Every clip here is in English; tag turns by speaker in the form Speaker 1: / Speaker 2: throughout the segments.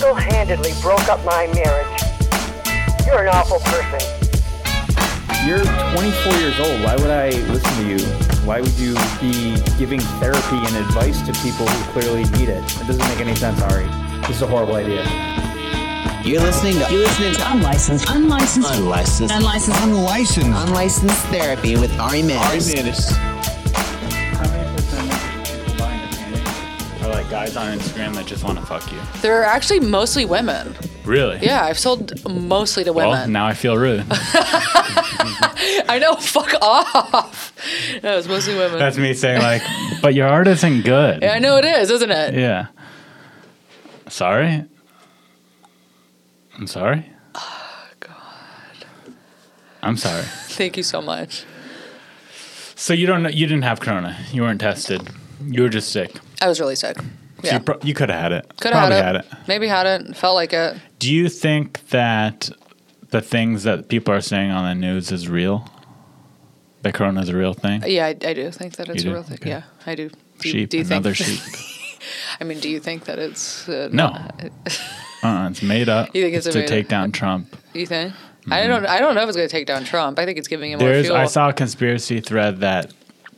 Speaker 1: allegedly broke up my marriage. You're an awful person.
Speaker 2: You're 24 years old. Why would I listen to you? Why would you be giving therapy and advice to people who clearly need it? It doesn't make any sense, Ari. This is a horrible idea.
Speaker 3: You're listening to You're listening to
Speaker 4: Unlicensed. Unlicensed.
Speaker 3: Unlicensed
Speaker 4: Unlicensed.
Speaker 5: Unlicensed.
Speaker 3: Unlicensed Therapy with Ari Manis.
Speaker 2: How many percent
Speaker 6: Are like guys on Instagram that just want to fuck you?
Speaker 7: They're actually mostly women.
Speaker 6: Really?
Speaker 7: Yeah, I've sold mostly to
Speaker 6: Well,
Speaker 7: women.
Speaker 6: now I feel rude.
Speaker 7: I know, fuck off. No, it's mostly women.
Speaker 6: That's me saying like, but your art isn't good.
Speaker 7: I know it is, isn't it?
Speaker 6: Yeah. Sorry. I'm sorry. Oh
Speaker 7: Ah,
Speaker 6: God. I'm sorry.
Speaker 7: Thank you so much.
Speaker 6: So you don't. know- You didn't have corona. You weren't tested. You were just sick.
Speaker 7: I was really sick.
Speaker 6: So
Speaker 7: Yeah.
Speaker 6: you pro- you could have had it.
Speaker 7: Could have
Speaker 6: Probably
Speaker 7: had it. Maybe hadn't. Felt like it.
Speaker 6: Do you think that the things that people are saying on the news is real? That corona is a real thing.
Speaker 7: Yeah, I, I do think that it's
Speaker 6: do?
Speaker 7: a real thing.
Speaker 6: Okay.
Speaker 7: Yeah, I do. do you-
Speaker 6: sheep.
Speaker 7: do you think-
Speaker 6: another sheep.
Speaker 7: I mean, do you think that it's uh,
Speaker 6: No.
Speaker 7: not-
Speaker 6: Uh-uh, it's made up
Speaker 7: You think it's a
Speaker 6: to
Speaker 7: made-
Speaker 6: take down Trump.
Speaker 7: You think? I don't. I don't know if it's going to take down Trump. I think it's giving him more
Speaker 6: There's
Speaker 7: fuel.
Speaker 6: I saw a conspiracy thread that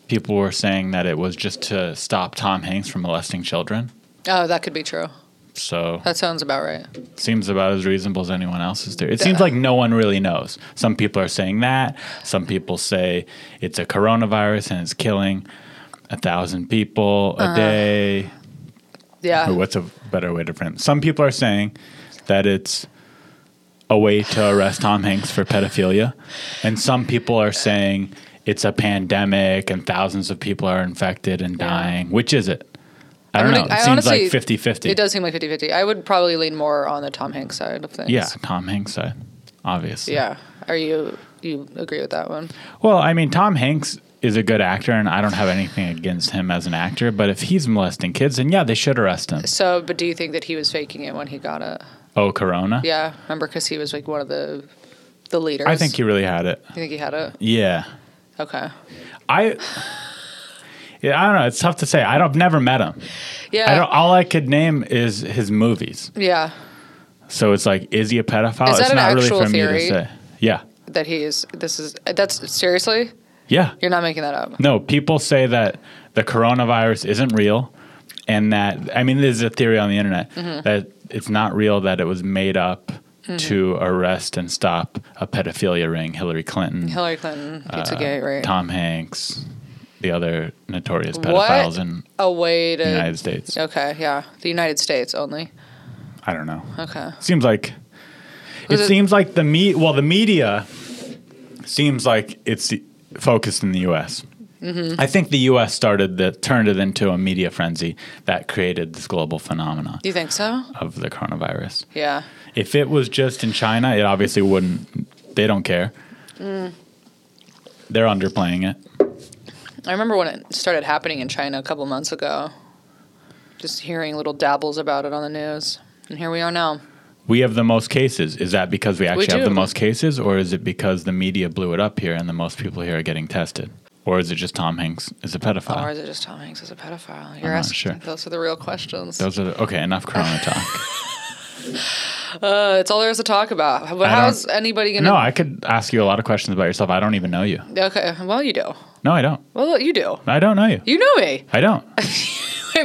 Speaker 6: people were saying that it was just to stop Tom Hanks from molesting children.
Speaker 7: oh, that could be true.
Speaker 6: So
Speaker 7: That sounds about right.
Speaker 6: seems about as reasonable as anyone else's theory. It seems like no one really knows. Some people are saying that. Some people say it's a coronavirus and it's killing a thousand people a
Speaker 7: Uh-huh.
Speaker 6: day.
Speaker 7: Yeah.
Speaker 6: Or what's a better way to frame? it? Some people are saying that it's a way to arrest Tom Hanks for pedophilia, and some people are saying it's a pandemic and thousands of people are infected and dying. Which is it? I
Speaker 7: I'm
Speaker 6: don't
Speaker 7: gonna-
Speaker 6: know. It
Speaker 7: I
Speaker 6: seems
Speaker 7: honestly-
Speaker 6: like 50 50.
Speaker 7: It does seem like 50 50. I would probably lean more on the Tom Hanks side of things.
Speaker 6: Yeah, Tom Hanks side, obviously.
Speaker 7: Yeah. Are you you agree with that one?
Speaker 6: Well, I mean, Tom Hanks is a good actor, and I don't have anything against him as an actor. But if he's molesting kids, then yeah, they should arrest him.
Speaker 7: So, but do you think that he was faking it when he got it?
Speaker 6: Oh, Corona.
Speaker 7: Yeah. Remember, because he was like one of the the leaders.
Speaker 6: I think he really had it.
Speaker 7: You think he had it?
Speaker 6: Yeah.
Speaker 7: Okay.
Speaker 6: I. Yeah, I don't know. It's tough to say. I don't, I've never met him.
Speaker 7: Yeah.
Speaker 6: I don't. All I could name is his movies.
Speaker 7: yeah.
Speaker 6: So it's like, is he a pedophile?
Speaker 7: Is that
Speaker 6: it's
Speaker 7: an
Speaker 6: not
Speaker 7: actual
Speaker 6: really for me
Speaker 7: theory?
Speaker 6: to say. Yeah,
Speaker 7: That he is. This is. That's seriously.
Speaker 6: yeah.
Speaker 7: You're not making that up.
Speaker 6: No, people say that the coronavirus isn't real, and that I mean, there's a theory on the internet
Speaker 7: Mm-hmm.
Speaker 6: that it's not real. That it was made up to arrest and stop a pedophilia ring, Hillary Clinton,
Speaker 7: Hillary Clinton, Pizzagate, right?
Speaker 6: Uh, Tom Hanks, the other notorious
Speaker 7: What?
Speaker 6: pedophiles in
Speaker 7: a way to
Speaker 6: the United States.
Speaker 7: Oh, Okay, yeah, the United States only.
Speaker 6: I don't know.
Speaker 7: Okay,
Speaker 6: seems like it
Speaker 7: Was it-
Speaker 6: seems like the me well the media seems like it's focused in the U.S.
Speaker 7: Mm-hmm.
Speaker 6: I think the U.S. started the turned it into a media frenzy that created this global phenomenon
Speaker 7: do you think so?
Speaker 6: of the coronavirus.
Speaker 7: Yeah,
Speaker 6: If it was just in China, it obviously wouldn't. They don't care.
Speaker 7: Mm.
Speaker 6: They're underplaying it.
Speaker 7: I remember when it started happening in China a couple months ago. Just hearing little dabbles about it on the news, and here we are now.
Speaker 6: We have the most cases. Is that because we actually have
Speaker 7: do.
Speaker 6: the most cases, or is it because the media blew it up here and the most people here are getting tested, or is it just Tom Hanks is a pedophile?
Speaker 7: or is it just Tom Hanks as a pedophile? You're
Speaker 6: not
Speaker 7: asking.
Speaker 6: sure.
Speaker 7: Those are the real questions.
Speaker 6: Those are okay. Enough Corona talk.
Speaker 7: uh, it's all there is to talk about. But
Speaker 6: I don't-
Speaker 7: how's anybody gonna?
Speaker 6: no, I could ask you a lot of questions about yourself. I don't even know you.
Speaker 7: okay. Well, you do.
Speaker 6: No, I don't.
Speaker 7: Well, you do.
Speaker 6: I don't know you.
Speaker 7: You know me.
Speaker 6: I don't.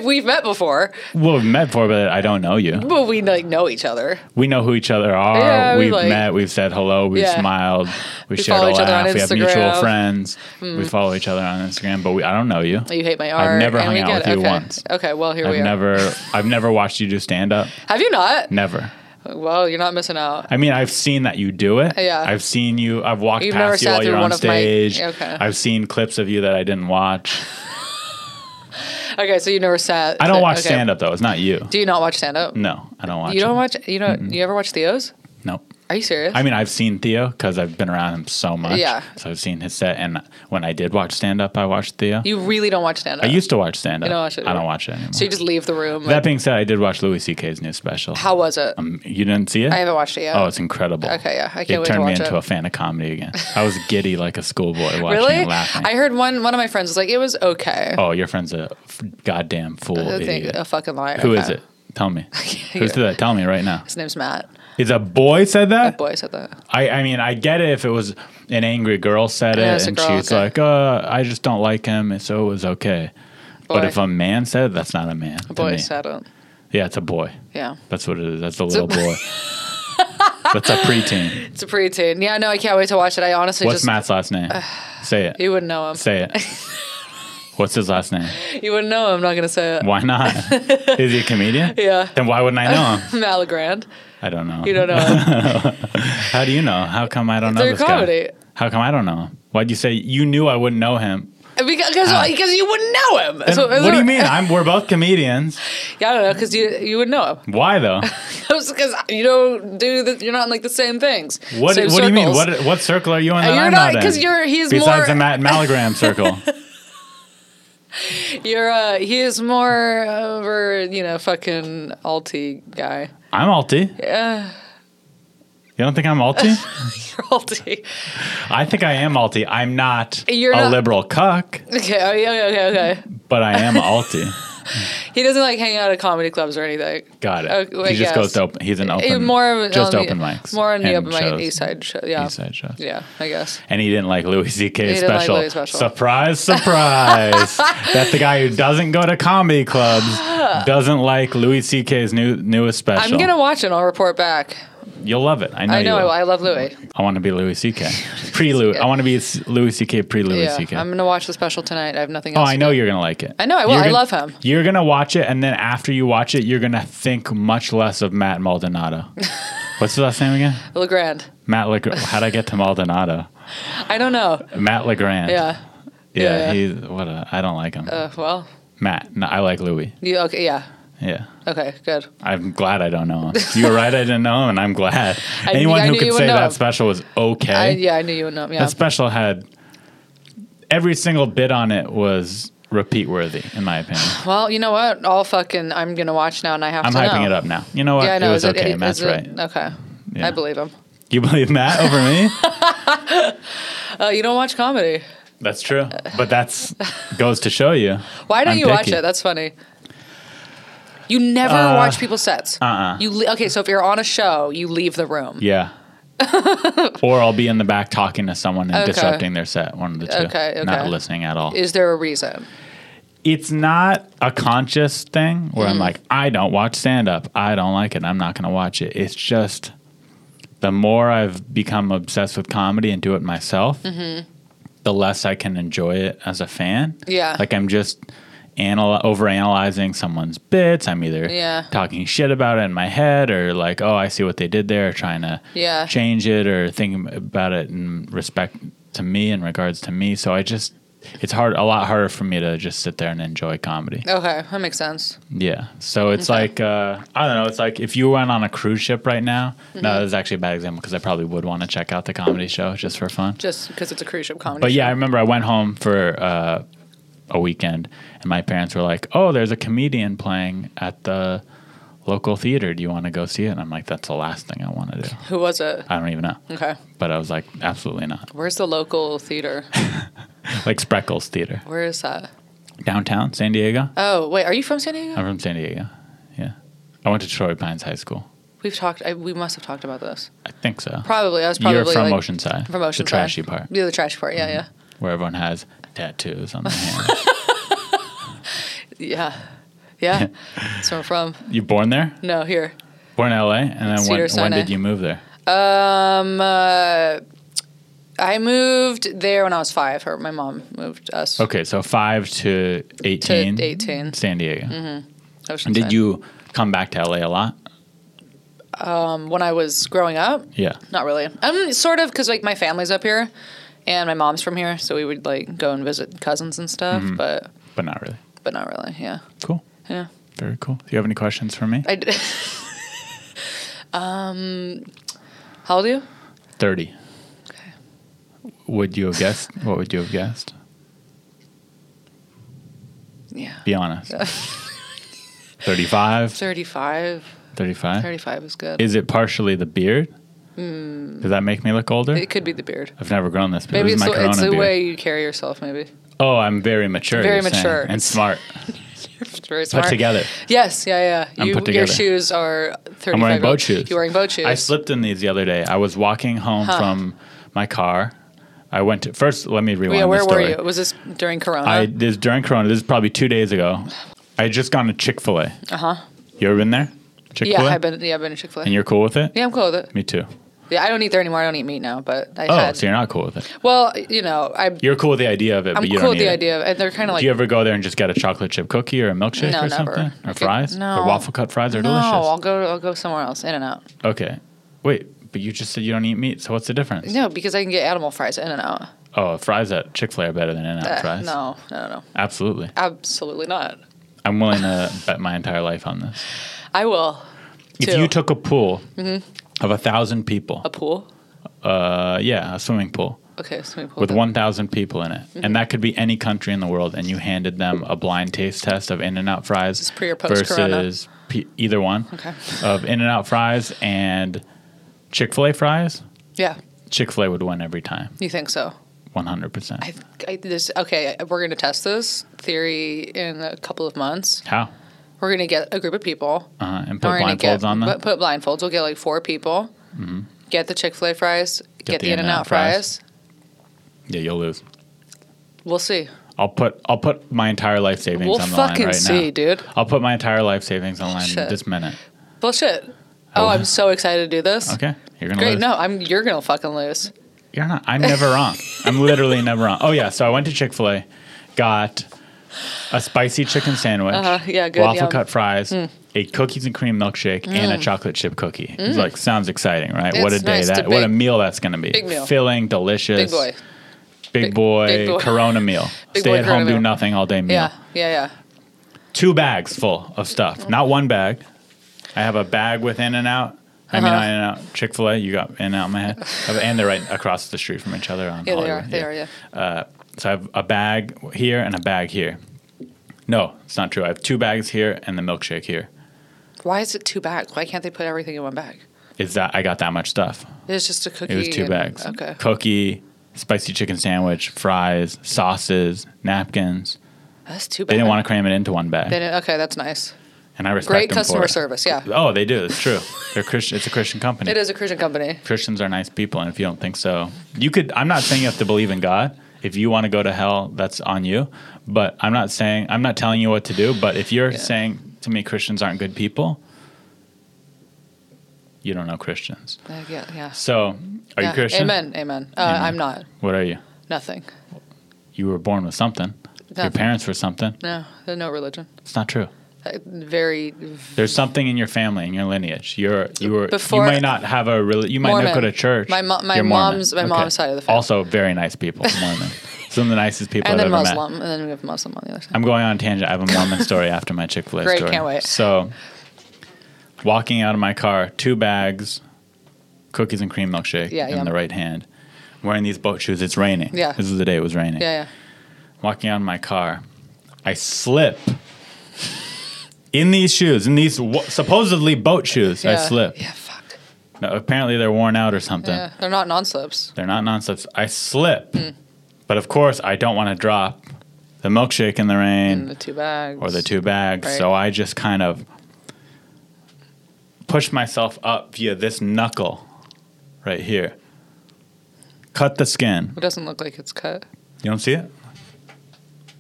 Speaker 7: We've met before,
Speaker 6: Well, we've met before, but I don't know you.
Speaker 7: but we like know each other.
Speaker 6: We know who each other are.
Speaker 7: Yeah, we
Speaker 6: we've
Speaker 7: like-
Speaker 6: met. We've said hello. We've
Speaker 7: Yeah.
Speaker 6: smiled. We,
Speaker 7: We
Speaker 6: shared a
Speaker 7: follow each
Speaker 6: laugh.
Speaker 7: other on
Speaker 6: we have mutual
Speaker 7: Instagram. Mm.
Speaker 6: friends. We follow each other on Instagram, but we, I don't know you.
Speaker 7: You hate my
Speaker 6: I've
Speaker 7: art.
Speaker 6: never
Speaker 7: and
Speaker 6: hung
Speaker 7: we
Speaker 6: out
Speaker 7: get-
Speaker 6: with you
Speaker 7: okay.
Speaker 6: once.
Speaker 7: Okay, well here we
Speaker 6: I've
Speaker 7: are.
Speaker 6: never. I've never watched you do stand up.
Speaker 7: Have you not?
Speaker 6: Never.
Speaker 7: Well, you're not missing out.
Speaker 6: I mean, I've seen that you do it.
Speaker 7: Yeah.
Speaker 6: I've seen you. I've walked
Speaker 7: You've never
Speaker 6: past you
Speaker 7: sat
Speaker 6: while you're
Speaker 7: through
Speaker 6: on
Speaker 7: one of my-
Speaker 6: stage.
Speaker 7: Okay.
Speaker 6: I've seen clips of you that I didn't watch.
Speaker 7: Okay, so you never sat.
Speaker 6: I don't watch
Speaker 7: okay.
Speaker 6: stand up though. It's not you.
Speaker 7: Do you not watch stand up?
Speaker 6: No, I don't watch.
Speaker 7: You don't
Speaker 6: it.
Speaker 7: watch. You don't. You ever watch Theo's?
Speaker 6: No.
Speaker 7: Are you serious?
Speaker 6: I mean, I've seen Theo because I've been around him so much.
Speaker 7: Yeah.
Speaker 6: So I've seen his set, and when I did watch stand up, I watched Theo.
Speaker 7: you really don't watch stand up.
Speaker 6: I used to watch stand up.
Speaker 7: You don't watch it
Speaker 6: I don't
Speaker 7: anymore.
Speaker 6: watch it anymore.
Speaker 7: So you just leave the room.
Speaker 6: that
Speaker 7: like-
Speaker 6: being said, I did watch Louis C.K.'s new special.
Speaker 7: how was it?
Speaker 6: Um, you didn't see it?
Speaker 7: I haven't watched it yet.
Speaker 6: Oh, it's incredible.
Speaker 7: Okay, yeah, I can't
Speaker 6: it
Speaker 7: wait to
Speaker 6: turned me
Speaker 7: watch
Speaker 6: into
Speaker 7: it.
Speaker 6: a fan of comedy again. I was giddy like a schoolboy watching
Speaker 7: really?
Speaker 6: it, laughing.
Speaker 7: I heard one. One of my friends was like, it was okay.
Speaker 6: oh, your friend's a f- goddamn fool
Speaker 7: I think-
Speaker 6: idiot.
Speaker 7: a fucking liar.
Speaker 6: Who
Speaker 7: Okay.
Speaker 6: is it? Tell me.
Speaker 7: hear
Speaker 6: Who said that? Tell me right now.
Speaker 7: His name's Matt.
Speaker 6: Is a boy said that?
Speaker 7: That boy said that.
Speaker 6: I, I mean, I get it if it was an angry girl said
Speaker 7: Yeah,
Speaker 6: it
Speaker 7: it's a
Speaker 6: and
Speaker 7: girl,
Speaker 6: she's
Speaker 7: okay.
Speaker 6: like, uh, I just don't like him, and so it was okay. But
Speaker 7: Boy.
Speaker 6: if a man said it, that's not a man.
Speaker 7: The
Speaker 6: to
Speaker 7: boy
Speaker 6: me.
Speaker 7: said it.
Speaker 6: Yeah, it's a boy.
Speaker 7: Yeah.
Speaker 6: That's what it is. That's
Speaker 7: a
Speaker 6: a little boy. that's a preteen.
Speaker 7: It's a preteen. Yeah, no, I can't wait to watch it. I honestly
Speaker 6: What's
Speaker 7: just.
Speaker 6: Matt's last name? Say it.
Speaker 7: You wouldn't know him.
Speaker 6: Say it. What's his last name?
Speaker 7: You wouldn't know him. I'm not going to say it.
Speaker 6: Why not? Is he a comedian?
Speaker 7: Yeah.
Speaker 6: Then why wouldn't I know him?
Speaker 7: Malagrand.
Speaker 6: I don't know.
Speaker 7: You don't know him.
Speaker 6: How do you know? How come I don't know
Speaker 7: Through
Speaker 6: this
Speaker 7: comedy.
Speaker 6: guy? How come I don't know him? Why'd you say you knew I wouldn't know him?
Speaker 7: because, because, because you wouldn't know him.
Speaker 6: Then
Speaker 7: So-
Speaker 6: Ah. what do you mean? I'm, we're both comedians.
Speaker 7: Yeah, I don't know. Because you, you would know him.
Speaker 6: Why though?
Speaker 7: Because you don't do the, you're not in like the same things.
Speaker 6: What, what
Speaker 7: same
Speaker 6: do you mean?
Speaker 7: circles.
Speaker 6: What what circle are you in?
Speaker 7: Uh,
Speaker 6: That
Speaker 7: you're
Speaker 6: I'm
Speaker 7: not-
Speaker 6: not in?
Speaker 7: 'cause you're- he's more-
Speaker 6: besides the Matt Malagram circle.
Speaker 7: You're uh, he is more over you know fucking alti guy.
Speaker 6: I'm alti. Yeah. You don't think I'm alti?
Speaker 7: You're alti.
Speaker 6: I think I am alti. I'm not
Speaker 7: You're
Speaker 6: a
Speaker 7: not-
Speaker 6: liberal cuck,
Speaker 7: Okay, oh, yeah, okay, okay.
Speaker 6: but I am alti.
Speaker 7: He doesn't like hang out at comedy clubs or anything.
Speaker 6: Got it.
Speaker 7: Okay,
Speaker 6: he just
Speaker 7: yes.
Speaker 6: goes to open. He's an
Speaker 7: He
Speaker 6: open.
Speaker 7: more of-
Speaker 6: Um, just
Speaker 7: on the-
Speaker 6: open mics.
Speaker 7: More on the
Speaker 6: and
Speaker 7: open mic and
Speaker 6: shows.
Speaker 7: East Side show. Yeah.
Speaker 6: East side shows.
Speaker 7: Yeah, I guess.
Speaker 6: and he didn't like Louis C.K.
Speaker 7: He didn't like
Speaker 6: special.
Speaker 7: Louis special.
Speaker 6: Surprise, surprise! That's the guy who doesn't go to comedy clubs doesn't like Louis C.K.'s new newest special.
Speaker 7: I'm gonna watch it. and I'll report back.
Speaker 6: You'll love it. I know.
Speaker 7: I know.
Speaker 6: You will.
Speaker 7: I, I love Louis.
Speaker 6: I want to be Louis C.K. Pre Louis. I want to be s- Louis C.K. Pre Louis
Speaker 7: Yeah,
Speaker 6: C.K.
Speaker 7: I'm gonna watch the special tonight. I have nothing
Speaker 6: Oh,
Speaker 7: else.
Speaker 6: I
Speaker 7: to
Speaker 6: know
Speaker 7: do.
Speaker 6: you're gonna like it.
Speaker 7: I know I will.
Speaker 6: You're
Speaker 7: I
Speaker 6: gonna-
Speaker 7: love him.
Speaker 6: You're gonna watch it, and then after you watch it, you're gonna think much less of Matt Maldonado. What's his last name again?
Speaker 7: Legrand.
Speaker 6: Matt. Leg- How'd I get to Maldonado?
Speaker 7: I don't know.
Speaker 6: Matt Legrand.
Speaker 7: Yeah. yeah.
Speaker 6: Yeah. He's what? A, I don't like him.
Speaker 7: Uh, well,
Speaker 6: Matt. No, I like Louis.
Speaker 7: you okay? Yeah.
Speaker 6: Yeah.
Speaker 7: Okay. Good.
Speaker 6: I'm glad I don't know him. You were right. I didn't know him, and I'm glad.
Speaker 7: I-
Speaker 6: Anyone
Speaker 7: I
Speaker 6: who
Speaker 7: knew you
Speaker 6: could
Speaker 7: would
Speaker 6: say
Speaker 7: know
Speaker 6: that
Speaker 7: him.
Speaker 6: special was okay.
Speaker 7: I, yeah, I knew you would know. Yeah.
Speaker 6: That special had every single bit on it was repeat worthy, in my opinion.
Speaker 7: Well, you know what? All fucking, I'm gonna watch now, and I have
Speaker 6: I'm
Speaker 7: to.
Speaker 6: hyping
Speaker 7: know.
Speaker 6: it up now. You know what?
Speaker 7: Yeah, I know.
Speaker 6: It was
Speaker 7: Is
Speaker 6: okay.
Speaker 7: is
Speaker 6: Matt's
Speaker 7: it-
Speaker 6: right.
Speaker 7: Okay,
Speaker 6: Yeah.
Speaker 7: I believe him.
Speaker 6: You believe Matt over me?
Speaker 7: Uh, you don't watch comedy.
Speaker 6: that's true. But that's goes to show you.
Speaker 7: Why don't
Speaker 6: I'm
Speaker 7: you watch
Speaker 6: picky. Uh,
Speaker 7: it? That's funny. You never watch people's sets.
Speaker 6: uh-uh.
Speaker 7: You le- okay? So if you're on a show, you leave the room.
Speaker 6: Yeah. or I'll be in the back talking to someone and
Speaker 7: Okay.
Speaker 6: disrupting their set. One of the two.
Speaker 7: Okay, okay.
Speaker 6: Not listening at all.
Speaker 7: Is there a reason?
Speaker 6: it's not a conscious thing where
Speaker 7: Mm.
Speaker 6: I'm like, I don't watch stand up. I don't like it. I'm not going to watch it. It's just the more I've become obsessed with comedy and do it myself,
Speaker 7: Mm-hmm.
Speaker 6: the less I can enjoy it as a fan.
Speaker 7: Yeah.
Speaker 6: Like I'm just anal- overanalyzing someone's bits. I'm either
Speaker 7: Yeah.
Speaker 6: talking shit about it in my head or like, oh, I see what they did there, trying to
Speaker 7: Yeah.
Speaker 6: change it or thinking about it in respect to me in regards to me. So I just it's hard a lot harder for me to just sit there and enjoy comedy.
Speaker 7: Okay, that makes sense.
Speaker 6: Yeah. So it's like uh, I don't know. It's like if you went on a cruise ship right now. No, that's actually a bad example because I probably would want to check out the comedy show just for fun.
Speaker 7: Just because it's a cruise ship comedy.
Speaker 6: But yeah, I
Speaker 7: show.
Speaker 6: remember I went home for uh, a weekend, and my parents were like, "Oh, there's a comedian playing at the local theater. Do you want to go see it?" And I'm like, "That's the last thing I want to do.
Speaker 7: who was it?
Speaker 6: I don't even know."
Speaker 7: Okay,
Speaker 6: But I was like, "Absolutely not."
Speaker 7: where's the local theater?
Speaker 6: Like Spreckles Theater,
Speaker 7: Where is that?
Speaker 6: downtown San Diego.
Speaker 7: Oh wait, are you from San Diego?
Speaker 6: I'm from San Diego. Yeah, I went to Troy Pines High School.
Speaker 7: We've talked. I, we must have talked about this.
Speaker 6: I think so.
Speaker 7: Probably. I was probably
Speaker 6: You're from Mm-hmm.
Speaker 7: like,
Speaker 6: Oceanside.
Speaker 7: From Oceanside.
Speaker 6: The trashy part
Speaker 7: Yeah, the trashy part. Yeah, yeah,
Speaker 6: where everyone has tattoos on their hands.
Speaker 7: yeah, yeah. That's where I'm from.
Speaker 6: you born there?
Speaker 7: No, here.
Speaker 6: Born in LA? And then when, when
Speaker 7: Cedars-Sinai.
Speaker 6: did you move there?
Speaker 7: Um, uh, I moved there when I was five. Her, my mom moved us
Speaker 6: Okay, so five
Speaker 7: to
Speaker 6: to
Speaker 7: Mm-hmm.
Speaker 6: eighteen.
Speaker 7: 18.
Speaker 6: San Diego.
Speaker 7: Oceanside.
Speaker 6: And did you come back to LA a lot?
Speaker 7: when I was growing up?
Speaker 6: Yeah.
Speaker 7: Not really. Um, sort of because like my family's up here, and my mom's from here, so we would like go and visit cousins and stuff,
Speaker 6: Mm-hmm.
Speaker 7: but
Speaker 6: But not really.
Speaker 7: but not really. Yeah,
Speaker 6: Cool.
Speaker 7: yeah.
Speaker 6: Very cool. Do you have any questions for me?
Speaker 7: I. d- um, how old are you?
Speaker 6: Thirty. Okay. Would you have guessed? What would you have guessed?
Speaker 7: Yeah.
Speaker 6: Be honest. 35,
Speaker 7: 35.
Speaker 6: 35.
Speaker 7: 35 is good.
Speaker 6: Is it partially the beard? Does that make me look older?
Speaker 7: Hmm. it could be the beard.
Speaker 6: I've never grown this, but
Speaker 7: Maybe
Speaker 6: it
Speaker 7: it's
Speaker 6: was
Speaker 7: the,
Speaker 6: my corona
Speaker 7: it's the
Speaker 6: beard.
Speaker 7: way you carry yourself, maybe.
Speaker 6: Oh, I'm very mature.
Speaker 7: Very
Speaker 6: you're saying,
Speaker 7: mature.
Speaker 6: and smart.
Speaker 7: It's very smart.
Speaker 6: Put together.
Speaker 7: Yes, yeah, yeah.
Speaker 6: I'm
Speaker 7: You,
Speaker 6: put
Speaker 7: your
Speaker 6: together.
Speaker 7: shoes are 35
Speaker 6: I'm wearing
Speaker 7: year old-
Speaker 6: boat shoes.
Speaker 7: You're wearing boat shoes.
Speaker 6: I slipped in these the other day. I was walking home from my car. I went to first. Let me rewind.
Speaker 7: yeah, where
Speaker 6: the
Speaker 7: were
Speaker 6: story.
Speaker 7: you? Uh-huh. Was this during Corona?
Speaker 6: I this during Corona. This is probably two days ago. I had just gone to Chick Fil A. Uh huh. You ever been there? Chick Fil A.
Speaker 7: Uh-huh. yeah, I've been. Yeah, I've been to Chick Fil
Speaker 6: And
Speaker 7: A.
Speaker 6: you're cool with it?
Speaker 7: Yeah, I'm cool with it.
Speaker 6: Me too.
Speaker 7: Yeah, I don't eat there anymore. I don't eat meat now, but I
Speaker 6: Oh,
Speaker 7: had.
Speaker 6: so you're not cool with it.
Speaker 7: Well, you know, I,
Speaker 6: You're cool with the idea of it,
Speaker 7: I'm
Speaker 6: but you
Speaker 7: cool
Speaker 6: don't
Speaker 7: with
Speaker 6: need
Speaker 7: the
Speaker 6: it.
Speaker 7: idea of, and they're kind of like.
Speaker 6: Do you ever go there and just get a chocolate chip cookie or a milkshake
Speaker 7: No,
Speaker 6: or
Speaker 7: never.
Speaker 6: something? Or
Speaker 7: Get-
Speaker 6: fries?
Speaker 7: no.
Speaker 6: The waffle cut fries are
Speaker 7: no, I'll
Speaker 6: delicious.
Speaker 7: go. I'll go somewhere else. In and out.
Speaker 6: Okay. Wait, but you just said you don't eat meat, so what's the difference?
Speaker 7: No, because I can get animal fries. In and out.
Speaker 6: Oh, fries at Chick fil A are better than In N Out fries.
Speaker 7: Uh, No, no, no, no.
Speaker 6: Absolutely.
Speaker 7: Absolutely not.
Speaker 6: I'm willing to bet my entire life on this.
Speaker 7: I will.
Speaker 6: If
Speaker 7: too.
Speaker 6: you took a pool
Speaker 7: Mm-hmm.
Speaker 6: of a thousand people,
Speaker 7: a pool.
Speaker 6: uh, yeah, a swimming pool
Speaker 7: Okay, swimming pool.
Speaker 6: with
Speaker 7: then.
Speaker 6: 1,000 people in it,
Speaker 7: Mm-hmm.
Speaker 6: and that could be any country in the world, and you handed them a blind taste test of In N Out fries
Speaker 7: is pre or post corona.
Speaker 6: versus p- either one
Speaker 7: Okay.
Speaker 6: of In N Out fries and Chick fil A fries,
Speaker 7: Yeah,
Speaker 6: Chick fil A would win every time,
Speaker 7: you think so?
Speaker 6: 100%.
Speaker 7: I, I this okay. We're gonna test this theory in a couple of months.
Speaker 6: How?
Speaker 7: We're gonna get a group of people.
Speaker 6: Uh, and put
Speaker 7: and we're gonna
Speaker 6: blindfolds
Speaker 7: get,
Speaker 6: on them? Mm-hmm.
Speaker 7: Put, put blindfolds. We'll get like four people. Get the Chick Fil A fries. Get, the In and Out fries.
Speaker 6: yeah, you'll lose.
Speaker 7: We'll see.
Speaker 6: I'll put I'll put my entire life savings
Speaker 7: We'll
Speaker 6: on the line
Speaker 7: fucking
Speaker 6: right
Speaker 7: see,
Speaker 6: now.
Speaker 7: dude.
Speaker 6: I'll put my entire life savings on the line
Speaker 7: Shit.
Speaker 6: this minute.
Speaker 7: Bullshit. Oh, I'm so excited to do this.
Speaker 6: Okay, you're gonna
Speaker 7: Great.
Speaker 6: lose.
Speaker 7: No, I'm. You're gonna fucking lose.
Speaker 6: You're not. I'm never wrong. I'm literally never wrong. Oh yeah. So I went to Chick Fil A, got a spicy chicken sandwich,
Speaker 7: Uh-huh, yeah, good,
Speaker 6: waffle
Speaker 7: yum. Hmm. Mm.
Speaker 6: cut fries, a cookies and cream milkshake, and a chocolate chip cookie. It's like sounds exciting, right? what a
Speaker 7: It's
Speaker 6: day
Speaker 7: nice to
Speaker 6: that. What a
Speaker 7: big-
Speaker 6: meal that's gonna be.
Speaker 7: big meal.
Speaker 6: Filling,
Speaker 7: Big
Speaker 6: delicious.
Speaker 7: boy.
Speaker 6: Big,
Speaker 7: Big-
Speaker 6: boy.
Speaker 7: big boy.
Speaker 6: Corona meal.
Speaker 7: Big
Speaker 6: Stay
Speaker 7: boy
Speaker 6: at home,
Speaker 7: Corona
Speaker 6: do
Speaker 7: meal.
Speaker 6: nothing all day meal.
Speaker 7: Yeah. Mm. Yeah. Yeah.
Speaker 6: Two bags full of stuff. Not one bag. I have a bag with In and Out. I mean,
Speaker 7: Uh-huh.
Speaker 6: not In and Out, Chick Fil A. You got In and Out in my head, and they're right across the street from each other on
Speaker 7: Yeah. They
Speaker 6: Hollywood.
Speaker 7: are. They are. Yeah.
Speaker 6: So I have a bag here and a bag here. No, it's not true. I have two bags here and the milkshake here.
Speaker 7: Why is it two bags? Why can't they put everything in one bag?
Speaker 6: Is that I got that much stuff?
Speaker 7: It's just a cookie.
Speaker 6: It was two
Speaker 7: and-
Speaker 6: bags.
Speaker 7: Okay.
Speaker 6: Cookie, spicy chicken sandwich, fries, sauces, napkins.
Speaker 7: That's too bad.
Speaker 6: They didn't want to cram it into one bag,
Speaker 7: They didn't- okay, that's nice.
Speaker 6: and I respect
Speaker 7: Great
Speaker 6: them for
Speaker 7: customer
Speaker 6: it.
Speaker 7: service. Yeah.
Speaker 6: Oh, they do. It's true. They're Christian. It's a Christian company.
Speaker 7: It is a Christian company.
Speaker 6: Christians are nice people, and if you don't think so, you could. I'm not saying you have to believe in God. If you want to go to hell, that's on you. But I'm not saying I'm not telling you what to do. But if you're saying to me Christians aren't good people, you don't know Christians.
Speaker 7: Uh, yeah. Yeah.
Speaker 6: So are
Speaker 7: yeah.
Speaker 6: you Christian?
Speaker 7: Amen. Amen. Uh,
Speaker 6: Amen.
Speaker 7: I'm not.
Speaker 6: What are you?
Speaker 7: Nothing.
Speaker 6: You were born with something. Your
Speaker 7: Nothing.
Speaker 6: parents were something.
Speaker 7: No. There's no religion.
Speaker 6: It's not true.
Speaker 7: Uh, Very.
Speaker 6: There's something in your family, in your lineage. You're you were
Speaker 7: Before-
Speaker 6: you may not have a really you might not go
Speaker 7: Mormon.
Speaker 6: to church.
Speaker 7: My mo- my
Speaker 6: You're Mormon.
Speaker 7: mom's- my mom's side of the family.
Speaker 6: Also, very nice people, Mormon. Some of the nicest people
Speaker 7: And
Speaker 6: I've
Speaker 7: then
Speaker 6: ever
Speaker 7: Muslim.
Speaker 6: met.
Speaker 7: And then we have Muslim on the other side.
Speaker 6: I'm going on a tangent. I have a Mormon story after my Chick Fil A
Speaker 7: Great,
Speaker 6: story.
Speaker 7: can't wait.
Speaker 6: So, walking out of my car, two bags, cookies and cream milkshake
Speaker 7: Yeah,
Speaker 6: in
Speaker 7: yum.
Speaker 6: the right hand. Wearing these boat shoes, it's raining.
Speaker 7: Yeah.
Speaker 6: this is the day it was raining.
Speaker 7: yeah. Yeah.
Speaker 6: Walking out of my car, I slip. In these shoes, in these wa- supposedly boat shoes, I
Speaker 7: yeah.
Speaker 6: slip.
Speaker 7: Yeah. Fuck.
Speaker 6: No, apparently they're worn out or something.
Speaker 7: Yeah. Hmm. They're not non-slips.
Speaker 6: They're not non-slips. I slip, but of course I don't want to drop the milkshake in the rain
Speaker 7: And the two bags.
Speaker 6: or the two bags.
Speaker 7: Right.
Speaker 6: So I just kind of push myself up via this knuckle right here. Cut the skin.
Speaker 7: It doesn't look like it's cut.
Speaker 6: You don't see it?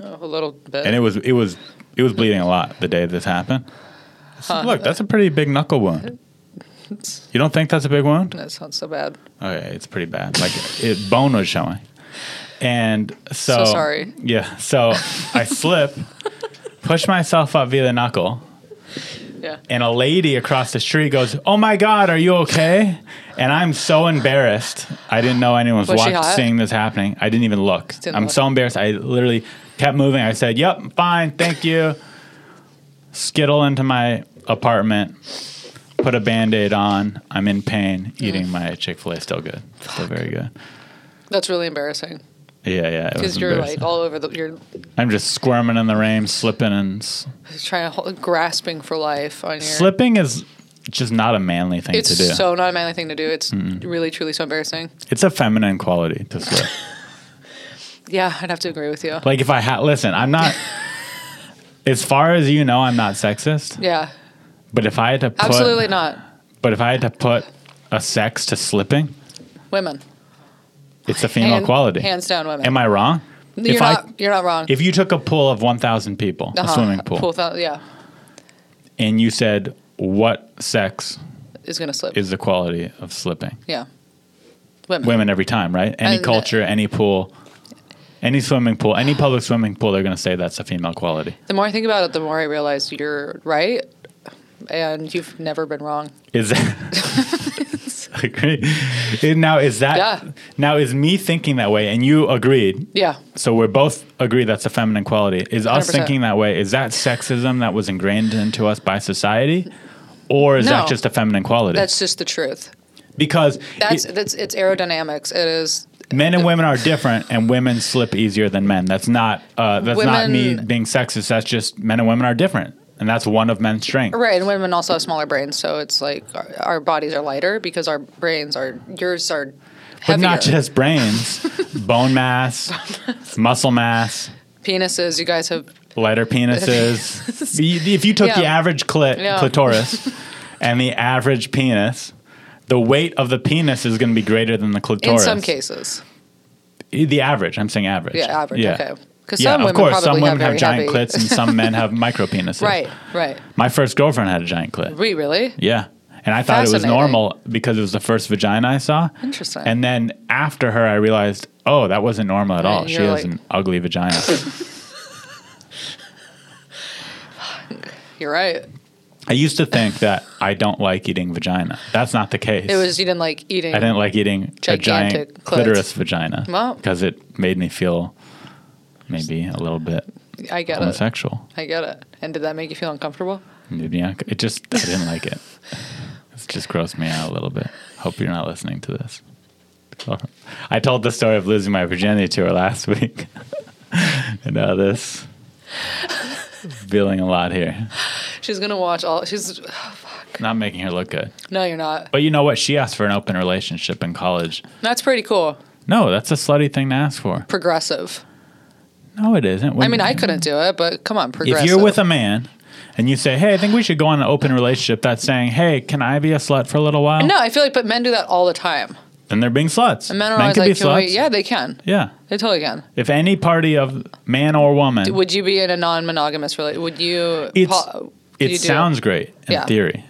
Speaker 7: Oh, a little bit.
Speaker 6: And it was it was it was bleeding a lot the day this happened. So Look, that's a pretty big knuckle wound. You don't think that's a big wound?
Speaker 7: That sounds so bad.
Speaker 6: Okay, it's pretty bad. Like it, bone was showing, and
Speaker 7: So
Speaker 6: so,
Speaker 7: sorry.
Speaker 6: Yeah, so I slip, push myself up via the knuckle,
Speaker 7: Yeah.
Speaker 6: and a lady across the street goes, "Oh my God, are you okay?" And I'm so embarrassed. I didn't know anyone was,
Speaker 7: Was she
Speaker 6: watching,
Speaker 7: hot?
Speaker 6: seeing this happening. I didn't even look.
Speaker 7: Didn't
Speaker 6: I'm
Speaker 7: look.
Speaker 6: so embarrassed. I literally kept moving. I said, "Yep, I'm fine, thank you." Skittle into my apartment. Put a band aid on. I'm in pain. Eating
Speaker 7: Mm.
Speaker 6: my Chick fil A. Still good. Still very good.
Speaker 7: That's really embarrassing.
Speaker 6: Yeah, yeah. It
Speaker 7: Because
Speaker 6: was
Speaker 7: you're like
Speaker 6: embarrassing.
Speaker 7: all over the. You're
Speaker 6: I'm just squirming in the rain, slipping and s-
Speaker 7: trying to hold, grasping for life on your.
Speaker 6: slipping is just not a manly thing
Speaker 7: It's
Speaker 6: to do.
Speaker 7: so not a manly thing to do. It's really, truly so embarrassing.
Speaker 6: it's a feminine quality to slip.
Speaker 7: Yeah, I'd have to agree with you.
Speaker 6: Like if I had listen, I'm not. as far as you know, I'm not sexist.
Speaker 7: Yeah,
Speaker 6: But if I had to put,
Speaker 7: absolutely not.
Speaker 6: But if I had to put a sex to slipping,
Speaker 7: Women,
Speaker 6: it's a female
Speaker 7: Hand-
Speaker 6: quality.
Speaker 7: hands down, women.
Speaker 6: Am I wrong?
Speaker 7: You're
Speaker 6: if
Speaker 7: not.
Speaker 6: I,
Speaker 7: you're not wrong.
Speaker 6: if you took a pool of 1,000 people, a
Speaker 7: Uh-huh.
Speaker 6: swimming pool,
Speaker 7: Pool thou- yeah,
Speaker 6: and you said what sex
Speaker 7: is gonna slip.
Speaker 6: is the quality of slipping?
Speaker 7: yeah, women.
Speaker 6: Women every time, right? Any
Speaker 7: And-
Speaker 6: culture, any pool, any swimming pool, any public swimming pool, they're going to say that's a female quality.
Speaker 7: The more I think about it, the more I realize you're right, and you've never been wrong.
Speaker 6: Is that agree? And Now is that
Speaker 7: Yeah.
Speaker 6: now is me thinking that way, and you agreed.
Speaker 7: Yeah,
Speaker 6: So we're both agree that's a feminine quality. Is us
Speaker 7: 100%.
Speaker 6: thinking that way? Is that sexism that was ingrained into us by society, or is that
Speaker 7: No.
Speaker 6: just a feminine quality?
Speaker 7: that's just the truth.
Speaker 6: because
Speaker 7: That's
Speaker 6: it-
Speaker 7: that's it's aerodynamics. It is
Speaker 6: men and women are different, and women slip easier than men. That's not uh, that's not me
Speaker 7: Women-
Speaker 6: being sexist. That's just men and women are different, and that's one of men's strengths.
Speaker 7: right, and women also have smaller brains, so it's like our, our bodies are lighter because our brains are yours are.
Speaker 6: But
Speaker 7: Heavier.
Speaker 6: not just brains, bone mass, muscle mass.
Speaker 7: penises. You guys have
Speaker 6: lighter penises. Y- if you took the
Speaker 7: Yeah.
Speaker 6: average clit,
Speaker 7: Yeah.
Speaker 6: clitoris and the average penis, the weight of the penis is going to be greater than the
Speaker 7: in
Speaker 6: clitoris.
Speaker 7: some cases.
Speaker 6: I- the average. I'm saying average.
Speaker 7: Yeah, average. Okay. Because
Speaker 6: Yeah,
Speaker 7: some
Speaker 6: of
Speaker 7: women
Speaker 6: course.
Speaker 7: probably
Speaker 6: Some women have,
Speaker 7: have, very
Speaker 6: giant
Speaker 7: heavy-
Speaker 6: clits and some men have micro penises.
Speaker 7: right, right.
Speaker 6: My first girlfriend had a giant clit.
Speaker 7: We really?
Speaker 6: Yeah. And I thought it was
Speaker 7: Fascinating.
Speaker 6: normal because it was the first vagina I saw.
Speaker 7: Interesting.
Speaker 6: And then after her, I realized, oh, that wasn't normal at
Speaker 7: Right,
Speaker 6: all.
Speaker 7: and
Speaker 6: She
Speaker 7: you're
Speaker 6: has
Speaker 7: like-
Speaker 6: an ugly vagina.
Speaker 7: You're right.
Speaker 6: I used to think that I don't like eating vagina. That's not the case.
Speaker 7: It was you didn't like eating.
Speaker 6: I didn't like eating a giant
Speaker 7: Gigantic clit.
Speaker 6: clitoris vagina
Speaker 7: Wow.
Speaker 6: because it made me feel maybe a little bit
Speaker 7: I get it.
Speaker 6: homosexual.
Speaker 7: I get it. And did that make you feel uncomfortable?
Speaker 6: Yeah, it just I didn't like it. It just grossed me out a little bit. Hope you're not listening to this. I told the story of losing my virginity to her last week, and now this feeling a lot here.
Speaker 7: She's gonna watch all. She's
Speaker 6: Not making her look good.
Speaker 7: no, you're not.
Speaker 6: But you know what? She asked for an open relationship in college.
Speaker 7: That's pretty cool.
Speaker 6: No, that's a slutty thing to ask for.
Speaker 7: Progressive.
Speaker 6: No, it isn't.
Speaker 7: I mean, I couldn't do it, but come on,
Speaker 6: If
Speaker 7: progressive.
Speaker 6: you're with a man and you say, "Hey, I think we should go on an open relationship," that's saying, "Hey, can I be a slut for a little while?"
Speaker 7: no, I feel like, but men do that all the time.
Speaker 6: Then they're being sluts.
Speaker 7: Men are always
Speaker 6: can
Speaker 7: like,
Speaker 6: be
Speaker 7: can we-
Speaker 6: sluts.
Speaker 7: yeah, they can.
Speaker 6: Yeah.
Speaker 7: They totally can.
Speaker 6: If any party of man or woman,
Speaker 7: Would you be in a non-monogamous relationship? Would you?
Speaker 6: It's-
Speaker 7: Paul,
Speaker 6: it
Speaker 7: you do-
Speaker 6: sounds great in
Speaker 7: Yeah.
Speaker 6: theory.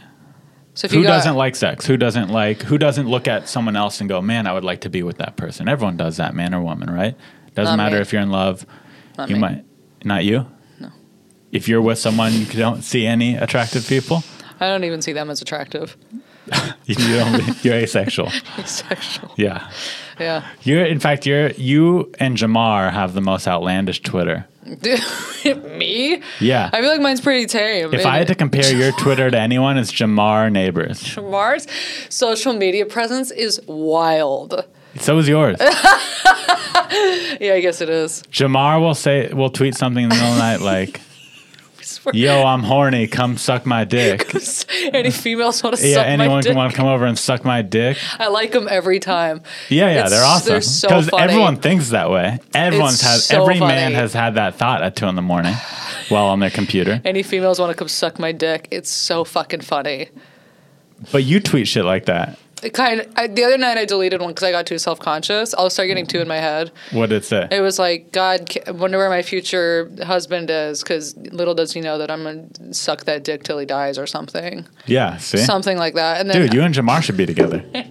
Speaker 7: So if
Speaker 6: Who
Speaker 7: you got,
Speaker 6: doesn't like sex? Who doesn't like? Who doesn't look at someone else and go, "Man, I would like to be with that person." Everyone does that, man or woman, right? Doesn't
Speaker 7: Not
Speaker 6: matter
Speaker 7: me.
Speaker 6: if you're in love.
Speaker 7: Not
Speaker 6: you
Speaker 7: me.
Speaker 6: might not you.
Speaker 7: No.
Speaker 6: If you're with someone you don't see any attractive people,
Speaker 7: I don't even see them as attractive.
Speaker 6: you don't, you're asexual.
Speaker 7: Sexual.
Speaker 6: Yeah.
Speaker 7: Yeah.
Speaker 6: You're in fact you're you and Jamar have the most outlandish Twitter.
Speaker 7: Me?
Speaker 6: Yeah.
Speaker 7: I feel like mine's pretty tame.
Speaker 6: if I had to compare your Twitter to anyone, it's Jamar neighbors.
Speaker 7: Mars social media presence is wild.
Speaker 6: So is yours.
Speaker 7: Yeah, I guess it is.
Speaker 6: Jamar will say will tweet something in the middle of the night like, "Yo, I'm horny. Come suck my dick."
Speaker 7: Any females want to
Speaker 6: Yeah,
Speaker 7: suck my
Speaker 6: anyone
Speaker 7: dick?
Speaker 6: can want to come over and suck my dick.
Speaker 7: I like them every time.
Speaker 6: Yeah, yeah,
Speaker 7: It's-
Speaker 6: they're awesome.
Speaker 7: they're so funny.
Speaker 6: everyone thinks that way. Everyone's
Speaker 7: It's
Speaker 6: has
Speaker 7: so
Speaker 6: every
Speaker 7: funny.
Speaker 6: man has had that thought at two in the morning while on their computer.
Speaker 7: Any females want to come suck my dick. It's so fucking funny.
Speaker 6: But you tweet shit like that.
Speaker 7: It kind of, I, the other night I deleted one because I got too self conscious. I'll start getting two in my head.
Speaker 6: What did it say?
Speaker 7: It was like, God, I wonder where my future husband is because little does he know that I'm going to suck that dick till he dies or something.
Speaker 6: yeah, see,
Speaker 7: Something like that. And then,
Speaker 6: dude, you and Jamar should be together.
Speaker 7: And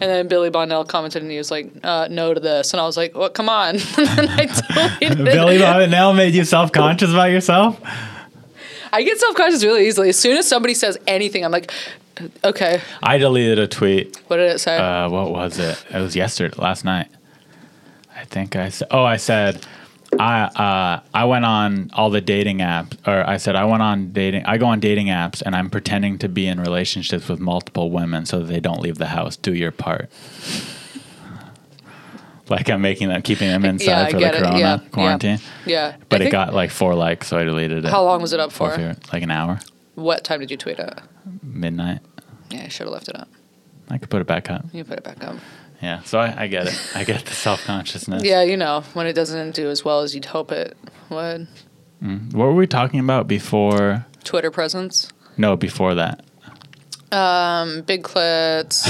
Speaker 7: then Billy Bonnell commented and he was like, uh, no to this. And I was like, well, come on. and then I deleted
Speaker 6: Billy
Speaker 7: it.
Speaker 6: Bob and Nell made you self conscious about yourself?
Speaker 7: I get self conscious really easily. As soon as somebody says anything, I'm like, okay,
Speaker 6: I deleted a tweet.
Speaker 7: what did it say?
Speaker 6: Uh, what was it? It was yesterday, last night. I think I said, oh, I said, I uh, I went on all the dating apps, or I said I went on dating. I go on dating apps, and I'm pretending to be in relationships with multiple women so that they don't leave the house. Do your part. Like I'm making them, keeping them inside
Speaker 7: Yeah, I
Speaker 6: for the
Speaker 7: get it.
Speaker 6: corona
Speaker 7: Yeah, yeah.
Speaker 6: quarantine.
Speaker 7: yeah.
Speaker 6: But
Speaker 7: I
Speaker 6: it
Speaker 7: think-
Speaker 6: got like four likes, so I deleted it.
Speaker 7: How long was it up
Speaker 6: Four
Speaker 7: for?
Speaker 6: favorite- Like an hour,
Speaker 7: What time did you tweet it?
Speaker 6: midnight.
Speaker 7: Yeah, I should have left it up.
Speaker 6: I could put it back up.
Speaker 7: You can put it back up.
Speaker 6: Yeah. So I, I get it. I get the self consciousness.
Speaker 7: Yeah, you know, when it doesn't do as well as you'd hope it would.
Speaker 6: What were we talking about before?
Speaker 7: Twitter presence,
Speaker 6: No, before that.
Speaker 7: big clits.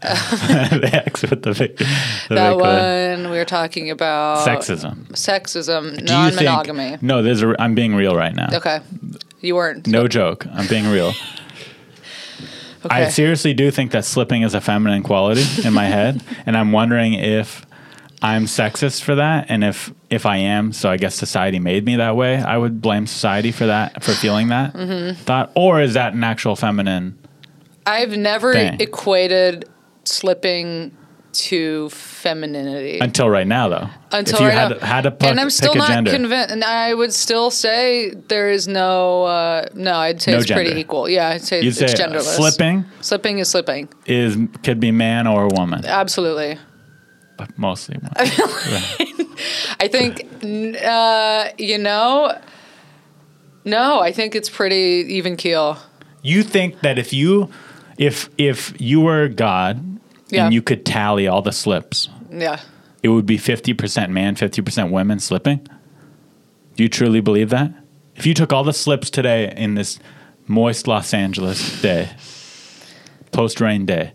Speaker 6: the ex with the big. The
Speaker 7: that
Speaker 6: big lip.
Speaker 7: one we were talking about
Speaker 6: Sexism.
Speaker 7: sexism,
Speaker 6: Do you
Speaker 7: non
Speaker 6: think-
Speaker 7: monogamy.
Speaker 6: no, there's. A, I'm being real right now.
Speaker 7: Okay, you weren't.
Speaker 6: No joke. I'm being real.
Speaker 7: okay.
Speaker 6: I seriously do think that slipping is a feminine quality in my head, and I'm wondering if I'm sexist for that, and if if I am, so I guess society made me that way. I would blame society for that, for feeling that
Speaker 7: Mm-hmm.
Speaker 6: thought, or is that an actual feminine?
Speaker 7: I've never
Speaker 6: Dang.
Speaker 7: equated slipping to femininity
Speaker 6: Until right now, though.
Speaker 7: until
Speaker 6: if you
Speaker 7: right
Speaker 6: had
Speaker 7: now.
Speaker 6: had to pick,
Speaker 7: and I'm still
Speaker 6: pick a
Speaker 7: not
Speaker 6: gender,
Speaker 7: convinced. And I would still say there is no. Uh, no, I'd say
Speaker 6: No
Speaker 7: it's
Speaker 6: gender.
Speaker 7: pretty equal. Yeah, I'd say
Speaker 6: you'd
Speaker 7: it's
Speaker 6: say uh,
Speaker 7: genderless.
Speaker 6: slipping
Speaker 7: Slipping is slipping.
Speaker 6: is could be man or woman,
Speaker 7: Absolutely.
Speaker 6: but mostly. Woman.
Speaker 7: I think, n- uh, you know, no, I think it's pretty even keel.
Speaker 6: You think that if you if if you were God
Speaker 7: Yeah.
Speaker 6: and you could tally all the slips,
Speaker 7: Yeah.
Speaker 6: it would be fifty percent man, fifty percent women slipping? Do you truly believe that? If you took all the slips today in this moist Los Angeles day, post rain day,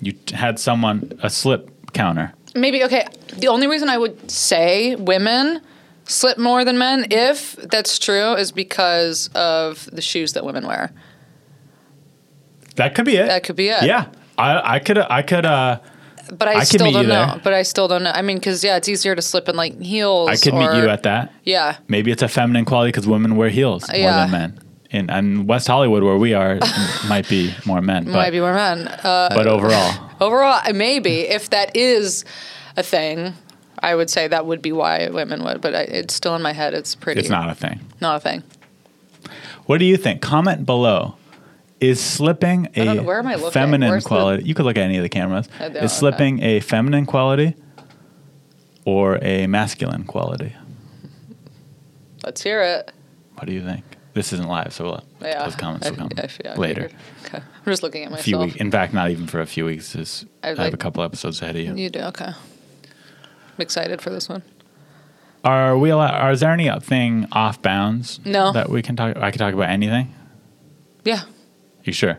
Speaker 6: you t- had someone a slip counter.
Speaker 7: Maybe, okay. The only reason I would say women slip more than men, if that's true, is because of the shoes that women wear.
Speaker 6: That could be it.
Speaker 7: That could be it.
Speaker 6: Yeah. I, I could I could uh
Speaker 7: But I,
Speaker 6: I could
Speaker 7: still
Speaker 6: meet
Speaker 7: don't
Speaker 6: you
Speaker 7: know.
Speaker 6: there.
Speaker 7: But I still don't know. I mean, because, yeah, it's easier to slip in like heels.
Speaker 6: I could
Speaker 7: or-
Speaker 6: meet you at that.
Speaker 7: Yeah.
Speaker 6: Maybe it's a feminine quality because women wear heels more
Speaker 7: Yeah.
Speaker 6: than men. In, in West Hollywood, where we are, might be more men. But,
Speaker 7: Might be more men. Uh,
Speaker 6: but overall,
Speaker 7: Overall, I- maybe if that is a thing, I would say that would be why women would. But I, it's still in my head. It's pretty.
Speaker 6: it's not a thing.
Speaker 7: Not a thing.
Speaker 6: What do you think? Comment below. Is slipping a
Speaker 7: don't know, where am I looking?
Speaker 6: feminine
Speaker 7: Where's the-
Speaker 6: quality? You could look at any of the cameras.
Speaker 7: Oh, there,
Speaker 6: Is slipping a feminine quality or a masculine quality?
Speaker 7: Let's hear it.
Speaker 6: What do you think? This isn't live, so we'll,
Speaker 7: Yeah.
Speaker 6: those comments will
Speaker 7: I-
Speaker 6: come
Speaker 7: I- yeah, I
Speaker 6: later.
Speaker 7: figured. Okay. I'm just looking at
Speaker 6: A few
Speaker 7: myself.
Speaker 6: weeks. In fact, not even for a few weeks. Just,
Speaker 7: I'd
Speaker 6: I, have a
Speaker 7: like-
Speaker 6: couple episodes ahead of you.
Speaker 7: You do okay. I'm excited for this one.
Speaker 6: Are we allowed? Are, is there any thing off bounds?
Speaker 7: No.
Speaker 6: That we can talk. I can talk about anything.
Speaker 7: Yeah.
Speaker 6: You sure?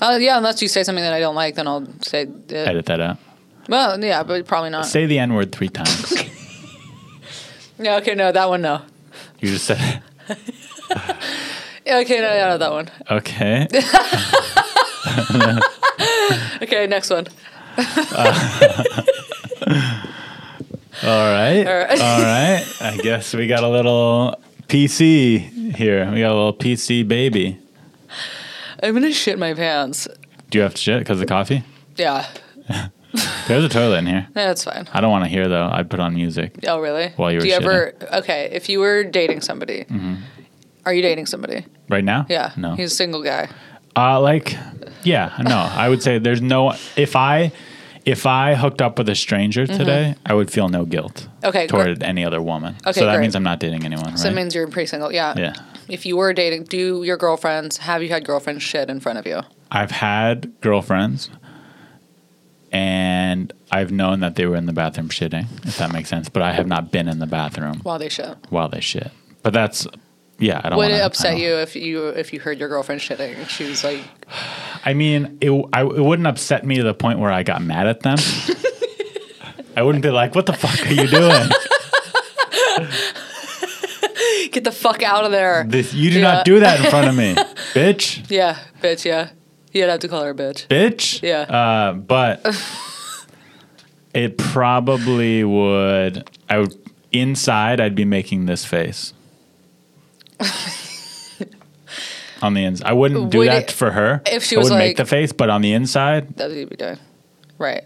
Speaker 7: Uh, yeah. Unless you say something that I don't like, then I'll say. It.
Speaker 6: Edit that out.
Speaker 7: Well, yeah, but probably not.
Speaker 6: Say the N word three times.
Speaker 7: yeah. Okay. No, that one. No.
Speaker 6: you just said
Speaker 7: Yeah, Okay. No, no, no, that one.
Speaker 6: okay.
Speaker 7: Okay. Next one.
Speaker 6: All right. All
Speaker 7: right.
Speaker 6: right. I guess we got a little PC here. We got a little PC baby.
Speaker 7: I'm gonna shit my pants.
Speaker 6: Do you have to shit because of coffee?
Speaker 7: Yeah.
Speaker 6: There's a toilet in here.
Speaker 7: No, that's fine.
Speaker 6: I don't want to hear though. I put on music.
Speaker 7: Oh, really?
Speaker 6: While you
Speaker 7: Do
Speaker 6: were
Speaker 7: you ever? Okay, if you were dating somebody, are you dating somebody?
Speaker 6: Right now?
Speaker 7: Yeah.
Speaker 6: No.
Speaker 7: He's a single guy.
Speaker 6: Uh, like, yeah, no. I would say there's no. If I, if I hooked up with a stranger today, I would feel no guilt.
Speaker 7: Mm-hmm. Okay,
Speaker 6: Toward any other woman.
Speaker 7: Okay,
Speaker 6: So that
Speaker 7: great.
Speaker 6: means I'm not dating anyone.
Speaker 7: So
Speaker 6: right?
Speaker 7: it means you're pretty single. Yeah.
Speaker 6: yeah.
Speaker 7: If you were dating, do your girlfriends have you had girlfriends shit in front of you?
Speaker 6: I've had girlfriends, and I've known that they were in the bathroom shitting, if that makes sense. But I have not been in the bathroom
Speaker 7: While they shit.
Speaker 6: while they shit. But that's. Yeah, I don't.
Speaker 7: Would
Speaker 6: wanna-
Speaker 7: it
Speaker 6: I
Speaker 7: upset
Speaker 6: don't-
Speaker 7: you if you if you heard your girlfriend shitting? and She was like,
Speaker 6: I mean, it, I, it wouldn't upset me to the point where I got mad at them. I wouldn't be like, "What the fuck are you doing?"
Speaker 7: "Get the fuck out of there!"
Speaker 6: This, you do
Speaker 7: Yeah.
Speaker 6: not do that in front of me, bitch,
Speaker 7: yeah, bitch. Yeah, you'd have to call her a bitch.
Speaker 6: bitch.
Speaker 7: Yeah.
Speaker 6: Uh, but it probably would. I would inside. I'd be making this face. on the inside, I wouldn't do
Speaker 7: Would
Speaker 6: that
Speaker 7: it-
Speaker 6: for her.
Speaker 7: if she
Speaker 6: I
Speaker 7: was
Speaker 6: would
Speaker 7: like-
Speaker 6: make the face, but on the inside,
Speaker 7: That's what you'd be doing, right?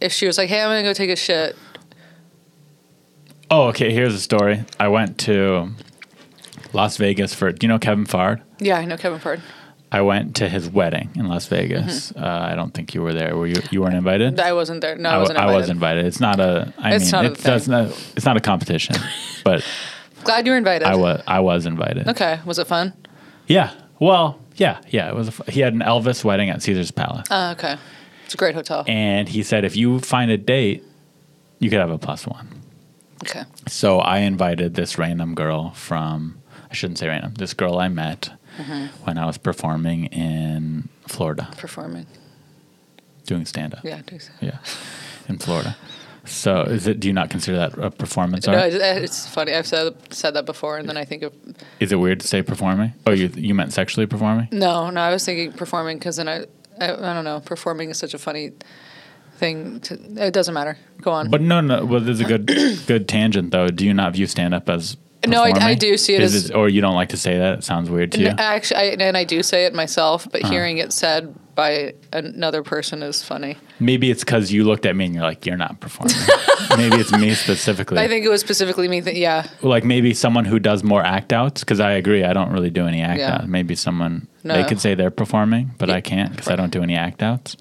Speaker 7: If she was like, "Hey, I'm gonna go take a shit,"
Speaker 6: oh, okay. Here's a story. I went to Las Vegas for. Do you know Kevin Fard?
Speaker 7: yeah, I know Kevin Ford.
Speaker 6: I went to his wedding in Las Vegas. Uh, I don't think you were there. Were you? You weren't invited.
Speaker 7: I wasn't there. No, Mm-hmm. I,
Speaker 6: I,
Speaker 7: wasn't.
Speaker 6: I
Speaker 7: Invited.
Speaker 6: was invited. It's not a. I
Speaker 7: It's
Speaker 6: mean,
Speaker 7: not a
Speaker 6: it does not. It's not a competition, but
Speaker 7: Glad you were invited.
Speaker 6: I was. I was invited.
Speaker 7: Okay. Was it fun?
Speaker 6: Yeah. Well. Yeah. Yeah. It was. A, f- he had an Elvis wedding at Caesar's Palace,
Speaker 7: Uh, okay. It's a great hotel.
Speaker 6: And he said, if you find a date, you could have a plus one.
Speaker 7: Okay.
Speaker 6: So I invited this random girl from, I shouldn't say random, this girl I met
Speaker 7: Uh-huh.
Speaker 6: when I was performing in Florida,
Speaker 7: Performing.
Speaker 6: doing stand up.
Speaker 7: Yeah. I do so.
Speaker 6: Yeah, in Florida. So is it? Do you not consider that a performance
Speaker 7: No,
Speaker 6: art?
Speaker 7: it's, it's funny. I've said said that before, and then I think of
Speaker 6: Is it weird to say performing? Oh, you you meant sexually performing?
Speaker 7: no, no. I was thinking performing because then I, I, I don't know. Performing is such a funny thing. To, it doesn't matter. Go on.
Speaker 6: But no, no. Well, there's a good good tangent though. Do you not view stand up as?
Speaker 7: No, I- I
Speaker 6: performing?
Speaker 7: do see it
Speaker 6: Is
Speaker 7: as- uh,
Speaker 6: or you don't like to say that. It sounds weird to you.
Speaker 7: N- actually, I, and I do say it myself, but
Speaker 6: Uh-huh.
Speaker 7: hearing it said by another person is funny.
Speaker 6: Maybe it's because you looked at me and you're like, you're not performing. maybe it's me specifically.
Speaker 7: I think it was specifically me. That yeah,
Speaker 6: like maybe someone who does more act outs because I agree I don't really do any act
Speaker 7: Yeah.
Speaker 6: outs. Maybe someone they
Speaker 7: No.
Speaker 6: could say they're performing, but
Speaker 7: Yeah.
Speaker 6: I can't because I don't do any act outs.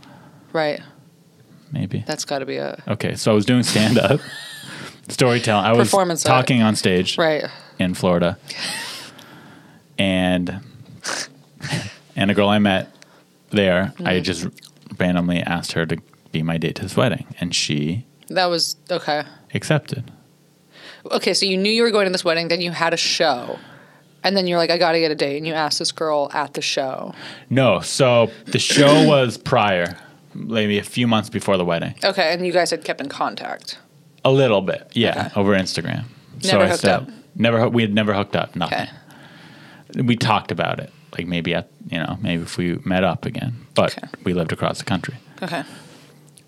Speaker 7: right.
Speaker 6: Maybe
Speaker 7: That's got to be a
Speaker 6: okay. So I was doing stand up, storytelling. I was
Speaker 7: Performance art.
Speaker 6: talking on stage
Speaker 7: right.
Speaker 6: in Florida, and and a girl I met there, I
Speaker 7: Mm-hmm.
Speaker 6: just randomly asked her to be my date to this wedding, and she
Speaker 7: That was okay.
Speaker 6: accepted.
Speaker 7: Okay, so you knew you were going to this wedding, then you had a show, and then you're like, I got to get a date, and you asked this girl at the show.
Speaker 6: No, so the show was prior, maybe a few months before the wedding.
Speaker 7: Okay, and you guys had kept in contact.
Speaker 6: A little bit, yeah,
Speaker 7: Okay.
Speaker 6: over Instagram.
Speaker 7: Never hooked up.
Speaker 6: Never, hoo- we had never hooked up. Nothing.
Speaker 7: Okay.
Speaker 6: We talked about it, like maybe at you know maybe if we met up again, but
Speaker 7: Okay.
Speaker 6: we lived across the country.
Speaker 7: Okay.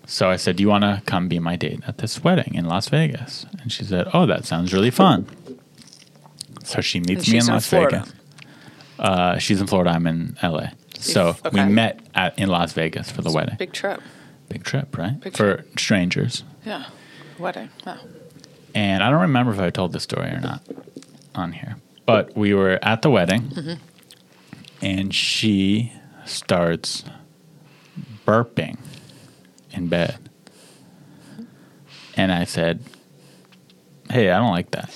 Speaker 6: So I said, "Do you want to come be my date at this wedding in Las Vegas?" And she said, "Oh, that sounds really fun." So she meets
Speaker 7: And
Speaker 6: me in
Speaker 7: she's in
Speaker 6: Las
Speaker 7: Florida.
Speaker 6: Vegas. Uh, she's in Florida. I'm in LA. So we
Speaker 7: okay.
Speaker 6: met at, in Las Vegas for the wedding. Big,
Speaker 7: Big trip.
Speaker 6: trip, right?
Speaker 7: big
Speaker 6: for strangers.
Speaker 7: Yeah. Wedding. Wow.
Speaker 6: and I don't remember if I told this story or not on here, but we were at the wedding and she starts burping in bed. And I said, Hey, I don't like that.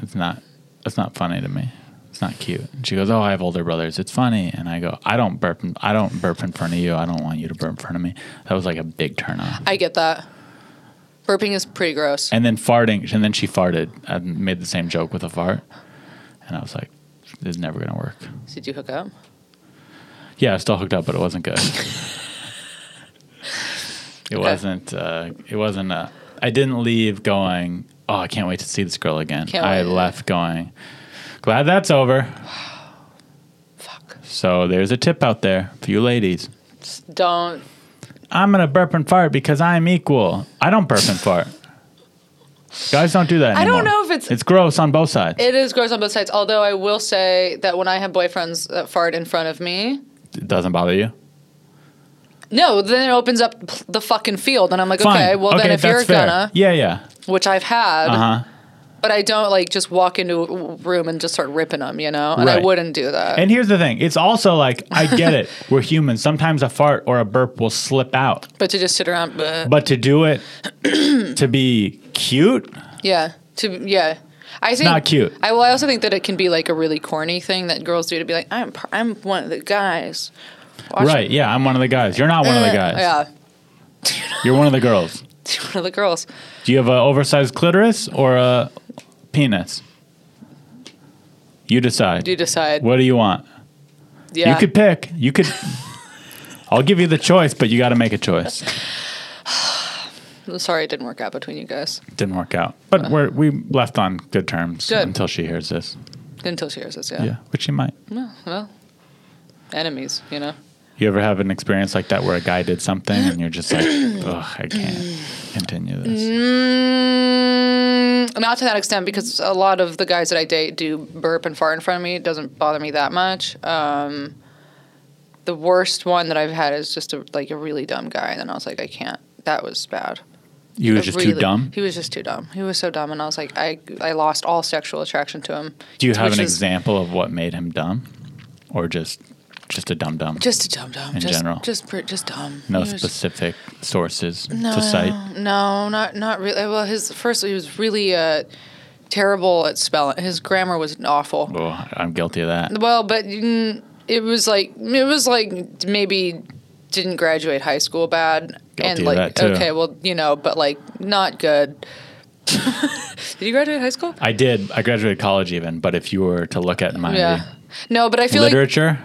Speaker 6: It's not it's not funny to me. It's not cute. And she goes, Oh, I have older brothers. It's funny. And I go, I don't burp in- I don't burp in front of you. I don't want you to burp in front of me. That was like a big turn off.
Speaker 7: I get that. Burping is pretty gross.
Speaker 6: And then farting, and then she farted. I made the same joke with a fart, and I was like, "This is never gonna work."
Speaker 7: Did you hook up?
Speaker 6: Yeah, I was still hooked up, but it wasn't good. it wasn't. Uh, it wasn't. Uh, I didn't leave going. Oh, I can't wait to see this girl again.
Speaker 7: Can't
Speaker 6: I
Speaker 7: wait.
Speaker 6: left going. Glad that's over.
Speaker 7: Fuck.
Speaker 6: So there's a tip out there for you ladies.
Speaker 7: Don't.
Speaker 6: I'm gonna burp and fart because I'm equal. I don't burp and fart. Guys don't do that
Speaker 7: I
Speaker 6: anymore.
Speaker 7: don't know if it's-
Speaker 6: it's gross on both sides.
Speaker 7: It is gross on both sides. Although I will say that when I have boyfriends that fart in front of me,
Speaker 6: it doesn't bother you.
Speaker 7: no, then it opens up p- the fucking field, and I'm like, okay, well then if you're
Speaker 6: that's fair.
Speaker 7: gonna,
Speaker 6: Yeah, yeah.
Speaker 7: which I've had,
Speaker 6: Uh huh.
Speaker 7: but I don't like just walk into a w- room and just start ripping them, you know. And I
Speaker 6: Right.
Speaker 7: wouldn't do that.
Speaker 6: And here's the thing it's also like, I get it. We're human. Sometimes a fart or a burp will slip out.
Speaker 7: but to just sit around, bleh.
Speaker 6: But to do it to be cute,
Speaker 7: yeah, to yeah. I think
Speaker 6: not cute.
Speaker 7: I well, I also think that it can be like a really corny thing that girls do to be like, I'm par- I'm one of the guys. Watch-
Speaker 6: right. Yeah, I'm one of the guys. You're not one of the guys.
Speaker 7: Eh, Yeah,
Speaker 6: You're one of the girls.
Speaker 7: one of the girls.
Speaker 6: Do you have an oversized clitoris or a penis? You decide.
Speaker 7: You decide.
Speaker 6: What do you want?
Speaker 7: Yeah.
Speaker 6: You could pick. You could. I'll give you the choice, but you got to make a choice.
Speaker 7: I'm sorry it didn't work out between you guys
Speaker 6: didn't work out. But we're, we left on good terms
Speaker 7: Uh-huh. Good.
Speaker 6: until she hears this.
Speaker 7: until she hears this.
Speaker 6: Yeah, which she might.
Speaker 7: Mm-hmm. Well, enemies, you know.
Speaker 6: You ever have an experience like that where a guy did something and you're just like, ugh, I can't continue
Speaker 7: Mm-hmm.
Speaker 6: this.
Speaker 7: Mm, not to that extent, because a lot of the guys that I date do burp and fart in front of me. It doesn't bother me that much. Um, the worst one that I've had is just a, like a really dumb guy, and then I was like, I can't. That was bad.
Speaker 6: You was just too
Speaker 7: Really-
Speaker 6: dumb.
Speaker 7: He was just too dumb. He was so dumb, and I was like, I I lost all sexual attraction to him.
Speaker 6: Do you have
Speaker 7: which
Speaker 6: an
Speaker 7: is
Speaker 6: example of what made him dumb, or just just a dumb dumb?
Speaker 7: Just a dumb dumb.
Speaker 6: in
Speaker 7: just,
Speaker 6: general?
Speaker 7: just pr- just dumb.
Speaker 6: no
Speaker 7: He was-
Speaker 6: specific sources to cite.
Speaker 7: No, not not really. Well, his first he was really uh, terrible at spelling. His grammar was awful.
Speaker 6: Oh, I'm guilty of that.
Speaker 7: Well, but mm, it was like it was like maybe didn't graduate high school bad
Speaker 6: Guilty
Speaker 7: and
Speaker 6: of
Speaker 7: like
Speaker 6: that, too.
Speaker 7: okay, well, you know, but like not good. Did you graduate high school?
Speaker 6: I did. I graduated college even, but if you were to look at my
Speaker 7: Yeah. No, but I feel like
Speaker 6: literature,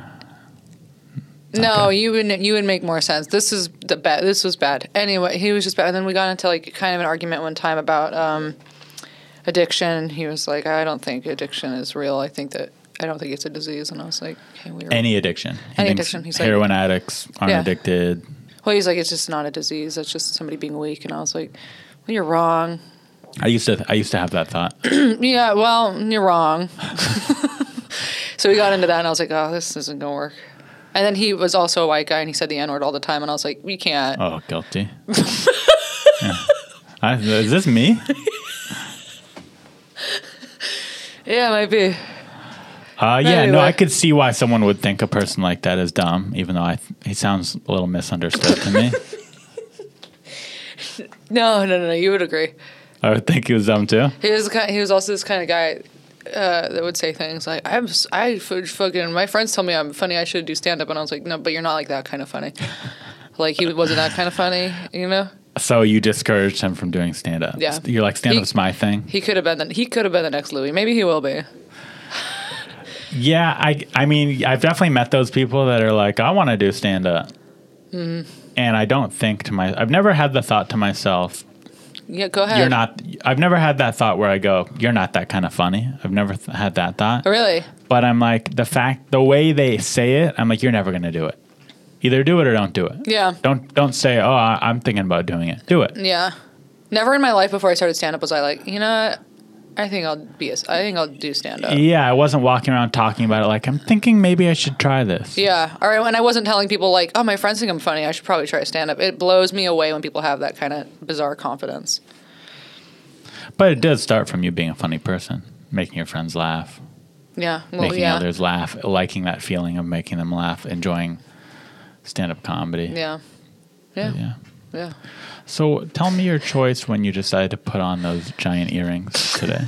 Speaker 7: No, you would you would make more sense. This is the bad. This was bad. Anyway, he was just bad. And then we got into like kind of an argument one time about um, addiction. He was like, I don't think addiction is real. I think that I don't think it's a disease. And I was like, okay, we were.
Speaker 6: any addiction. He
Speaker 7: Any
Speaker 6: thinks
Speaker 7: addiction, he's like-
Speaker 6: heroin addicts aren't
Speaker 7: Yeah.
Speaker 6: addicted.
Speaker 7: well, he's like, it's just not a disease. That's just somebody being weak. And I was like, well, you're wrong.
Speaker 6: I used to. I used to have that thought.
Speaker 7: Yeah, well, you're wrong. so we got into that, and I was like, oh, this isn't gonna work. And then he was also a white guy, and he said the N word all the time, and I was like, we can't.
Speaker 6: Oh, guilty. Yeah. I, is this me?
Speaker 7: Yeah, it might be.
Speaker 6: Uh, yeah, no,
Speaker 7: Anyway.
Speaker 6: I could see why someone would think a person like that is dumb, even though I he sounds a little misunderstood to me.
Speaker 7: No, no, no, no. You would agree.
Speaker 6: I would think he was dumb too.
Speaker 7: He was the kind, he was also this kind of guy uh, that would say things like I'm s- I f- fucking my friends tell me I'm funny I should do stand up and I was like no but you're not like that kind of funny like he wasn't that kind of funny you know
Speaker 6: So you discouraged him from doing stand up.
Speaker 7: Yeah.
Speaker 6: You're like stand up's my thing.
Speaker 7: he could have been the, he could have been the next Louis maybe he will be
Speaker 6: Yeah, I I mean I've definitely met those people that are like I want to do stand up,
Speaker 7: Hmm.
Speaker 6: and I don't think to my I've never had the thought to myself
Speaker 7: yeah go ahead
Speaker 6: you're not I've never had that thought where I go you're not that kind of funny I've never th- had that thought
Speaker 7: Oh, really
Speaker 6: but I'm like the fact the way they say it I'm like you're never gonna do it either do it or don't do it
Speaker 7: Yeah.
Speaker 6: don't don't say oh I, I'm thinking about doing it do it
Speaker 7: yeah never in my life before I started stand up was I like you know what? I think I'll be a s I think I'll do stand up
Speaker 6: yeah I wasn't walking around talking about it like I'm thinking maybe I should try this
Speaker 7: Yeah. All right. And I wasn't telling people like, oh, my friends think I'm funny. I should probably try stand up. It blows me away when people have that kind of bizarre confidence.
Speaker 6: but it does start from you being a funny person making your friends laugh
Speaker 7: Yeah. Well,
Speaker 6: making
Speaker 7: yeah.
Speaker 6: others laugh, liking that feeling of making them laugh, enjoying stand up comedy.
Speaker 7: yeah. Yeah. Yeah.
Speaker 6: Yeah. So tell me your choice when you decided to put on those giant earrings today.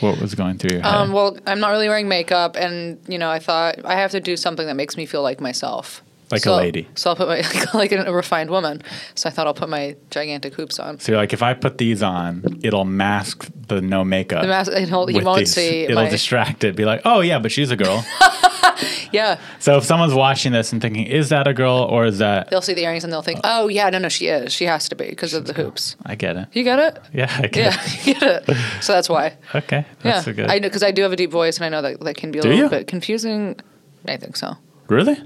Speaker 6: what was going through your head?
Speaker 7: Um, well, I'm not really wearing makeup, and you know, I thought I have to do something that makes me feel like myself,
Speaker 6: Like a
Speaker 7: So-
Speaker 6: lady.
Speaker 7: So I'll put my like, a refined woman. So I thought I'll put my gigantic hoops on.
Speaker 6: so you're like, if I put these on, it'll mask the no makeup.
Speaker 7: The mask, and he'll, he
Speaker 6: with
Speaker 7: won't
Speaker 6: these.
Speaker 7: see.
Speaker 6: It'll
Speaker 7: my,
Speaker 6: distract it. Be like, oh yeah, but she's a girl.
Speaker 7: yeah,
Speaker 6: so if someone's watching this and thinking, is that a girl or is that?
Speaker 7: they'll see the earrings and they'll think, "Oh yeah, no, no, she is. She has to be because of the hoops."
Speaker 6: I get it.
Speaker 7: You get it?
Speaker 6: Yeah, I get
Speaker 7: Yeah, you get it. So that's why.
Speaker 6: it. Okay, that's
Speaker 7: yeah,
Speaker 6: a good.
Speaker 7: I know because I do have a deep voice, and I know that that can be a
Speaker 6: Do
Speaker 7: little
Speaker 6: you?
Speaker 7: bit confusing. I think so.
Speaker 6: really?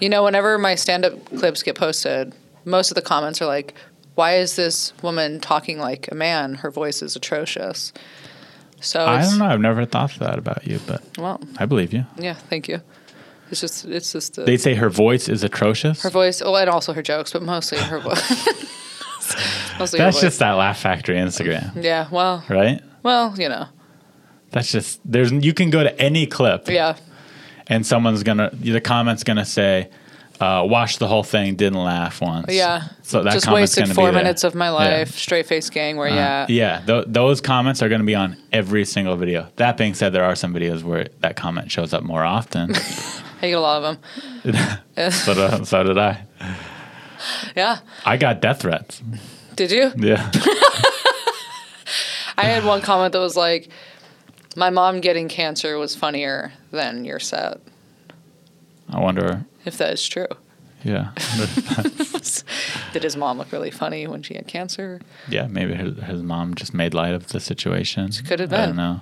Speaker 7: You know, whenever my stand-up clips get posted, most of the comments are like, "Why is this woman talking like a man? Her voice is atrocious." So
Speaker 6: I
Speaker 7: it's,
Speaker 6: don't know. I've never thought that about you, but
Speaker 7: Well,
Speaker 6: I believe you.
Speaker 7: yeah, thank you. It's just, it's just the,
Speaker 6: They say her voice is atrocious.
Speaker 7: her voice. Well, and also her jokes, but mostly her voice. mostly
Speaker 6: That's
Speaker 7: her voice.
Speaker 6: just that Laugh Factory Instagram,
Speaker 7: yeah. Well,
Speaker 6: right?
Speaker 7: well, you know,
Speaker 6: That's just there's you can go to any clip
Speaker 7: yeah,
Speaker 6: and someone's gonna the comment's gonna say, uh, "Watch the whole thing, didn't laugh once."
Speaker 7: yeah.
Speaker 6: So that
Speaker 7: just
Speaker 6: comment's
Speaker 7: wasted
Speaker 6: gonna
Speaker 7: four
Speaker 6: be there.
Speaker 7: minutes of my
Speaker 6: Yeah.
Speaker 7: life, straight face gang. Where yeah,
Speaker 6: Uh, yeah. Th- those comments are gonna be on every single video. That being said, there are some videos where that comment shows up more often.
Speaker 7: I get a lot of
Speaker 6: so, do- so did I.
Speaker 7: them. Yeah.
Speaker 6: I got death threats.
Speaker 7: Did you?
Speaker 6: Yeah.
Speaker 7: I had one comment that was like, "My mom getting cancer was funnier than your set."
Speaker 6: I wonder.
Speaker 7: If that is true,
Speaker 6: Yeah.
Speaker 7: did his mom look really funny when she had cancer?
Speaker 6: yeah. Maybe his, his mom just made light of the situation.
Speaker 7: Could have
Speaker 6: I
Speaker 7: been.
Speaker 6: don't know.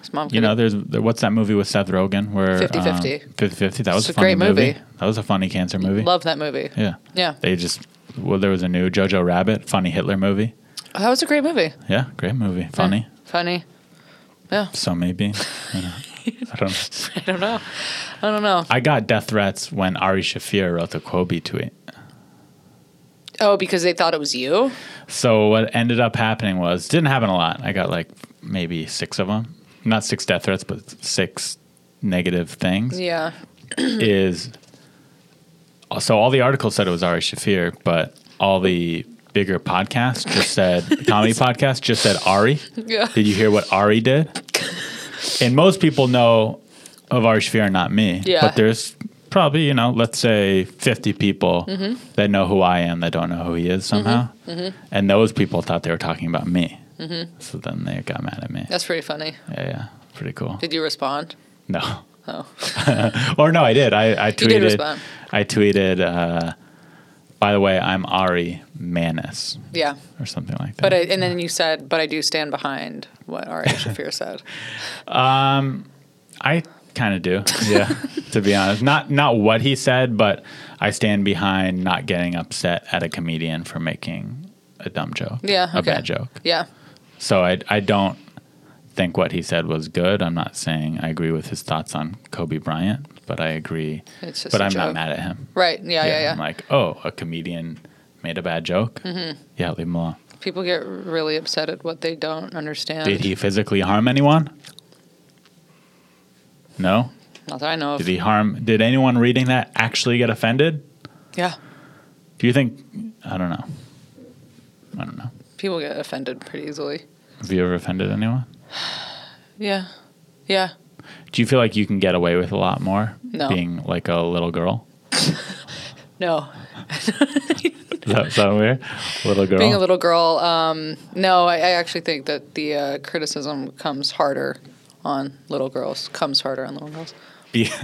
Speaker 7: His mom,
Speaker 6: You know,
Speaker 7: could've-
Speaker 6: there's there, what's that movie with Seth Rogen where
Speaker 7: 50-50.
Speaker 6: 50 50 That
Speaker 7: It's
Speaker 6: was a
Speaker 7: a
Speaker 6: funny
Speaker 7: great
Speaker 6: movie.
Speaker 7: movie.
Speaker 6: That was a funny cancer movie.
Speaker 7: love that movie.
Speaker 6: yeah,
Speaker 7: Yeah.
Speaker 6: They just well, there was a new Jojo Rabbit funny Hitler movie.
Speaker 7: Oh, that was a great movie.
Speaker 6: Yeah, great movie, funny.
Speaker 7: Yeah. Funny.
Speaker 6: So maybe I don't know. I
Speaker 7: I don't
Speaker 6: don't know.
Speaker 7: know. I don't know.
Speaker 6: I got death threats when Ari Shafir wrote the Kobe tweet.
Speaker 7: Oh, because they thought it was you.
Speaker 6: So what ended up happening was didn't happen a lot. I got like maybe six of them, not six death threats, but six negative things.
Speaker 7: Yeah.
Speaker 6: is so all the articles said it was Ari Shafir, but all the bigger podcasts just said comedy podcast just said Ari.
Speaker 7: Yeah.
Speaker 6: Did you hear what Ari did? and most people know of Ari Shafir, and not me.
Speaker 7: Yeah.
Speaker 6: But there's probably, you know, let's say 50 people that know who I am that don't know who he is somehow. And those people thought they were talking about me. So then they got mad at me.
Speaker 7: That's pretty funny.
Speaker 6: Yeah, yeah. Pretty cool.
Speaker 7: Did you respond?
Speaker 6: No.
Speaker 7: Oh,
Speaker 6: Or no, I did. I, I tweeted.
Speaker 7: You did respond.
Speaker 6: I tweeted, uh, by the way, I'm Ari Manis
Speaker 7: yeah.
Speaker 6: or something like that.
Speaker 7: But I, and then you said, but I do stand behind what Ari Shafir said.
Speaker 6: I kind of do. Yeah, to be honest, not not what he said, but I stand behind not getting upset at a comedian for making a dumb joke.
Speaker 7: Yeah,
Speaker 6: a
Speaker 7: okay.
Speaker 6: bad joke.
Speaker 7: Yeah.
Speaker 6: So I I don't think what he said was good. I'm not saying I agree with his thoughts on Kobe Bryant, but I agree.
Speaker 7: It's just
Speaker 6: but
Speaker 7: a
Speaker 6: I'm
Speaker 7: joke.
Speaker 6: not mad at him.
Speaker 7: Right. Yeah. Yeah. Yeah.
Speaker 6: I'm like, oh, a comedian made a bad joke. Mm-hmm. Yeah, leave him alone.
Speaker 7: People get really upset at what they don't understand.
Speaker 6: Did he physically harm anyone? No.
Speaker 7: Not that I know of.
Speaker 6: Did he harm? Did anyone reading that actually get offended?
Speaker 7: Yeah.
Speaker 6: Do you think? I don't know. I don't know.
Speaker 7: People get offended pretty easily.
Speaker 6: Have you ever offended anyone?
Speaker 7: Yeah. Yeah.
Speaker 6: Do you feel like you can get away with a lot more
Speaker 7: No.
Speaker 6: being like a little girl?
Speaker 7: No.
Speaker 6: Is that sound weird? Little girl.
Speaker 7: Being a little girl, um, no, I, I actually think that the uh, criticism comes harder on little girls, comes harder on little girls.
Speaker 6: Be-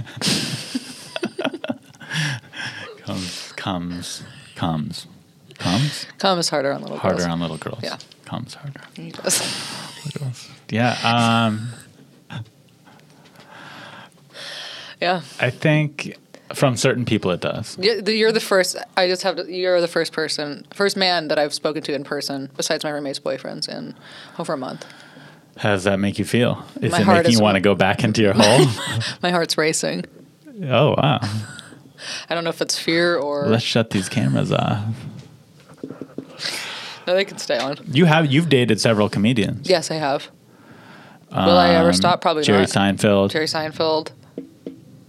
Speaker 6: comes comes comes comes
Speaker 7: Comes harder on little
Speaker 6: harder
Speaker 7: girls.
Speaker 6: on little girls.
Speaker 7: Yeah.
Speaker 6: Comes harder. on
Speaker 7: He does.
Speaker 6: little girls. Yeah. Um.
Speaker 7: yeah.
Speaker 6: I think from certain people it does.
Speaker 7: Yeah, the- You're the first. I just have. To, you're the first person, first man that I've spoken to in person, besides my roommate's boyfriends, in over a month.
Speaker 6: How does that make you feel? Is
Speaker 7: My
Speaker 6: it
Speaker 7: heart
Speaker 6: making
Speaker 7: is-
Speaker 6: you want to go back into your hole?
Speaker 7: My heart's racing.
Speaker 6: oh wow.
Speaker 7: I don't know if it's fear or
Speaker 6: Let's shut these cameras off.
Speaker 7: no. They can stay on.
Speaker 6: You have you've dated several comedians.
Speaker 7: Yes, I have. Will I ever stop? Probably
Speaker 6: Um, Jerry
Speaker 7: not.
Speaker 6: Seinfeld,
Speaker 7: Jerry Seinfeld.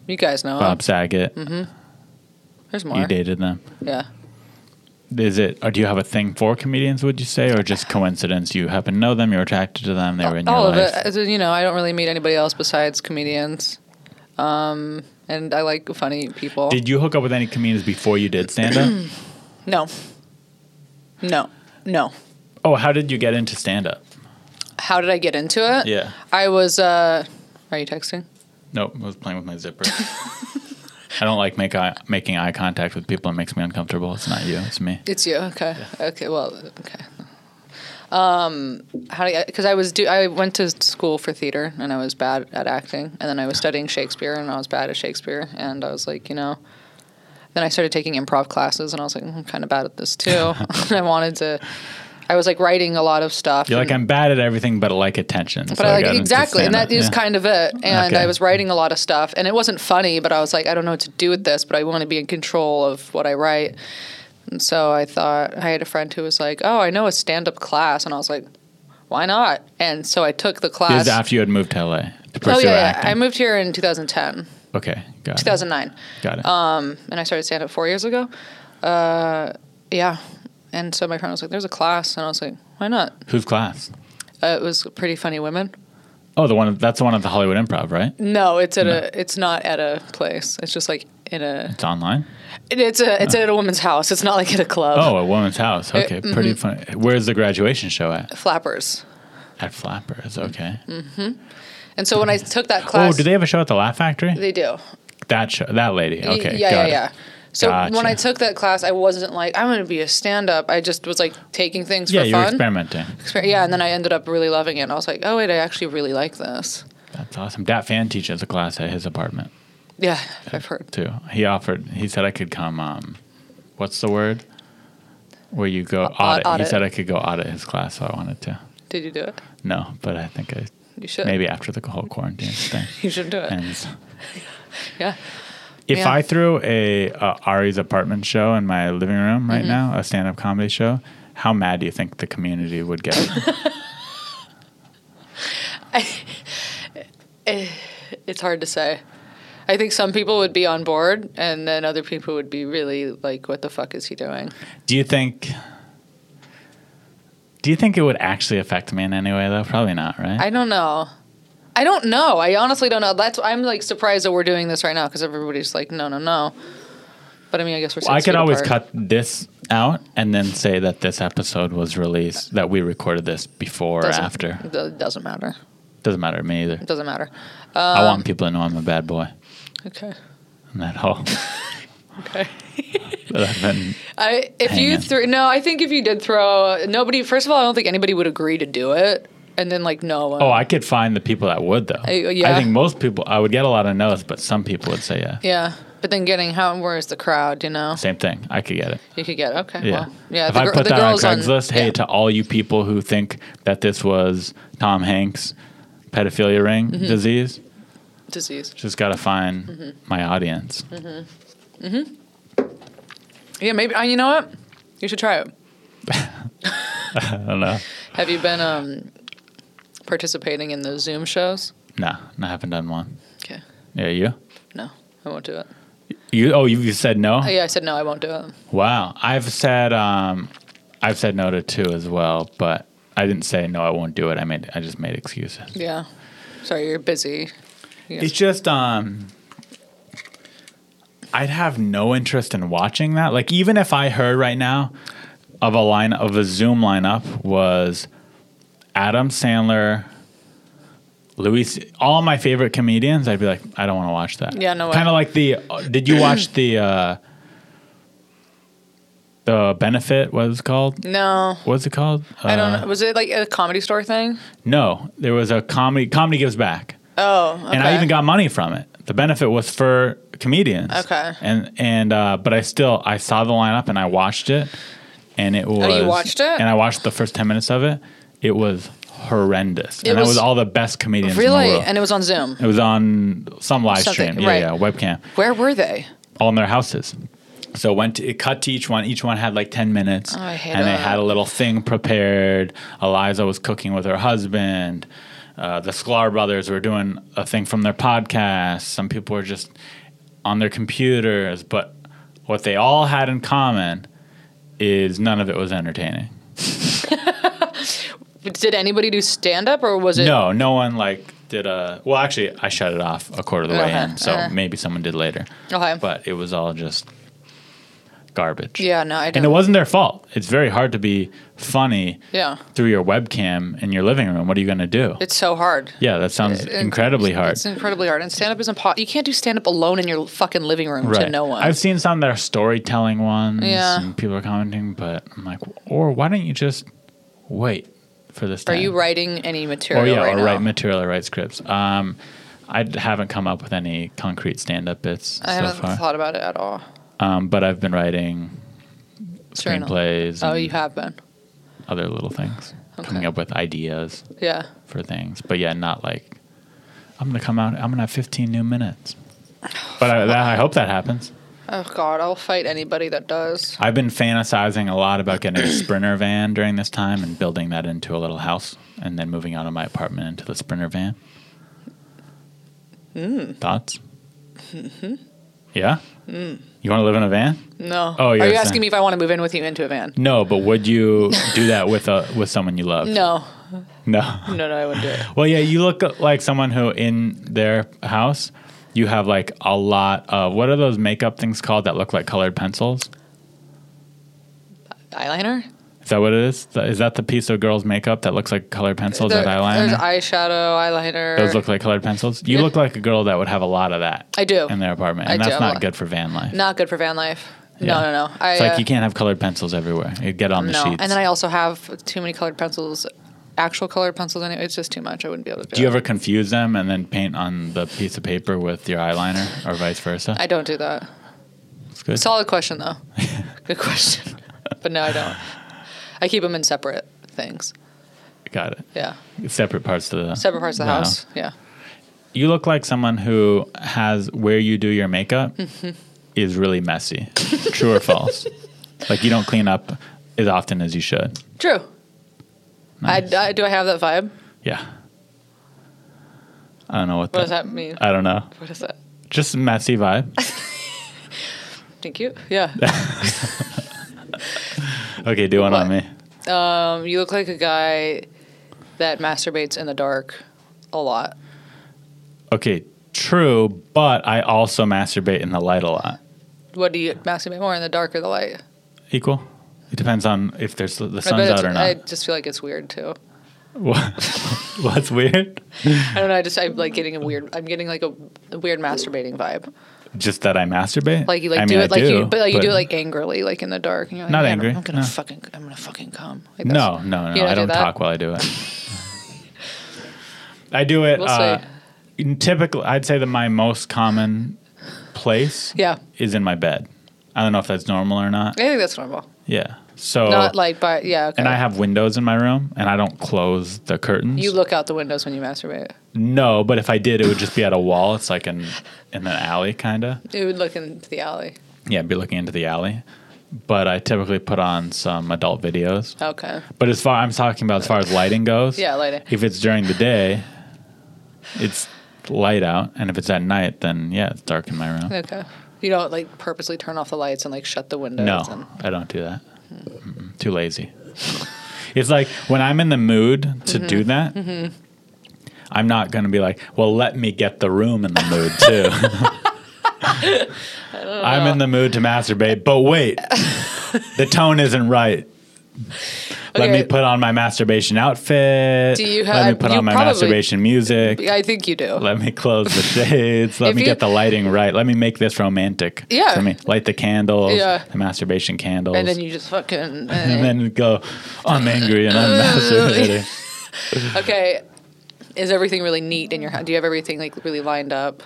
Speaker 7: You guys know.
Speaker 6: Bob
Speaker 7: him.
Speaker 6: Saget.
Speaker 7: There's Mm-hmm. more.
Speaker 6: You dated them.
Speaker 7: Yeah.
Speaker 6: Is it or do you have a thing for comedians, would you say, or just coincidence? You happen to know them, you're attracted to them, they were in your
Speaker 7: all of
Speaker 6: life.
Speaker 7: it. As in, You know, I don't really meet anybody else besides comedians, um, and I like funny people.
Speaker 6: Did you hook up with any comedians before you did stand up?
Speaker 7: no, no, no.
Speaker 6: oh, how did you get into stand up?
Speaker 7: How did I get into it?
Speaker 6: Yeah.
Speaker 7: I was. Uh, are you texting?
Speaker 6: Nope, I was playing with my zipper. I don't like make eye, making eye contact with people. It makes me uncomfortable. It's not you. It's me.
Speaker 7: It's you. Okay. Okay. Well. Okay. Um, how do because I was do I went to school for theater and I was bad at acting and then I was studying Shakespeare and I was bad at Shakespeare and I was like you know, then I started taking improv classes and I was like "Mm, I'm kind of bad at this too I wanted to, I was like writing a lot of stuff.
Speaker 6: You're
Speaker 7: and-
Speaker 6: like I'm bad at everything, but I like attention.
Speaker 7: but I like exactly, and that is kind of it. And
Speaker 6: Okay.
Speaker 7: I was writing a lot of stuff, and it wasn't funny, but I was like, I don't know what to do with this, but I want to be in control of what I write. And so I thought I had a friend who was like, "Oh, I know a stand-up class," and I was like, "Why not?" And so I took the
Speaker 6: This
Speaker 7: class.
Speaker 6: is after you had moved to LA to pursue
Speaker 7: oh yeah, yeah,
Speaker 6: acting.
Speaker 7: I moved here in 2010,
Speaker 6: okay, got it.
Speaker 7: 2009,
Speaker 6: Got it.
Speaker 7: Um, and I started stand-up four years ago. Uh, yeah, and so my friend was like, "There's a class," and I was like, "Why not?"
Speaker 6: Whose class?
Speaker 7: Uh, it was pretty funny women.
Speaker 6: Oh, the one that's the one at the Hollywood Improv, right?
Speaker 7: No, it's at a. It's not at a place. It's just like in a.
Speaker 6: It's online.
Speaker 7: it- It's a. It's at a woman's house. It's not like at a club.
Speaker 6: Oh, a woman's house. Okay,
Speaker 7: mm-hmm.
Speaker 6: pretty funny. Where's the graduation show at?
Speaker 7: Flappers.
Speaker 6: At Flappers. Okay.
Speaker 7: And so when I took that
Speaker 6: Oh,
Speaker 7: Mm-hmm. class,
Speaker 6: do they have a show at the Laugh Factory?
Speaker 7: They do.
Speaker 6: that show, that lady.
Speaker 7: Y-
Speaker 6: Okay,
Speaker 7: Yeah,
Speaker 6: got
Speaker 7: yeah,
Speaker 6: it.
Speaker 7: yeah. So when
Speaker 6: Gotcha.
Speaker 7: I took that class, I wasn't like I'm going to be a stand-up. I just was like taking things
Speaker 6: Yeah,
Speaker 7: for
Speaker 6: you're
Speaker 7: fun.
Speaker 6: experimenting.
Speaker 7: Exper- yeah, and then I ended up really loving it. And I was like, oh wait, I actually really like this.
Speaker 6: That's awesome. Dat Fan teaches a class at his apartment.
Speaker 7: Yeah, I've heard.
Speaker 6: too. He offered. He said I could come. Um, what's the word? Where you go audit.
Speaker 7: audit.
Speaker 6: He said I could go audit his class if I wanted to.
Speaker 7: Did you do it?
Speaker 6: No, but I think I
Speaker 7: You should.
Speaker 6: maybe after the whole quarantine thing
Speaker 7: You should do it.
Speaker 6: ends.
Speaker 7: Yeah.
Speaker 6: If
Speaker 7: Yeah.
Speaker 6: I threw a, uh Ari's apartment show in my living room right now, a stand-up comedy show, how mad do you think the community would get?
Speaker 7: It's hard to say. I think some people would be on board, and then other people would be really like, "What the fuck is he doing?"
Speaker 6: do you think? Do you think it would actually affect me in any way, though? Probably not, right?
Speaker 7: I don't know. I don't know. I honestly don't know. That's I'm like surprised that we're doing this right now because everybody's like, no, no, no. But I mean, I guess we're. Six
Speaker 6: I could
Speaker 7: feet
Speaker 6: always
Speaker 7: apart.
Speaker 6: cut this out and then say that this episode was released, that we recorded this before or
Speaker 7: Doesn't-
Speaker 6: after.
Speaker 7: It doesn't matter.
Speaker 6: Doesn't matter to me either.
Speaker 7: It doesn't matter. Uh,
Speaker 6: I want people to know I'm a bad boy.
Speaker 7: Okay.
Speaker 6: And that all.
Speaker 7: Okay.
Speaker 6: that then
Speaker 7: I if you
Speaker 6: Hanging.
Speaker 7: threw no, I think if you did throw nobody. First of all, I don't think anybody would agree to do it, and then like no one.
Speaker 6: oh, I could find the people that would, though.
Speaker 7: I- Uh, yeah.
Speaker 6: I think most people, I would get a lot of no's, but some people would say yeah.
Speaker 7: yeah. But then getting how where is the crowd? You know,
Speaker 6: Same thing. I could get it.
Speaker 7: you could get okay.
Speaker 6: Yeah.
Speaker 7: well, yeah.
Speaker 6: if
Speaker 7: the
Speaker 6: I
Speaker 7: gir-
Speaker 6: put
Speaker 7: the
Speaker 6: that on
Speaker 7: girls
Speaker 6: Craigslist, hey,
Speaker 7: yeah.
Speaker 6: to all you people who think that this was Tom Hanks' pedophilia ring
Speaker 7: Mm-hmm.
Speaker 6: disease,
Speaker 7: disease.
Speaker 6: just got to find
Speaker 7: Mm-hmm.
Speaker 6: my audience.
Speaker 7: Yeah, maybe. Uh, you know what? You should try it.
Speaker 6: I don't know.
Speaker 7: Have you been um, participating in those Zoom shows?
Speaker 6: No, no, I haven't done one.
Speaker 7: Okay.
Speaker 6: Yeah, you?
Speaker 7: No, I won't do it.
Speaker 6: You? Oh, you, you said no?
Speaker 7: Uh, Yeah, I said no, I won't do it.
Speaker 6: Wow. I've said um, I've said no to two as well, but I didn't say no. I won't do it. I made I just made excuses.
Speaker 7: Yeah. Sorry, you're busy. Yes.
Speaker 6: It's just um, I'd have no interest in watching that. Like even if I heard right now of a line of a Zoom lineup was Adam Sandler. Louis, all my favorite comedians, I'd be like, I don't want to watch that.
Speaker 7: Yeah, no way.
Speaker 6: Kind of like the. uh, Did you watch the uh, the benefit? What it was called?
Speaker 7: No.
Speaker 6: What's it called?
Speaker 7: I don't
Speaker 6: Uh,
Speaker 7: know. Was it like a comedy store thing?
Speaker 6: No, there was a comedy. Comedy gives back,
Speaker 7: Oh, okay.
Speaker 6: and I even got money from it. The benefit was for comedians.
Speaker 7: Okay.
Speaker 6: And and uh, but I still I saw the lineup and I watched it, and it was.
Speaker 7: Oh, you watched it?
Speaker 6: And I watched the first ten minutes of it. It was horrendous,
Speaker 7: It
Speaker 6: and that
Speaker 7: was-
Speaker 6: was all the best comedians in the
Speaker 7: Really?
Speaker 6: world.
Speaker 7: And it was on Zoom.
Speaker 6: it was on some live
Speaker 7: Something,
Speaker 6: stream, yeah,
Speaker 7: right.
Speaker 6: yeah, webcam,
Speaker 7: Where were they?
Speaker 6: all in their houses. So it went to, it cut to each one. Each one had like ten minutes,
Speaker 7: Oh, I hate
Speaker 6: and they
Speaker 7: that.
Speaker 6: had a little thing prepared. Eliza was cooking with her husband. Uh, the Sklar brothers were doing a thing from their podcast. Some people were just on their computers, but what they all had in common is none of it was entertaining.
Speaker 7: Did anybody do stand up or was it?
Speaker 6: no, no one like did a. Well, actually, I shut it off a quarter of the way
Speaker 7: Okay,
Speaker 6: in, so
Speaker 7: uh.
Speaker 6: maybe someone did later.
Speaker 7: Okay.
Speaker 6: But it was all just garbage.
Speaker 7: yeah, no, I
Speaker 6: And
Speaker 7: don't.
Speaker 6: it wasn't their fault. It's very hard to be funny
Speaker 7: yeah.
Speaker 6: through your webcam in your living room. What are you going to do?
Speaker 7: It's so hard.
Speaker 6: yeah, that sounds
Speaker 7: It-
Speaker 6: incredibly hard.
Speaker 7: It's incredibly hard. And stand up is impossible. You can't do stand up alone in your fucking living room
Speaker 6: Right.
Speaker 7: to no one.
Speaker 6: I've seen some that are storytelling ones
Speaker 7: Yeah.
Speaker 6: and people are commenting, but I'm like, or why don't you just wait for this
Speaker 7: Are
Speaker 6: time?
Speaker 7: you writing any material
Speaker 6: Or Oh, yeah,
Speaker 7: right
Speaker 6: or
Speaker 7: now?
Speaker 6: write material or write scripts. Um, I d- haven't come up with any concrete stand up bits
Speaker 7: I
Speaker 6: so
Speaker 7: haven't
Speaker 6: far.
Speaker 7: thought about it at all.
Speaker 6: Um, but I've been writing
Speaker 7: Journal.
Speaker 6: screenplays
Speaker 7: Oh,
Speaker 6: and
Speaker 7: you have been.
Speaker 6: other little things, coming
Speaker 7: Okay.
Speaker 6: up with ideas.
Speaker 7: Yeah.
Speaker 6: for things. But yeah, not like I'm gonna come out. I'm gonna have 15 new minutes. But I, that, I hope that happens.
Speaker 7: Oh God, I'll fight anybody that does.
Speaker 6: I've been fantasizing a lot about getting a sprinter van during this time and building that into a little house, and then moving out of my apartment into the sprinter van. Thoughts? Yeah. You want to live in a van?
Speaker 7: No.
Speaker 6: Oh,
Speaker 7: Are
Speaker 6: you're
Speaker 7: you
Speaker 6: saying-
Speaker 7: asking me if I want to move in with you into a van?
Speaker 6: No, but would you do that with a with someone you love?
Speaker 7: No.
Speaker 6: No.
Speaker 7: No, no, I wouldn't do it.
Speaker 6: Well, yeah, you look like someone who in their house, you have like a lot of what are those makeup things called that look like colored pencils?
Speaker 7: Eyeliner?
Speaker 6: Is that what it is? Th- Is that the piece of girls' makeup that looks like colored pencils?
Speaker 7: There-
Speaker 6: that
Speaker 7: There's
Speaker 6: eyeliner.
Speaker 7: eyeshadow, eyeliner.
Speaker 6: those look like colored pencils. You
Speaker 7: Yeah.
Speaker 6: look like a girl that would have a lot of that.
Speaker 7: I do.
Speaker 6: in their apartment,
Speaker 7: I
Speaker 6: and
Speaker 7: do
Speaker 6: that's
Speaker 7: have a
Speaker 6: not
Speaker 7: lot.
Speaker 6: good for van life.
Speaker 7: Not good for van life.
Speaker 6: Yeah.
Speaker 7: No, no, no. I,
Speaker 6: it's like
Speaker 7: uh,
Speaker 6: you can't have colored pencils everywhere. It'd get on the
Speaker 7: No.
Speaker 6: sheets.
Speaker 7: And then I also have too many colored pencils, actual colored pencils. Anyway, it's just too much. I wouldn't be able to do,
Speaker 6: do you
Speaker 7: it.
Speaker 6: ever confuse them and then paint on the piece of paper with your eyeliner, or vice versa?
Speaker 7: I don't do that.
Speaker 6: It's good.
Speaker 7: Solid question though. good question. But no, I don't. I keep them in separate things.
Speaker 6: Got it.
Speaker 7: Yeah.
Speaker 6: Separate parts of the
Speaker 7: Separate parts of the
Speaker 6: Wow.
Speaker 7: house. Yeah.
Speaker 6: you look like someone who has where you do your makeup
Speaker 7: Mm-hmm.
Speaker 6: is really messy. True or false? Like you don't clean up as often as you should.
Speaker 7: True.
Speaker 6: Nice.
Speaker 7: I, I- do I have that vibe?
Speaker 6: Yeah. I don't know what,
Speaker 7: What does that mean?
Speaker 6: I don't know.
Speaker 7: What is that?
Speaker 6: Just messy vibe.
Speaker 7: Thank you. Yeah.
Speaker 6: Okay, do one on
Speaker 7: What?
Speaker 6: me.
Speaker 7: um, you look like a guy that masturbates in the dark a lot.
Speaker 6: Okay, true, but I also masturbate in the light a lot.
Speaker 7: What do you masturbate more in the dark or the light?
Speaker 6: Equal? It depends on if there's the
Speaker 7: I bet
Speaker 6: sun's out
Speaker 7: it's-
Speaker 6: or not.
Speaker 7: I just feel like it's weird too.
Speaker 6: What? What's weird?
Speaker 7: I don't know. I just I'm like getting a weird. I'm getting like a, a weird masturbating vibe.
Speaker 6: Just that I masturbate?
Speaker 7: Like you like
Speaker 6: I
Speaker 7: do
Speaker 6: mean, I
Speaker 7: it like you, but like you do it
Speaker 6: but-
Speaker 7: like angrily, like in the dark. And you're like,
Speaker 6: Not
Speaker 7: "Yeah,
Speaker 6: angry,
Speaker 7: I'm, I'm gonna
Speaker 6: no.
Speaker 7: fucking. I'm gonna fucking come. Like this.
Speaker 6: No, no, no.
Speaker 7: You don't
Speaker 6: I
Speaker 7: do
Speaker 6: don't
Speaker 7: that?
Speaker 6: talk while I do it. I do it.
Speaker 7: We'll
Speaker 6: uh,
Speaker 7: see.
Speaker 6: in typically, I'd say that my most common place
Speaker 7: Yeah.
Speaker 6: is in my bed. I don't know if that's normal or not.
Speaker 7: I think that's normal.
Speaker 6: Yeah. So,
Speaker 7: Not like, but yeah. Okay.
Speaker 6: Oh. and I have windows in my room, and I don't close the curtains.
Speaker 7: You look out the windows when you masturbate.
Speaker 6: no, but if I did, it would just be at a wall. It's like an in an alley, kind of.
Speaker 7: You would look into the alley.
Speaker 6: Yeah, I'd be looking into the alley. But I typically put on some adult videos.
Speaker 7: Okay.
Speaker 6: But as far I'm talking about as far as lighting goes,
Speaker 7: Yeah, lighting.
Speaker 6: If it's during the day, it's light out, and if it's at night, then yeah, it's dark in my room.
Speaker 7: Okay. You don't like purposely turn off the lights and like shut the windows.
Speaker 6: No,
Speaker 7: And,
Speaker 6: I don't do that. Mm-mm, too lazy. it's like when I'm in the mood to
Speaker 7: Mm-hmm.
Speaker 6: do that, I'm not going to be like, well, let me get the room in the mood too. I'm in the mood to masturbate, but wait, the tone isn't right. Let me
Speaker 7: Okay.
Speaker 6: put on my masturbation outfit.
Speaker 7: Do you
Speaker 6: Let
Speaker 7: have-
Speaker 6: me put
Speaker 7: you
Speaker 6: on my
Speaker 7: probably-
Speaker 6: masturbation music.
Speaker 7: Yeah, I think you do.
Speaker 6: Let me close the shades. Let
Speaker 7: If
Speaker 6: me
Speaker 7: you-
Speaker 6: get the lighting right. Let me make this romantic
Speaker 7: Yeah.
Speaker 6: for me. Light the candles,
Speaker 7: Yeah.
Speaker 6: the masturbation candles.
Speaker 7: and then you just fucking. eh.
Speaker 6: and then go, I'm angry and I'm masturbating.
Speaker 7: okay. Is everything really neat in your house? Do you have everything like really lined up?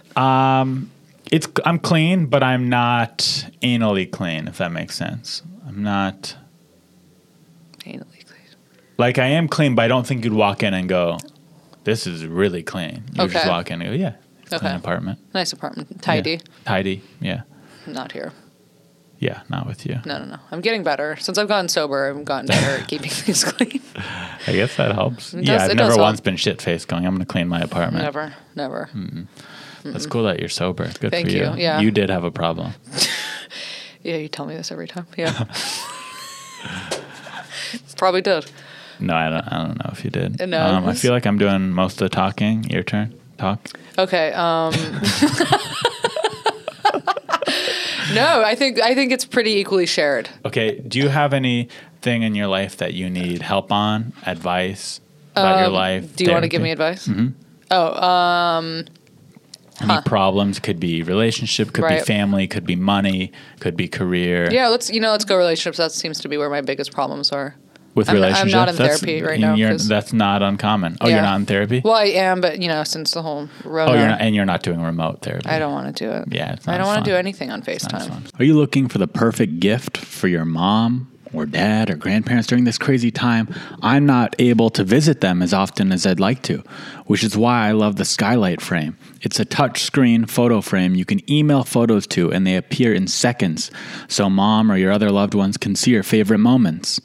Speaker 6: It's I'm clean, but I'm not anally clean, if that makes sense. I'm not
Speaker 7: Anally clean.
Speaker 6: like I am clean, but I don't think you'd walk in and go, This is really clean. You would just
Speaker 7: Okay.
Speaker 6: walk in and go, Yeah. It's a
Speaker 7: Okay.
Speaker 6: clean apartment.
Speaker 7: Nice apartment.
Speaker 6: Yeah.
Speaker 7: Tidy.
Speaker 6: Tidy. Yeah.
Speaker 7: Not here.
Speaker 6: Yeah, not with you.
Speaker 7: No, no, no. I'm getting better. Since I've gotten sober, I've gotten better at keeping things clean.
Speaker 6: I guess that helps.
Speaker 7: It
Speaker 6: yeah,
Speaker 7: does-
Speaker 6: I've
Speaker 7: it
Speaker 6: never
Speaker 7: does help.
Speaker 6: once been shit faced going, I'm gonna clean my apartment.
Speaker 7: Never, never.
Speaker 6: Hmm. That's cool that you're sober. Good
Speaker 7: Thank
Speaker 6: for you.
Speaker 7: you, yeah.
Speaker 6: You did have a problem.
Speaker 7: Yeah, you tell me this every time. Yeah. Probably did.
Speaker 6: No, I don't I don't know if you did.
Speaker 7: No,
Speaker 6: Um, I
Speaker 7: this-
Speaker 6: feel like I'm doing most of the talking. Your turn. Talk.
Speaker 7: Okay. Um, no, I think I think it's pretty equally shared.
Speaker 6: Okay. Do you have anything in your life that you need help on? Advice about your life?
Speaker 7: Um, Do you want to
Speaker 6: therapy?
Speaker 7: give me advice?
Speaker 6: Mm-hmm. Any problems? Could be relationship, could
Speaker 7: Right.
Speaker 6: be family, could be money, could be career.
Speaker 7: Yeah, let's you know, let's go relationships. That seems to be where my biggest problems are.
Speaker 6: With
Speaker 7: I'm- I'm
Speaker 6: relationships.
Speaker 7: not in
Speaker 6: That's-
Speaker 7: therapy right
Speaker 6: and
Speaker 7: now,
Speaker 6: you're-
Speaker 7: 'cause-
Speaker 6: that's not uncommon. Oh,
Speaker 7: Yeah.
Speaker 6: you're not in therapy?
Speaker 7: Well, I am, but you know, since the whole Rona,
Speaker 6: oh, you're not, and you're not doing remote therapy.
Speaker 7: I don't want to do it.
Speaker 6: Yeah, it's
Speaker 7: I
Speaker 6: not
Speaker 7: don't want
Speaker 6: fun.
Speaker 7: to do anything on
Speaker 6: That's
Speaker 7: FaceTime.
Speaker 6: fun. Are you looking for the perfect gift for your mom or dad or grandparents during this crazy time? I'm not able to visit them as often as I'd like to, which is why I love the Skylight Frame. It's a touchscreen photo frame you can email photos to, and they appear in seconds, so mom or your other loved ones can see your favorite moments.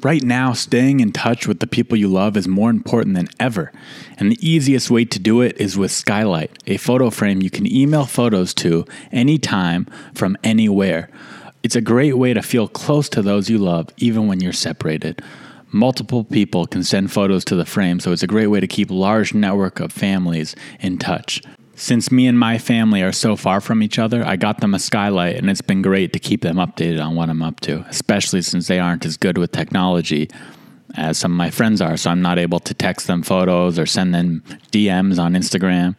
Speaker 6: Right now, staying in touch with the people you love is more important than ever. And the easiest way to do it is with Skylight, a photo frame you can email photos to anytime from anywhere. It's a great way to feel close to those you love, even when you're separated. Multiple people can send photos to the frame, so it's a great way to keep large network of families in touch. Since me and my family are so far from each other, I got them a skylight, and it's been great to keep them updated on what I'm up to, especially since they aren't as good with technology as some of my friends are, so I'm not able to text them photos or send them DMs on Instagram.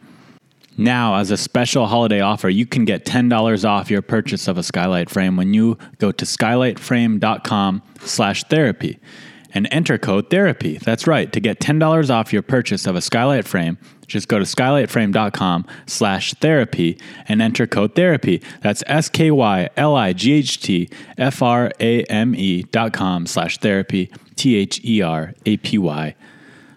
Speaker 6: Now, as a special holiday offer, you can get $10 off your purchase of a Skylight Frame when you go to skylightframe.com slash therapy and enter code therapy. That's right. To get $10 off your purchase of a Skylight Frame, just go to skylightframe.com slash therapy and enter code therapy. That's S-K-Y-L-I-G-H-T-F-R-A-M-E E dot com slash therapy, E T-H-E-R-A-P-Y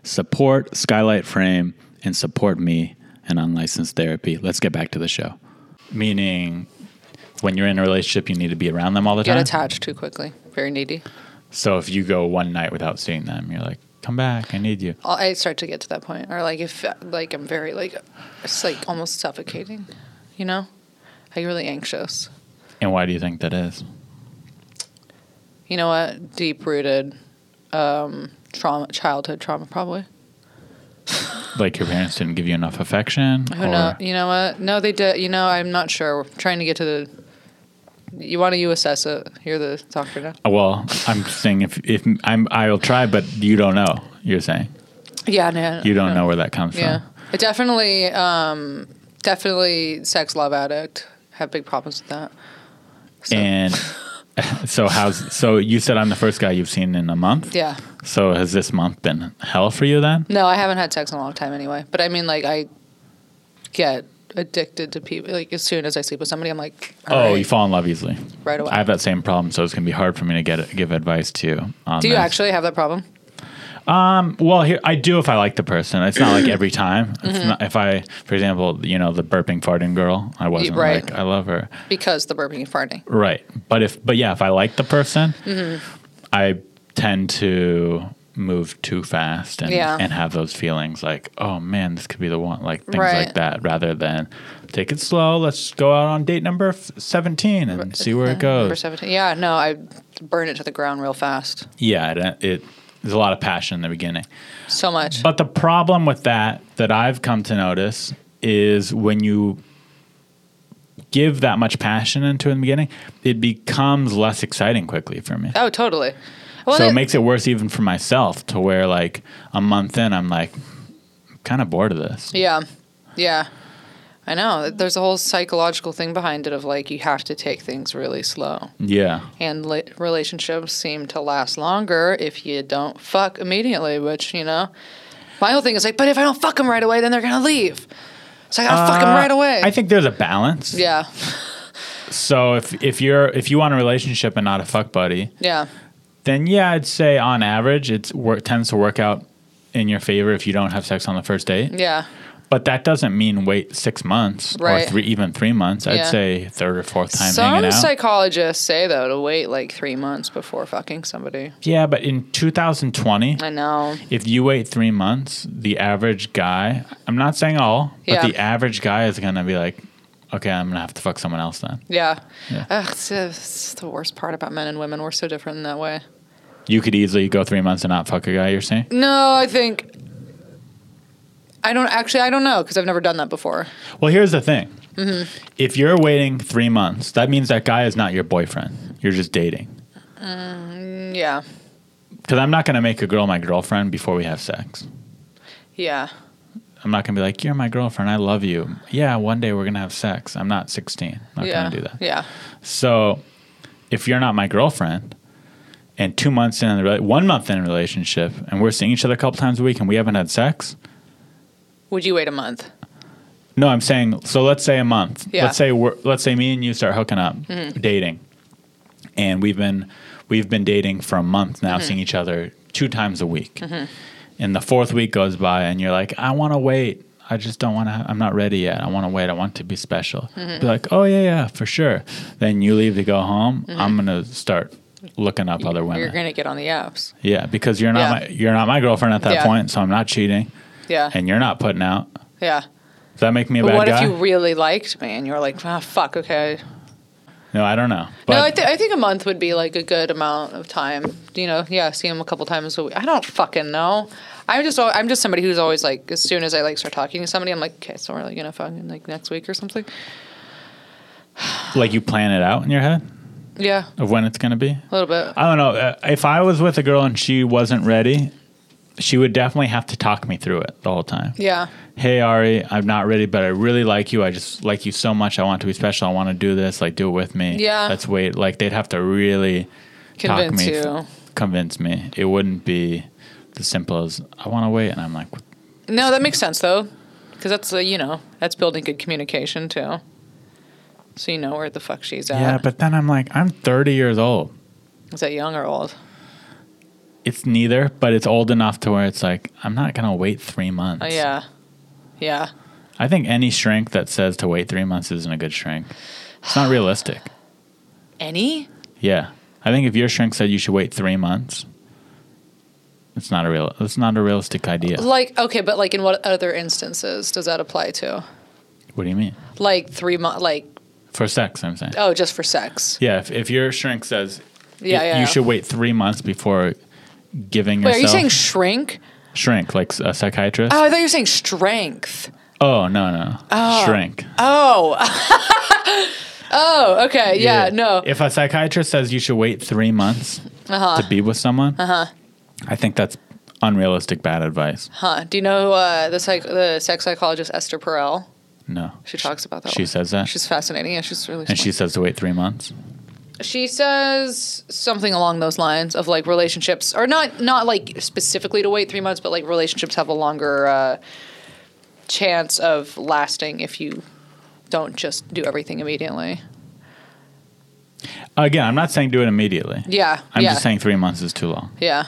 Speaker 6: support Skylight Frame and support me and unlicensed therapy. Let's get back to the show. Meaning, when you're in a relationship, you need to be around them all the
Speaker 7: Get
Speaker 6: time.
Speaker 7: attached too quickly. Very needy.
Speaker 6: So if you go one night without seeing them, you're like, come back, I need you.
Speaker 7: I'll- I start to get to that point, or like if like I'm very like it's like almost suffocating, you know, I get really anxious.
Speaker 6: And why do you think that is?
Speaker 7: You know what? Deep rooted um, trauma, childhood trauma, probably.
Speaker 6: like your parents didn't give you enough affection?
Speaker 7: Who know? You know what? No, they did. You know, I'm not sure. We're trying to get to the. You want to you assess it? You're the doctor now.
Speaker 6: Uh, Well, I'm saying if if I'm I'll try, but you don't know. You're saying
Speaker 7: Yeah, no.
Speaker 6: you don't know where that comes
Speaker 7: Yeah,
Speaker 6: from.
Speaker 7: it definitely, um, definitely, sex love addict have big problems with that. So,
Speaker 6: And so how's so you said I'm the first guy you've seen in a month.
Speaker 7: yeah.
Speaker 6: So has this month been hell for you then?
Speaker 7: No, I haven't had sex in a long time anyway. But I mean, like, I get addicted to people. Like, as soon as I sleep with somebody, I'm like, all
Speaker 6: oh,
Speaker 7: right,
Speaker 6: you fall in love easily.
Speaker 7: right away.
Speaker 6: I have that same problem, so it's gonna be hard for me to get give advice to you. On
Speaker 7: Do you
Speaker 6: this.
Speaker 7: actually have that problem?
Speaker 6: Well, here I do if I like the person. It's not like every time.
Speaker 7: Mm-hmm.
Speaker 6: It's not, if I, for example, you know, the burping farting girl, I wasn't
Speaker 7: right.
Speaker 6: like I love her,
Speaker 7: Because the burping and farting.
Speaker 6: right? But if, but yeah, if I like the person,
Speaker 7: Mm-hmm.
Speaker 6: I tend to move too fast and
Speaker 7: Yeah.
Speaker 6: and have those feelings like, oh man, this could be the one, like things
Speaker 7: Right.
Speaker 6: like that, rather than take it slow. Let's go out on date number f- seventeen and see where it
Speaker 7: Uh, Number
Speaker 6: goes.
Speaker 7: seventeen. Yeah, no, I burn it to the ground real fast.
Speaker 6: Yeah, it, it there's a lot of passion in the beginning.
Speaker 7: So much.
Speaker 6: But the problem with that that I've come to notice is when you give that much passion into it in the beginning, it becomes less exciting quickly for me.
Speaker 7: oh, totally. Well,
Speaker 6: so it
Speaker 7: that-
Speaker 6: makes it worse even for myself to where like a month in I'm like kind of bored of this.
Speaker 7: Yeah, yeah, I know. There's a whole psychological thing behind it of like you have to take things really slow,
Speaker 6: Yeah.
Speaker 7: and la- relationships seem to last longer if you don't fuck immediately. Which you know, my whole thing is like, but if I don't fuck them right away, then they're gonna leave. So I gotta fuck 'em fuck them
Speaker 6: Uh,
Speaker 7: right away.
Speaker 6: I think there's a balance.
Speaker 7: yeah,
Speaker 6: So if if you're if you want a relationship and not a fuck buddy,
Speaker 7: yeah,
Speaker 6: then yeah, I'd say on average it's it tends to work out in your favor if you don't have sex on the first date.
Speaker 7: yeah.
Speaker 6: But that doesn't mean wait six months
Speaker 7: Right.
Speaker 6: or three, even three months. I'd
Speaker 7: Yeah.
Speaker 6: say third or fourth time hanging
Speaker 7: Some
Speaker 6: out.
Speaker 7: psychologists say though to wait like three months before fucking somebody.
Speaker 6: yeah, but in 2020,
Speaker 7: I know.
Speaker 6: if you wait three months, the average guy, I'm not saying all, but
Speaker 7: Yeah.
Speaker 6: the average guy is going to be like, okay, I'm going to have to fuck someone else then.
Speaker 7: Yeah.
Speaker 6: Yeah.
Speaker 7: Ugh, it's, uh, it's the worst part about men and women. We're so different in that way.
Speaker 6: You could easily go three months and not fuck a guy, you're saying?
Speaker 7: No, I think I don't actually. I don't know because I've never done that before.
Speaker 6: Well, here's the thing.
Speaker 7: Mm-hmm.
Speaker 6: If you're waiting three months, that means that guy is not your boyfriend. You're just dating.
Speaker 7: Yeah,
Speaker 6: Because I'm not going to make a girl my girlfriend before we have sex.
Speaker 7: yeah,
Speaker 6: I'm not gonna be like, you're my girlfriend. I love you. Yeah, one day we're gonna have sex. I'm not 16. I'm not
Speaker 7: yeah,
Speaker 6: gonna do that.
Speaker 7: yeah,
Speaker 6: So, if you're not my girlfriend, and two months in the rela- one month in a relationship, and we're seeing each other a couple times a week, and we haven't had sex.
Speaker 7: Would you wait a month?
Speaker 6: No, I'm saying. So let's say a month.
Speaker 7: Yeah. Mm-hmm.
Speaker 6: Let's say we're let's say me and you start hooking up, dating, and we've been we've been dating for a month
Speaker 7: Mm-hmm.
Speaker 6: now, seeing each other two times a week. And the fourth week goes by, and you're like, I want to wait. I just don't want to. I'm not ready yet. I want to wait. I want to be special.
Speaker 7: Mm-hmm.
Speaker 6: Be like, oh yeah, yeah, for sure. Then you leave to go home. I'm gonna start looking up other women.
Speaker 7: Mm-hmm. You're gonna get on the apps.
Speaker 6: yeah, because you're not
Speaker 7: Yeah.
Speaker 6: my you're not my girlfriend at that
Speaker 7: Yeah.
Speaker 6: point, so I'm not cheating,
Speaker 7: Yeah,
Speaker 6: and you're not putting out.
Speaker 7: yeah.
Speaker 6: Does that make me a
Speaker 7: But
Speaker 6: bad
Speaker 7: what
Speaker 6: guy?
Speaker 7: if you really liked me and you were like, ah, fuck, okay.
Speaker 6: no, I don't know. But
Speaker 7: no, I, th- I think a month would be like a good amount of time. You know, yeah, see him a couple times a week. I don't fucking know. I'm just al- I'm just somebody who's always like, as soon as I like start talking to somebody, I'm like, okay, so we're like gonna fucking like next week or something.
Speaker 6: like you plan it out in your head
Speaker 7: Yeah,
Speaker 6: of when it's going to be
Speaker 7: a little bit.
Speaker 6: i don't know uh, if i was with a girl and she wasn't ready she would definitely have to talk me through it the whole time
Speaker 7: Yeah,
Speaker 6: hey ari i'm not ready but i really like you i just like you so much i want to be special i want to do this like do it with me
Speaker 7: Yeah.
Speaker 6: let's wait like they'd have to really
Speaker 7: convince
Speaker 6: talk me
Speaker 7: you.
Speaker 6: convince me it wouldn't be as simple as i want to wait and i'm like
Speaker 7: No, that makes sense though, because that's uh, you know that's building good communication too. So you know where the fuck she's at.
Speaker 6: yeah but then i'm like i'm 30 years old
Speaker 7: is that young or old?
Speaker 6: it's neither but it's old enough to where it's like i'm not gonna wait three months
Speaker 7: Uh, yeah, yeah.
Speaker 6: I think any shrink that says to wait three months isn't a good shrink. It's not realistic.
Speaker 7: Any?
Speaker 6: Yeah, I think if your shrink said you should wait three months, it's not a real. It's not a realistic idea.
Speaker 7: Like okay, but like in what other instances does that apply to?
Speaker 6: What do you mean?
Speaker 7: Like three months? Like
Speaker 6: For sex, I'm saying.
Speaker 7: oh, just for sex?
Speaker 6: Yeah, if, if your shrink says
Speaker 7: Yeah,
Speaker 6: y-
Speaker 7: yeah.
Speaker 6: you should wait three months before giving
Speaker 7: Wait, are
Speaker 6: yourself.
Speaker 7: you saying shrink?
Speaker 6: Shrink, like a psychiatrist.
Speaker 7: Oh, I thought you were saying strength.
Speaker 6: oh no no.
Speaker 7: Ah.
Speaker 6: Shrink.
Speaker 7: Oh. oh, okay. Yeah, no. Uh-huh.
Speaker 6: If a psychiatrist says you should wait three months to be with someone, I think that's unrealistic bad advice.
Speaker 7: huh. Do you know uh, the, psych- the sex psychologist Esther Perel?
Speaker 6: No.
Speaker 7: She talks about that.
Speaker 6: She
Speaker 7: one.
Speaker 6: says that?
Speaker 7: She's fascinating. Yeah, she's really
Speaker 6: And
Speaker 7: smart.
Speaker 6: she says to wait three months.
Speaker 7: she says something along those lines of like relationships or not not like specifically to wait three months but like relationships have a longer uh, chance of lasting if you don't just do everything immediately
Speaker 6: Again, I'm not saying do it immediately.
Speaker 7: yeah
Speaker 6: I'm
Speaker 7: yeah
Speaker 6: just saying three months is too long.
Speaker 7: yeah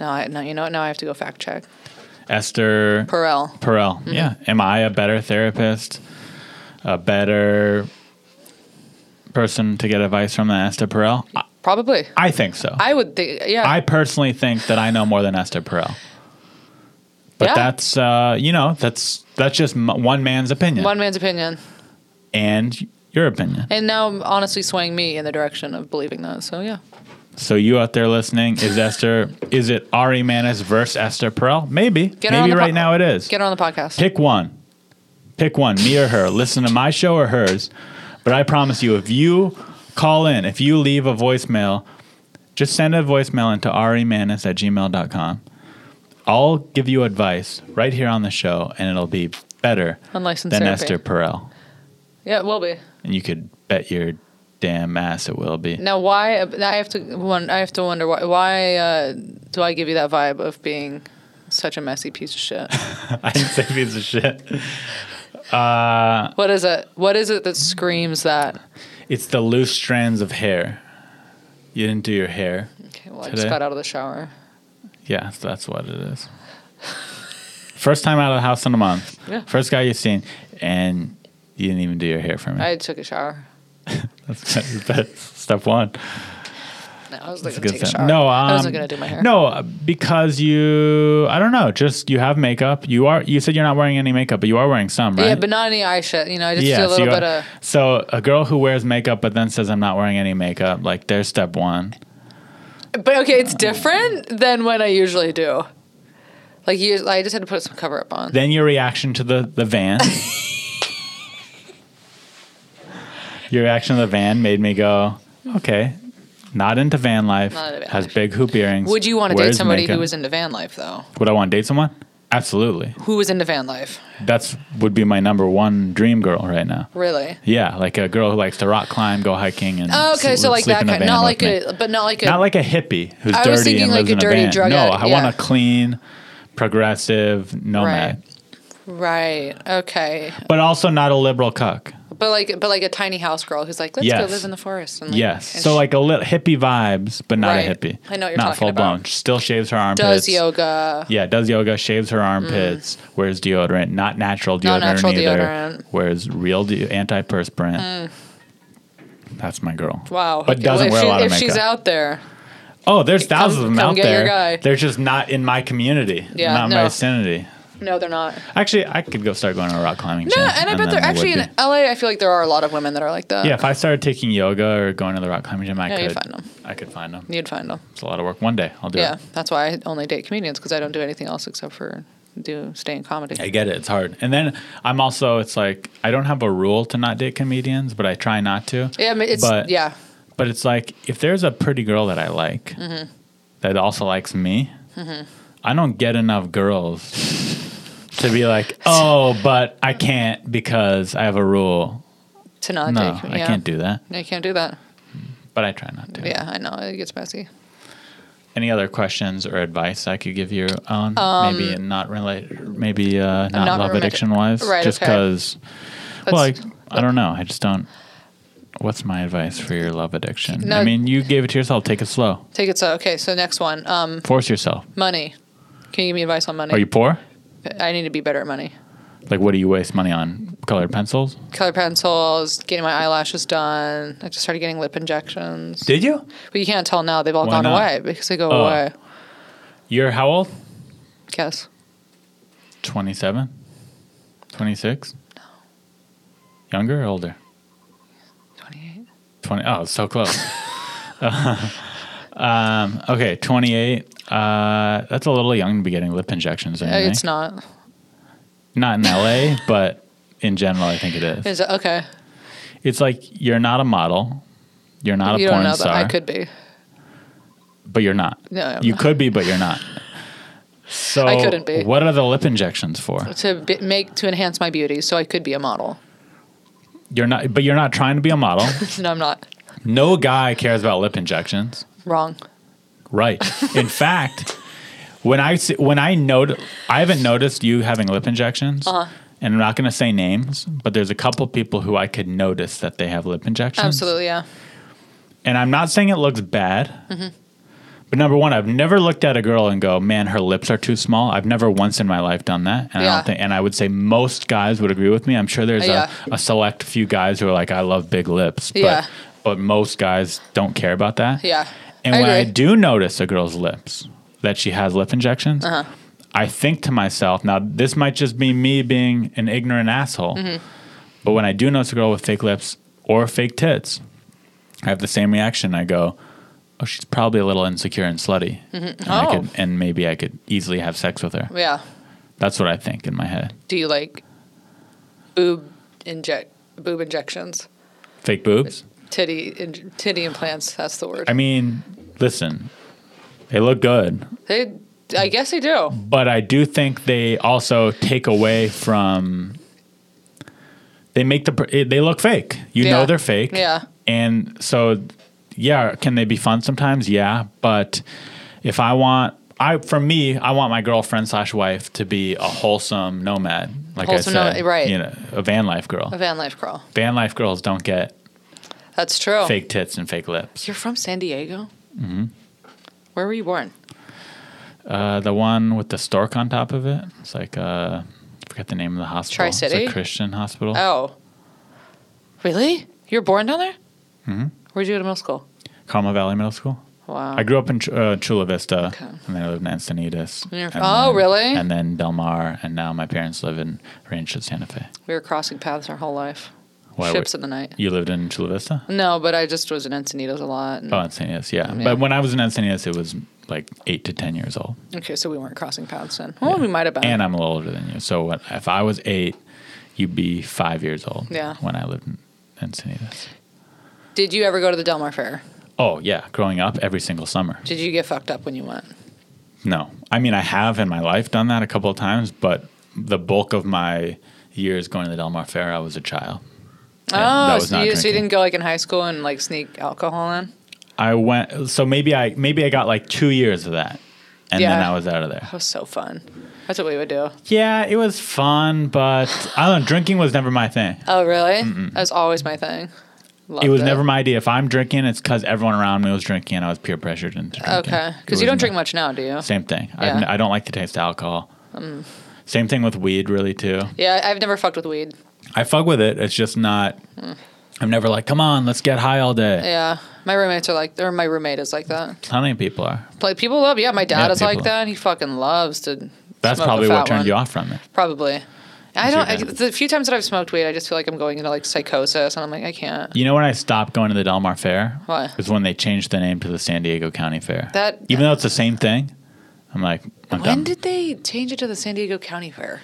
Speaker 7: no, I, no you know what now i have to go fact check
Speaker 6: Esther
Speaker 7: Perel.
Speaker 6: Perel.
Speaker 7: Mm-hmm.
Speaker 6: Yeah. Am I a better therapist? A better person to get advice from than Esther Perel? I,
Speaker 7: probably
Speaker 6: I think so. I,
Speaker 7: i would think yeah
Speaker 6: personally think that I know more than Esther Perel. But
Speaker 7: Yeah.
Speaker 6: that's uh, you know that's that's just m- one man's opinion
Speaker 7: one man's opinion
Speaker 6: and your opinion.
Speaker 7: and now I'm honestly swaying me in the direction of believing that so yeah
Speaker 6: So you out there listening, is Esther is it Ari Manis versus Esther Perel? Maybe,
Speaker 7: Get her on
Speaker 6: maybe
Speaker 7: the
Speaker 6: right
Speaker 7: po-
Speaker 6: now it is.
Speaker 7: get her on the podcast
Speaker 6: Pick one. Pick one, me or her. Listen to my show or hers. But I promise you, if you call in, if you leave a voicemail, just send a voicemail into arimanis at gmail.com. I'll give you advice right here on the show, and it'll be better
Speaker 7: Unlicensed
Speaker 6: than
Speaker 7: therapy.
Speaker 6: Esther Perel.
Speaker 7: yeah it will be
Speaker 6: And you could bet your damn ass it will be.
Speaker 7: Now, why I have to won- I have to wonder why why uh, do I give you that vibe of being such a messy piece of shit?
Speaker 6: I didn't say piece of shit.
Speaker 7: what is it? What is it that screams that?
Speaker 6: It's the loose strands of hair. You didn't do your hair.
Speaker 7: Okay, well, I
Speaker 6: Today?
Speaker 7: just got out of the shower.
Speaker 6: Yeah, so that's what it is. First time out of the house in a month.
Speaker 7: Yeah.
Speaker 6: First guy you've seen, and you didn't even do your hair for me.
Speaker 7: I took a shower.
Speaker 6: that's, that's, that's step one.
Speaker 7: No, I was
Speaker 6: That's
Speaker 7: like
Speaker 6: a
Speaker 7: gonna
Speaker 6: good
Speaker 7: take a
Speaker 6: thing.
Speaker 7: shower.
Speaker 6: No,
Speaker 7: I
Speaker 6: um,
Speaker 7: wasn't gonna do my hair.
Speaker 6: No, uh, because you, I don't know, just you have makeup. You are. You said you're not wearing any makeup, but you are wearing some, right?
Speaker 7: yeah, but not any eye shit. You know, I just
Speaker 6: Yeah,
Speaker 7: do a little
Speaker 6: you
Speaker 7: bit
Speaker 6: are-
Speaker 7: of.
Speaker 6: so a girl who wears makeup but then says I'm not wearing any makeup, like there's step one.
Speaker 7: But okay, it's different than what I usually do. Like you, I just had to put some cover up on.
Speaker 6: Then your reaction to the, the van. your reaction to the van made me go, okay, not into van life.
Speaker 7: Not into van
Speaker 6: has
Speaker 7: life.
Speaker 6: big hoop earrings.
Speaker 7: Would you want to date
Speaker 6: wears
Speaker 7: somebody
Speaker 6: makeup.
Speaker 7: who was into van life though?
Speaker 6: Would I want to date someone? Absolutely.
Speaker 7: Who was into van life?
Speaker 6: That's would be my number one dream girl right now.
Speaker 7: Really?
Speaker 6: Yeah, like a girl who likes to rock climb, go hiking, and
Speaker 7: Oh, okay,
Speaker 6: sleep-
Speaker 7: so like
Speaker 6: sleep
Speaker 7: that
Speaker 6: in a
Speaker 7: kind,
Speaker 6: van
Speaker 7: not
Speaker 6: with
Speaker 7: like
Speaker 6: me.
Speaker 7: a, but not like a,
Speaker 6: not like a hippie who's
Speaker 7: I was
Speaker 6: dirty
Speaker 7: thinking
Speaker 6: and
Speaker 7: like
Speaker 6: lives
Speaker 7: a
Speaker 6: in
Speaker 7: dirty
Speaker 6: a van.
Speaker 7: drug
Speaker 6: no,
Speaker 7: addict,
Speaker 6: I
Speaker 7: yeah.
Speaker 6: want a clean, progressive nomad,
Speaker 7: right, okay,
Speaker 6: but also not a liberal cuck.
Speaker 7: but like, but like a tiny house girl who's like, let's go
Speaker 6: Yes.
Speaker 7: live in the forest. And like,
Speaker 6: Yes.
Speaker 7: and
Speaker 6: So
Speaker 7: she
Speaker 6: like a little hippie vibes, but not a
Speaker 7: Right.
Speaker 6: hippie.
Speaker 7: I know what you're
Speaker 6: not
Speaker 7: talking
Speaker 6: full blown.
Speaker 7: about.
Speaker 6: Still shaves her armpits.
Speaker 7: does yoga.
Speaker 6: Yeah, does yoga, shaves her armpits, wears deodorant, not natural deodorant
Speaker 7: Not natural
Speaker 6: either.
Speaker 7: deodorant. Mm.
Speaker 6: Wears real de- antiperspirant. That's my girl.
Speaker 7: Wow,
Speaker 6: But
Speaker 7: okay. well, if
Speaker 6: doesn't wear
Speaker 7: she-
Speaker 6: a lot of
Speaker 7: if
Speaker 6: makeup.
Speaker 7: she's out there,
Speaker 6: oh, there's thousands of them
Speaker 7: come
Speaker 6: out
Speaker 7: get your
Speaker 6: there.
Speaker 7: guy.
Speaker 6: They're just not in my community.
Speaker 7: Yeah,
Speaker 6: not in my
Speaker 7: no.
Speaker 6: vicinity.
Speaker 7: no, they're not.
Speaker 6: Actually, I could go start going to a rock climbing.
Speaker 7: No,
Speaker 6: gym,
Speaker 7: and I bet
Speaker 6: then
Speaker 7: they're
Speaker 6: would
Speaker 7: actually
Speaker 6: be-
Speaker 7: in LA. I feel like there are a lot of women that are like that.
Speaker 6: Yeah, if I started taking yoga or going to the rock climbing gym, I
Speaker 7: Yeah,
Speaker 6: could
Speaker 7: you'd find 'em.
Speaker 6: I could find them.
Speaker 7: you'd find them.
Speaker 6: It's a lot of work. One day I'll do
Speaker 7: Yeah,
Speaker 6: it.
Speaker 7: that's why I only date comedians because I don't do anything else except for do stay in comedy.
Speaker 6: I get it. It's hard. And then I'm also, it's like, I don't have a rule to not date comedians, but I try not to.
Speaker 7: yeah, I mean, it's
Speaker 6: but,
Speaker 7: yeah,
Speaker 6: But it's like, if there's a pretty girl that I like
Speaker 7: Mm-hmm.
Speaker 6: that also likes me, I don't get enough girls to be like, oh, but I can't because I have a rule.
Speaker 7: to not
Speaker 6: No,
Speaker 7: date.
Speaker 6: I
Speaker 7: yeah.
Speaker 6: can't do that.
Speaker 7: No, you can't do that.
Speaker 6: But I try not to.
Speaker 7: Yeah, I know it gets messy.
Speaker 6: Any other questions or advice I could give your own? maybe not relate. Maybe uh, not,
Speaker 7: Um, not
Speaker 6: love
Speaker 7: romantic-
Speaker 6: addiction wise.
Speaker 7: right,
Speaker 6: Just
Speaker 7: okay.
Speaker 6: because.
Speaker 7: That's,
Speaker 6: well, like, I don't know. I just don't. What's my advice for your love addiction?
Speaker 7: No.
Speaker 6: I mean, you gave it to yourself. Take it slow.
Speaker 7: take it so okay. So next one, um,
Speaker 6: Force yourself.
Speaker 7: money. Can you give me advice on money?
Speaker 6: Are you poor?
Speaker 7: I need to be better at money.
Speaker 6: Like, what do you waste money on? Colored pencils?
Speaker 7: Color pencils, getting my eyelashes done. I just started getting lip injections.
Speaker 6: Did you?
Speaker 7: but you can't tell now; they've all
Speaker 6: Why
Speaker 7: gone
Speaker 6: not?
Speaker 7: away because they go
Speaker 6: Oh.
Speaker 7: away.
Speaker 6: You're how old?
Speaker 7: Guess
Speaker 6: 27? 26? No. Younger or older?
Speaker 7: twenty-eight. Uh,
Speaker 6: 20. Oh, it's so close. Um, okay, 28. Uh, that's a little young to be getting lip injections. Or
Speaker 7: Uh,
Speaker 6: anything.
Speaker 7: It's not.
Speaker 6: Not in LA, but in general, I think it is.
Speaker 7: Is it okay?
Speaker 6: It's like you're not a model, you're not
Speaker 7: you
Speaker 6: a porn
Speaker 7: don't know
Speaker 6: star,
Speaker 7: that. I could be.
Speaker 6: but you're not.
Speaker 7: No, I'm
Speaker 6: you
Speaker 7: not.
Speaker 6: could be, but you're not. So
Speaker 7: I couldn't be.
Speaker 6: What are the lip injections for?
Speaker 7: To be, make to enhance my beauty, so I could be a model.
Speaker 6: You're not, but you're not trying to be a model.
Speaker 7: no, I'm not
Speaker 6: no guy cares about lip injections.
Speaker 7: wrong.
Speaker 6: Right. In fact, when I see, when I note I haven't noticed you having lip injections,
Speaker 7: Uh-huh.
Speaker 6: and I'm not going to say names, but there's a couple people who I could notice that they have lip injections.
Speaker 7: Absolutely, yeah.
Speaker 6: And I'm not saying it looks bad.
Speaker 7: Mm-hmm.
Speaker 6: But number one, I've never looked at a girl and go, "Man, her lips are too small." I've never once in my life done that, and I
Speaker 7: Yeah.
Speaker 6: don't think. And I would say most guys would agree with me. I'm sure there's
Speaker 7: Yeah.
Speaker 6: a, a select few guys who are like, "I love big lips," but
Speaker 7: Yeah.
Speaker 6: but most guys don't care about that.
Speaker 7: Yeah.
Speaker 6: And
Speaker 7: I
Speaker 6: when I
Speaker 7: agree.
Speaker 6: do notice a girl's lips that she has lip injections,
Speaker 7: Uh-huh.
Speaker 6: I think to myself, now this might just be me being an ignorant asshole,
Speaker 7: Mm-hmm.
Speaker 6: but when I do notice a girl with fake lips or fake tits, I have the same reaction. I go, oh, she's probably a little insecure and slutty, and, I
Speaker 7: Oh.
Speaker 6: could, and maybe I could easily have sex with her.
Speaker 7: Yeah.
Speaker 6: That's what I think in my head.
Speaker 7: Do you like boob inject boob injections,
Speaker 6: Fake boobs.
Speaker 7: titty in, titty implants? That's the word.
Speaker 6: I mean, listen, they look good.
Speaker 7: they, I guess they do.
Speaker 6: but I do think they also take away from. They make the pr- it- they look fake. You
Speaker 7: Yeah.
Speaker 6: know they're fake.
Speaker 7: Yeah.
Speaker 6: And so, yeah, can they be fun sometimes? Yeah, but if I want. I for me, I want my girlfriend slash wife to be a wholesome nomad, like
Speaker 7: Wholesome
Speaker 6: I said,
Speaker 7: nomad, right.
Speaker 6: You know, a van life girl.
Speaker 7: A van life crawl.
Speaker 6: Van life girls don't get
Speaker 7: That's true.
Speaker 6: fake tits and fake lips.
Speaker 7: You're from San Diego. Mm-hmm. Where were you born?
Speaker 6: Uh, the one with the stork on top of it. It's like uh, I forget the name of the hospital.
Speaker 7: Tri-City?
Speaker 6: It's a Christian hospital.
Speaker 7: Oh, really? You were born down there? Mm-hmm. Where'd you go to middle school?
Speaker 6: Carmel Valley Middle School.
Speaker 7: Wow.
Speaker 6: I grew up in Ch- uh, Chula Vista,
Speaker 7: Okay.
Speaker 6: and then I lived in Encinitas.
Speaker 7: And you're-
Speaker 6: and
Speaker 7: oh,
Speaker 6: then-
Speaker 7: really?
Speaker 6: And then Del Mar, and now my parents live in Rancho Santa Fe.
Speaker 7: we were crossing paths our whole life.
Speaker 6: Why
Speaker 7: Ships
Speaker 6: were-
Speaker 7: in the night.
Speaker 6: You lived in Chula Vista?
Speaker 7: No, but I just was in Encinitas a lot. and-
Speaker 6: Oh, Encinitas, yeah.
Speaker 7: Mm-hmm. Yeah.
Speaker 6: But when I was in Encinitas, it was like eight to ten years old,
Speaker 7: Okay, so we weren't crossing paths then. Well, we might have been.
Speaker 6: and I'm a little older than you. So what, if I was eight, you'd be five years old.
Speaker 7: Yeah.
Speaker 6: When I lived in Encinitas.
Speaker 7: Did you ever go to the Delmar Fair?
Speaker 6: Oh yeah, growing up every single summer.
Speaker 7: Did you get fucked up when you went?
Speaker 6: No. I mean, I have in my life done that a couple of times, but the bulk of my years going to the Del Mar Fair, I was a child. And that
Speaker 7: oh,
Speaker 6: was
Speaker 7: so
Speaker 6: not
Speaker 7: you, so you
Speaker 6: drinking.
Speaker 7: didn't go like in high school and like sneak alcohol in?
Speaker 6: I went, so maybe I maybe I got like two years of that, and then
Speaker 7: Yeah.
Speaker 6: I was out of there.
Speaker 7: That was so fun. That's what we would do.
Speaker 6: Yeah, it was fun, but I don't know. Drinking was never my thing.
Speaker 7: Oh, really? That was always my thing. Loved
Speaker 6: it was never my idea. If I'm drinking, it's because everyone around me was drinking, and I was peer pressured into drinking.
Speaker 7: Okay,
Speaker 6: It
Speaker 7: because you don't
Speaker 6: wasn't-
Speaker 7: drink much now, do you?
Speaker 6: Same thing.
Speaker 7: Yeah. Mm.
Speaker 6: I've, n- I don't like the taste of alcohol. Same thing with weed, really too.
Speaker 7: Yeah, I've never fucked with weed.
Speaker 6: I fuck with it. It's just not.
Speaker 7: Mm.
Speaker 6: I'm never like, come on, let's get high all day.
Speaker 7: Yeah, my roommates are like, or my roommate is like that.
Speaker 6: Plenty of people are.
Speaker 7: Like people love, yeah. My dad
Speaker 6: Yeah,
Speaker 7: is like
Speaker 6: people-
Speaker 7: that. He fucking loves to.
Speaker 6: That's
Speaker 7: smoke a
Speaker 6: probably what
Speaker 7: fat
Speaker 6: turned
Speaker 7: one.
Speaker 6: you off from it.
Speaker 7: Probably. I
Speaker 6: Is
Speaker 7: don't.
Speaker 6: your
Speaker 7: I,
Speaker 6: dad-
Speaker 7: the few times that I've smoked weed, I just feel like I'm going into like psychosis, and I'm like, I can't.
Speaker 6: You know when I stopped going to the Del Mar Fair?
Speaker 7: Why?
Speaker 6: Is when they changed the name to the San Diego County Fair.
Speaker 7: That-
Speaker 6: even though it's the same thing, I'm like,
Speaker 7: When
Speaker 6: I'm done.
Speaker 7: did they change it to the San Diego County Fair?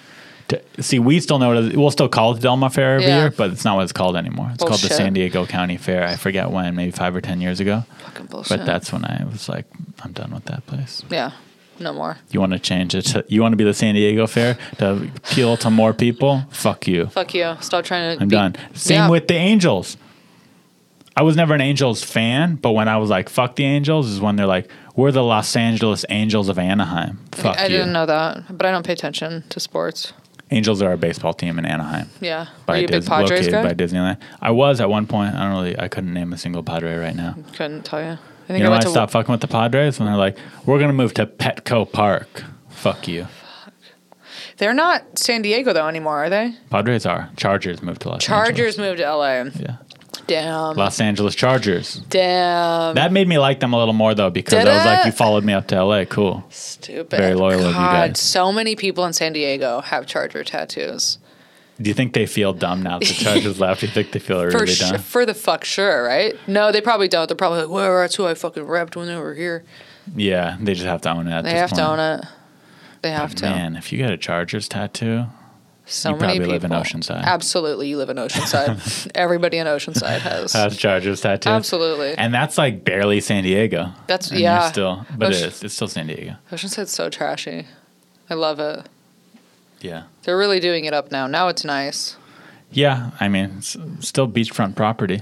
Speaker 6: T- See, we still know it. Is, we'll still call it the Del Mar Fair every
Speaker 7: Yeah. Oh,
Speaker 6: year, but it's not what it's called anymore. It's called the
Speaker 7: Bullshit.
Speaker 6: San Diego County Fair. I forget when, maybe five or ten years ago.
Speaker 7: Fucking bullshit.
Speaker 6: But that's when I was like, I'm done with that place.
Speaker 7: yeah, no more.
Speaker 6: You want to change it? To, you want to be the San Diego Fair to appeal to more people? Fuck you.
Speaker 7: Fuck you. Stop trying to.
Speaker 6: I'm
Speaker 7: be-
Speaker 6: done. Same
Speaker 7: Yeah.
Speaker 6: with the Angels. I was never an Angels fan, but when I was like, "Fuck the Angels," is when they're like, "We're the Los Angeles Angels of Anaheim." Fuck
Speaker 7: I
Speaker 6: you.
Speaker 7: didn't know that, but I don't pay attention to sports.
Speaker 6: Angels are a baseball team in Anaheim.
Speaker 7: Yeah. Are
Speaker 6: By
Speaker 7: you a big
Speaker 6: Dis-
Speaker 7: Padres
Speaker 6: located
Speaker 7: guy?
Speaker 6: by Disneyland. I was at one point. I don't really. I couldn't name a single Padre right now.
Speaker 7: Couldn't tell you. I think
Speaker 6: You
Speaker 7: I
Speaker 6: know why I
Speaker 7: went to.
Speaker 6: stopped fucking with the Padres when they're like, "We're gonna move to Petco Park." Fuck you.
Speaker 7: They're not San Diego though anymore, are they?
Speaker 6: Padres are. Chargers moved to Los
Speaker 7: Chargers moved to LA.
Speaker 6: Angeles. Yeah.
Speaker 7: Damn.
Speaker 6: Los Angeles Chargers.
Speaker 7: Damn.
Speaker 6: That made me like them a little more though because
Speaker 7: Did
Speaker 6: I was like,
Speaker 7: it?
Speaker 6: you followed me up to LA. Cool.
Speaker 7: Stupid.
Speaker 6: Very loyal of you
Speaker 7: God,
Speaker 6: guys.
Speaker 7: so many people in San Diego have Charger tattoos.
Speaker 6: Do you think they feel dumb now that the charge is left? Do you think they feel
Speaker 7: For,
Speaker 6: really
Speaker 7: sure,
Speaker 6: dumb?
Speaker 7: for the fuck sure, right? No, they probably don't. They're probably like, well, that's who I fucking repped when they were here.
Speaker 6: Yeah, they just have to own it. At
Speaker 7: They
Speaker 6: this
Speaker 7: have
Speaker 6: point.
Speaker 7: to own it. They have to.
Speaker 6: Man, if you get a Chargers tattoo,
Speaker 7: so
Speaker 6: you
Speaker 7: many
Speaker 6: probably
Speaker 7: people.
Speaker 6: live in Oceanside.
Speaker 7: Absolutely, you live in Oceanside. Everybody in Oceanside has.
Speaker 6: that's Chargers tattoo.
Speaker 7: Absolutely.
Speaker 6: And that's like barely San Diego.
Speaker 7: That's-
Speaker 6: And you're
Speaker 7: yeah.
Speaker 6: Still, but
Speaker 7: Osh-
Speaker 6: it is. It's still San Diego.
Speaker 7: Oceanside's so trashy. I love it.
Speaker 6: Yeah.
Speaker 7: They're really doing it up now. Now it's nice.
Speaker 6: Yeah. I mean, it's still beachfront property.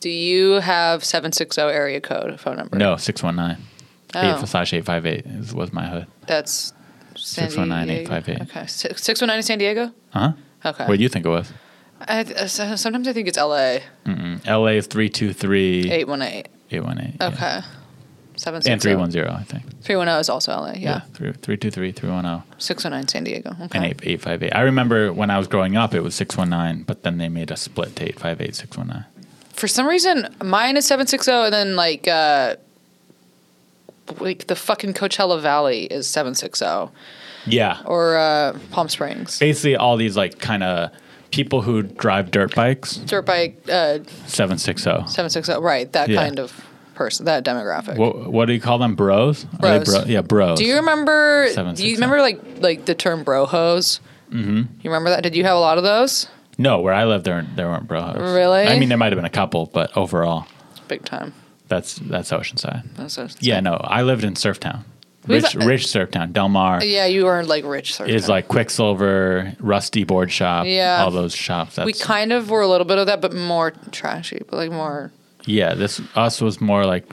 Speaker 7: Do you have 760 area code phone number?
Speaker 6: No, six one nine.
Speaker 7: Oh.
Speaker 6: Eight slash eight five eight is was my hood.
Speaker 7: That's San
Speaker 6: 619-858.
Speaker 7: Diego. Okay. Six- 619 is San Diego?
Speaker 6: Huh?
Speaker 7: Okay.
Speaker 6: What do Uh-huh. you think it was?
Speaker 7: I, uh, so- sometimes I think it's LA
Speaker 6: LA is three two three
Speaker 7: 818.
Speaker 6: eight one eight.
Speaker 7: Okay.
Speaker 6: Yeah.
Speaker 7: 760.
Speaker 6: And three one zero, I think.
Speaker 7: 310 is also LA. Yeah.
Speaker 6: Three three two three three one zero
Speaker 7: 619 San Diego. Okay.
Speaker 6: and eight eight five eight. I remember when I was growing up, it was six one nine, but then they made a split to eight five eight six one nine.
Speaker 7: For some reason, mine is 760 and then like uh like the fucking Coachella Valley is 760
Speaker 6: Yeah.
Speaker 7: or uh Palm Springs.
Speaker 6: Basically, all these like kind of people who drive dirt bikes
Speaker 7: Dirt bike uh
Speaker 6: seven six zero.
Speaker 7: 760 oh, right, that
Speaker 6: Yeah.
Speaker 7: kind of person, that demographic.
Speaker 6: What, what do you call them? Bros? Are they
Speaker 7: Bros.
Speaker 6: Yeah, bros.
Speaker 7: Do you remember? Do
Speaker 6: 760.
Speaker 7: you remember like like the term bro hose? Mm-hmm. You remember that? Did you have a lot of those?
Speaker 6: No, where I lived, there there weren't bros.
Speaker 7: Really?
Speaker 6: I mean, there might have been a couple, but overall,
Speaker 7: Big time.
Speaker 6: that's that's Oceanside.
Speaker 7: That's a-
Speaker 6: Yeah, no, I lived in Surftown,
Speaker 7: We've-
Speaker 6: rich rich Surftown. Del Mar
Speaker 7: Oh, Yeah, you were like rich. sort of
Speaker 6: is
Speaker 7: guy.
Speaker 6: like Quicksilver, Rusty Board Shop.
Speaker 7: Yeah.
Speaker 6: all those shops. That's,
Speaker 7: we kind of were a little bit of that, but more trashy, but like more.
Speaker 6: yeah. This us was more like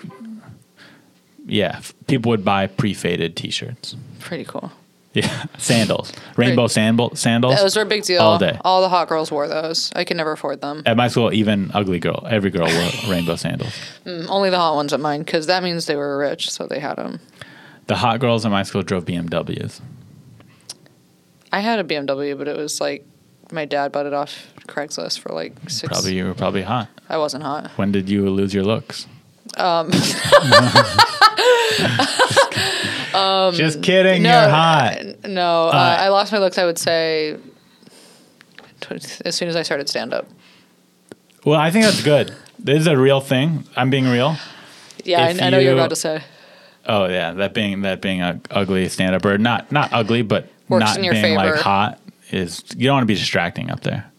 Speaker 6: yeah. f- People would buy pre-faded T-shirts.
Speaker 7: Pretty cool.
Speaker 6: Yeah, sandals, rainbow sandal sandals.
Speaker 7: Those were a big deal.
Speaker 6: All day.
Speaker 7: All the hot girls wore those. I could never afford them.
Speaker 6: At my school, even ugly girl, every girl wore rainbow sandals.
Speaker 7: Only the hot ones at mine, because that means they were rich, so they had them.
Speaker 6: The hot girls in my school drove BMWs.
Speaker 7: I had a BMW, but it was like my dad bought it off Craigslist for like six.
Speaker 6: Probably you were probably hot.
Speaker 7: I wasn't hot.
Speaker 6: When did you lose your looks? Um. Just kidding. you're hot.
Speaker 7: n- No, uh, I lost my looks. I would say tw- as soon as I started stand up.
Speaker 6: Well, I think that's good. This is a real thing. I'm being real.
Speaker 7: Yeah, I,
Speaker 6: If
Speaker 7: I know you're
Speaker 6: you-
Speaker 7: about to say
Speaker 6: Oh yeah, that being that being a ugly stand up or not not ugly, but
Speaker 7: Works
Speaker 6: not
Speaker 7: in your
Speaker 6: being like
Speaker 7: favor.
Speaker 6: hot is you don't want to be distracting up there.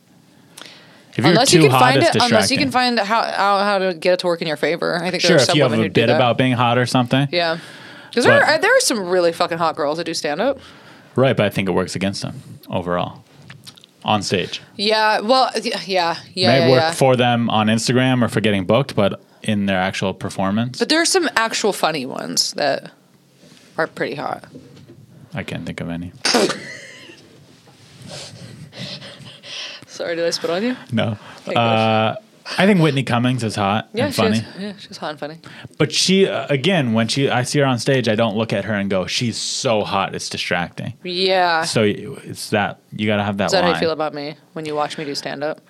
Speaker 6: If you're
Speaker 7: unless
Speaker 6: too
Speaker 7: you can
Speaker 6: hot,
Speaker 7: find
Speaker 6: it's
Speaker 7: it. Unless you
Speaker 6: distracting.
Speaker 7: can find how, how how to get it to work in your favor. I think
Speaker 6: sure
Speaker 7: there's some
Speaker 6: if you have
Speaker 7: women who
Speaker 6: a
Speaker 7: do
Speaker 6: bit
Speaker 7: that.
Speaker 6: about being hot or something.
Speaker 7: yeah. Because there,
Speaker 6: But-
Speaker 7: are- there are some really fucking hot girls that do stand up.
Speaker 6: Right, but I think it works against them overall on stage.
Speaker 7: Yeah, well, y- yeah, yeah,
Speaker 6: May
Speaker 7: yeah,
Speaker 6: work
Speaker 7: yeah.
Speaker 6: for them on Instagram or for getting booked, but in their actual performance,
Speaker 7: but there are some actual funny ones that are pretty hot.
Speaker 6: I can't think of any.
Speaker 7: Sorry, did I spit on you?
Speaker 6: No.
Speaker 7: Thank
Speaker 6: Uh, I think Whitney Cummings is hot
Speaker 7: Yeah,
Speaker 6: and funny.
Speaker 7: she's yeah, she's hot and funny.
Speaker 6: But she uh, again, when she I see her on stage, I don't look at her and go, "She's so hot, it's distracting."
Speaker 7: Yeah,
Speaker 6: So you- it's that you gotta have that.
Speaker 7: Uh-huh. is that
Speaker 6: line.
Speaker 7: how you feel about me when you watch me do stand up?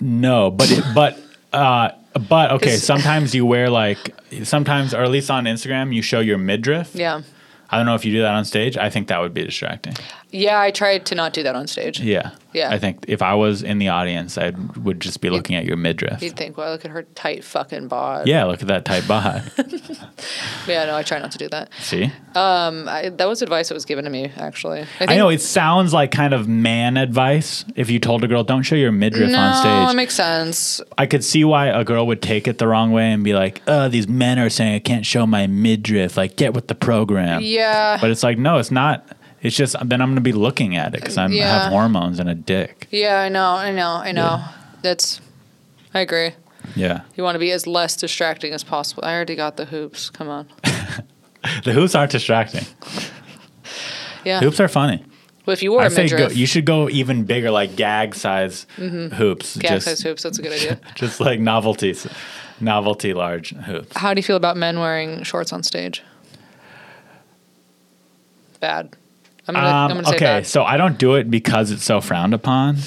Speaker 6: No, but it, but uh, but okay.
Speaker 7: 'Cause-
Speaker 6: Sometimes you wear like sometimes, or at least on Instagram, you show your midriff.
Speaker 7: Yeah.
Speaker 6: I don't know if you do that on stage. I think that would be distracting.
Speaker 7: Yeah, I tried to not do that on stage.
Speaker 6: Yeah.
Speaker 7: Yeah.
Speaker 6: I think if I was in the audience, I would just be looking at your midriff.
Speaker 7: You'd think, well, look at her tight fucking bod.
Speaker 6: Yeah, look at that tight bod.
Speaker 7: Yeah, no, I try not to do that.
Speaker 6: See,
Speaker 7: Um, I, that was advice that was given to me, actually. I, think,
Speaker 6: I know it sounds like kind of man advice. If you told a girl, "Don't show your midriff
Speaker 7: no,
Speaker 6: on stage,"
Speaker 7: it makes sense.
Speaker 6: I could see why a girl would take it the wrong way and be like, "Oh, these men are saying I can't show my midriff. Like, get with the program."
Speaker 7: Yeah.
Speaker 6: But it's like, no, it's not. It's just then I'm gonna be looking at it because I
Speaker 7: Yeah.
Speaker 6: have hormones and a dick.
Speaker 7: yeah, I know, I know, I know. That's, I agree.
Speaker 6: Yeah.
Speaker 7: You want to be as less distracting as possible. I already got the hoops. Come on.
Speaker 6: The hoops aren't distracting.
Speaker 7: Yeah.
Speaker 6: Hoops are funny.
Speaker 7: Well, if you were
Speaker 6: I
Speaker 7: a
Speaker 6: say go,
Speaker 7: midriff, Mm-hmm.
Speaker 6: you should go even bigger, like gag size hoops.
Speaker 7: gag
Speaker 6: just,
Speaker 7: size hoops, that's a good idea.
Speaker 6: Just like novelties, novelty large hoops.
Speaker 7: How do you feel about men wearing shorts on stage? Bad. I'm gonna, I'm
Speaker 6: Um,
Speaker 7: gonna say
Speaker 6: okay,
Speaker 7: bad.
Speaker 6: so I don't do it because it's so frowned upon,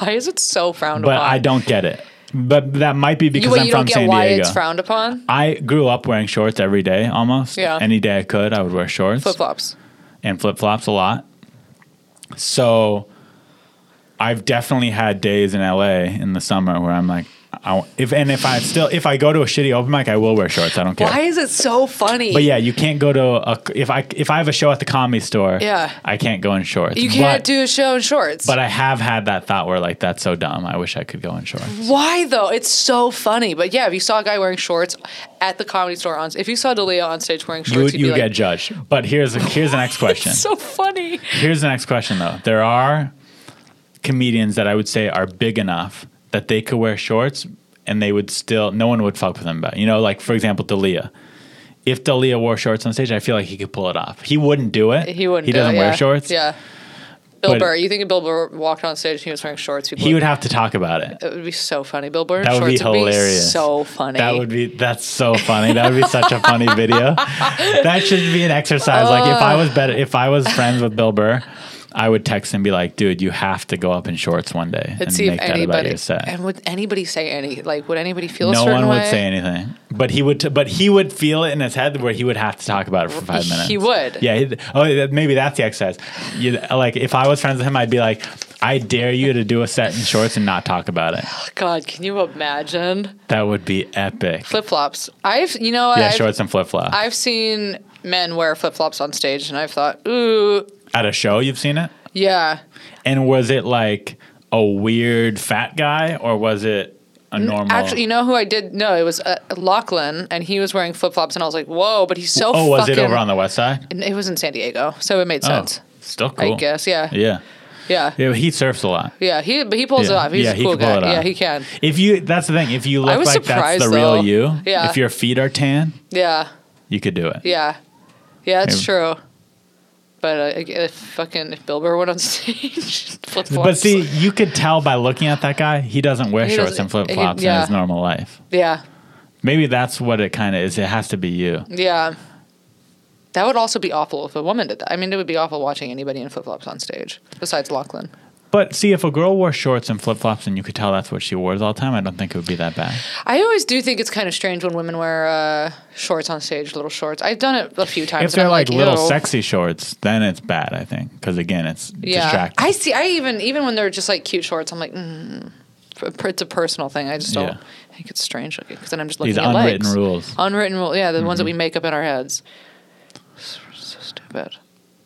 Speaker 7: Why is it so frowned
Speaker 6: but
Speaker 7: upon?
Speaker 6: I don't get it. But that might be because
Speaker 7: you, wait,
Speaker 6: I'm
Speaker 7: you
Speaker 6: from
Speaker 7: don't get
Speaker 6: San
Speaker 7: why
Speaker 6: Diego.
Speaker 7: it's frowned upon?
Speaker 6: I grew up wearing shorts every day almost.
Speaker 7: Yeah.
Speaker 6: Any day I could, I would wear shorts
Speaker 7: Flip flops.
Speaker 6: and flip flops a lot. So I've definitely had days in LA in the summer where I'm like, I, if and if I still if I go to a shitty open mic, I will wear shorts. I don't care.
Speaker 7: Why is it so funny?
Speaker 6: But yeah, you can't go to a if I if I have a show at the comedy store.
Speaker 7: Yeah.
Speaker 6: I can't go in shorts.
Speaker 7: you can't
Speaker 6: but,
Speaker 7: do a show in shorts.
Speaker 6: But I have had that thought where like that's so dumb. I wish I could go in shorts.
Speaker 7: Why though? It's so funny. But yeah, if you saw a guy wearing shorts at the comedy store on, if you saw Dalia on stage wearing
Speaker 6: You
Speaker 7: shorts, you'd
Speaker 6: you
Speaker 7: be
Speaker 6: get
Speaker 7: like,
Speaker 6: judged. But here's here's the next question.
Speaker 7: so funny.
Speaker 6: Here's the next question, though. There are comedians that I would say are big enough that they could wear shorts and they would still, no one would fuck with them about. it. You know, like for example, Dalia. If Dalia wore shorts on stage, I feel like he could pull it off. He wouldn't do it.
Speaker 7: He wouldn't.
Speaker 6: He
Speaker 7: do
Speaker 6: doesn't
Speaker 7: it,
Speaker 6: wear
Speaker 7: yeah.
Speaker 6: shorts.
Speaker 7: Yeah. Bill
Speaker 6: But-
Speaker 7: Burr. You think if Bill Burr walked on stage and he was wearing shorts, people
Speaker 6: He would have to talk about it.
Speaker 7: It would be so funny. Bill Burr in
Speaker 6: That would be
Speaker 7: shorts would be
Speaker 6: hilarious.
Speaker 7: so funny.
Speaker 6: That would be that's so funny. That would be such a funny video. That should be an exercise. Like if I was better, if I was friends with Bill Burr, I would text and be like, "Dude, you have to go up in shorts one day
Speaker 7: Let's
Speaker 6: and
Speaker 7: see if
Speaker 6: make that about
Speaker 7: anybody
Speaker 6: your set."
Speaker 7: and would anybody say any like would anybody feel a
Speaker 6: no
Speaker 7: certain
Speaker 6: one
Speaker 7: way?
Speaker 6: would say anything, but he would. T- but he would feel it in his head where he would have to talk about it for five
Speaker 7: He
Speaker 6: minutes.
Speaker 7: would.
Speaker 6: Yeah. he'd- oh, that- maybe that's the exercise. You, like if I was friends with him, I'd be like, "I dare you to do a set in shorts and not talk about it."
Speaker 7: God, can you imagine
Speaker 6: That would be epic.
Speaker 7: flip flops? I've you know
Speaker 6: yeah,
Speaker 7: I've,
Speaker 6: shorts and flip flops.
Speaker 7: I've seen men wear flip flops on stage, and I've thought, ooh,
Speaker 6: At a show, you've seen it.
Speaker 7: yeah.
Speaker 6: And was it like a weird fat guy or was it a normal?
Speaker 7: Actually, you know who I did? No, it was uh, Lachlan, and he was wearing flip flops, and I was like, whoa, but he's so.
Speaker 6: oh, was
Speaker 7: fucking,
Speaker 6: it over on the west side?
Speaker 7: And It was in San Diego, so it made
Speaker 6: Oh,
Speaker 7: sense.
Speaker 6: still cool.
Speaker 7: I guess, yeah, yeah,
Speaker 6: Yeah.
Speaker 7: yeah.
Speaker 6: Yeah, but he surfs a lot.
Speaker 7: He but he pulls it
Speaker 6: Yeah.
Speaker 7: off. He's
Speaker 6: Yeah,
Speaker 7: a
Speaker 6: he
Speaker 7: cool
Speaker 6: can pull
Speaker 7: guy.
Speaker 6: it
Speaker 7: Yeah,
Speaker 6: off.
Speaker 7: he can.
Speaker 6: If you, that's the thing. If you
Speaker 7: I
Speaker 6: look
Speaker 7: was
Speaker 6: like that's
Speaker 7: surprised,
Speaker 6: the
Speaker 7: though.
Speaker 6: real you,
Speaker 7: Yeah.
Speaker 6: if your feet are tan,
Speaker 7: Yeah,
Speaker 6: you could do it.
Speaker 7: yeah, yeah. That's
Speaker 6: Yeah.
Speaker 7: true. But uh, I- if fucking if Bill Burr went on stage, flip flops.
Speaker 6: But see, you could tell by looking at that guy, he doesn't wear
Speaker 7: He
Speaker 6: shorts
Speaker 7: doesn't-
Speaker 6: and flip flops
Speaker 7: he-
Speaker 6: in
Speaker 7: yeah.
Speaker 6: his normal life.
Speaker 7: yeah,
Speaker 6: Maybe that's what it kind of is. It has to be you.
Speaker 7: yeah. That would also be awful if a woman did that. I mean, it would be awful watching anybody in flip flops on stage besides Lachlan.
Speaker 6: But see, if a girl wore shorts and flip flops and you could tell that's what she wore all the time, I don't think it would be that bad.
Speaker 7: I always do think it's kind of strange when women wear uh, shorts on stage, little shorts. I've done it a few times.
Speaker 6: if they're
Speaker 7: and I'm
Speaker 6: like, little
Speaker 7: ew.
Speaker 6: sexy shorts, then it's bad, I think, because again, it's
Speaker 7: yeah.
Speaker 6: distracting.
Speaker 7: I see. I even even when they're just like cute shorts, I'm like, mm, p- it's a personal thing. I just don't
Speaker 6: Yeah.
Speaker 7: I think it's strange looking because then I'm just looking
Speaker 6: These
Speaker 7: at
Speaker 6: unwritten
Speaker 7: legs.
Speaker 6: rules. Mm-hmm.
Speaker 7: Unwritten rule, yeah, the ones that we make up in our heads. So, so stupid.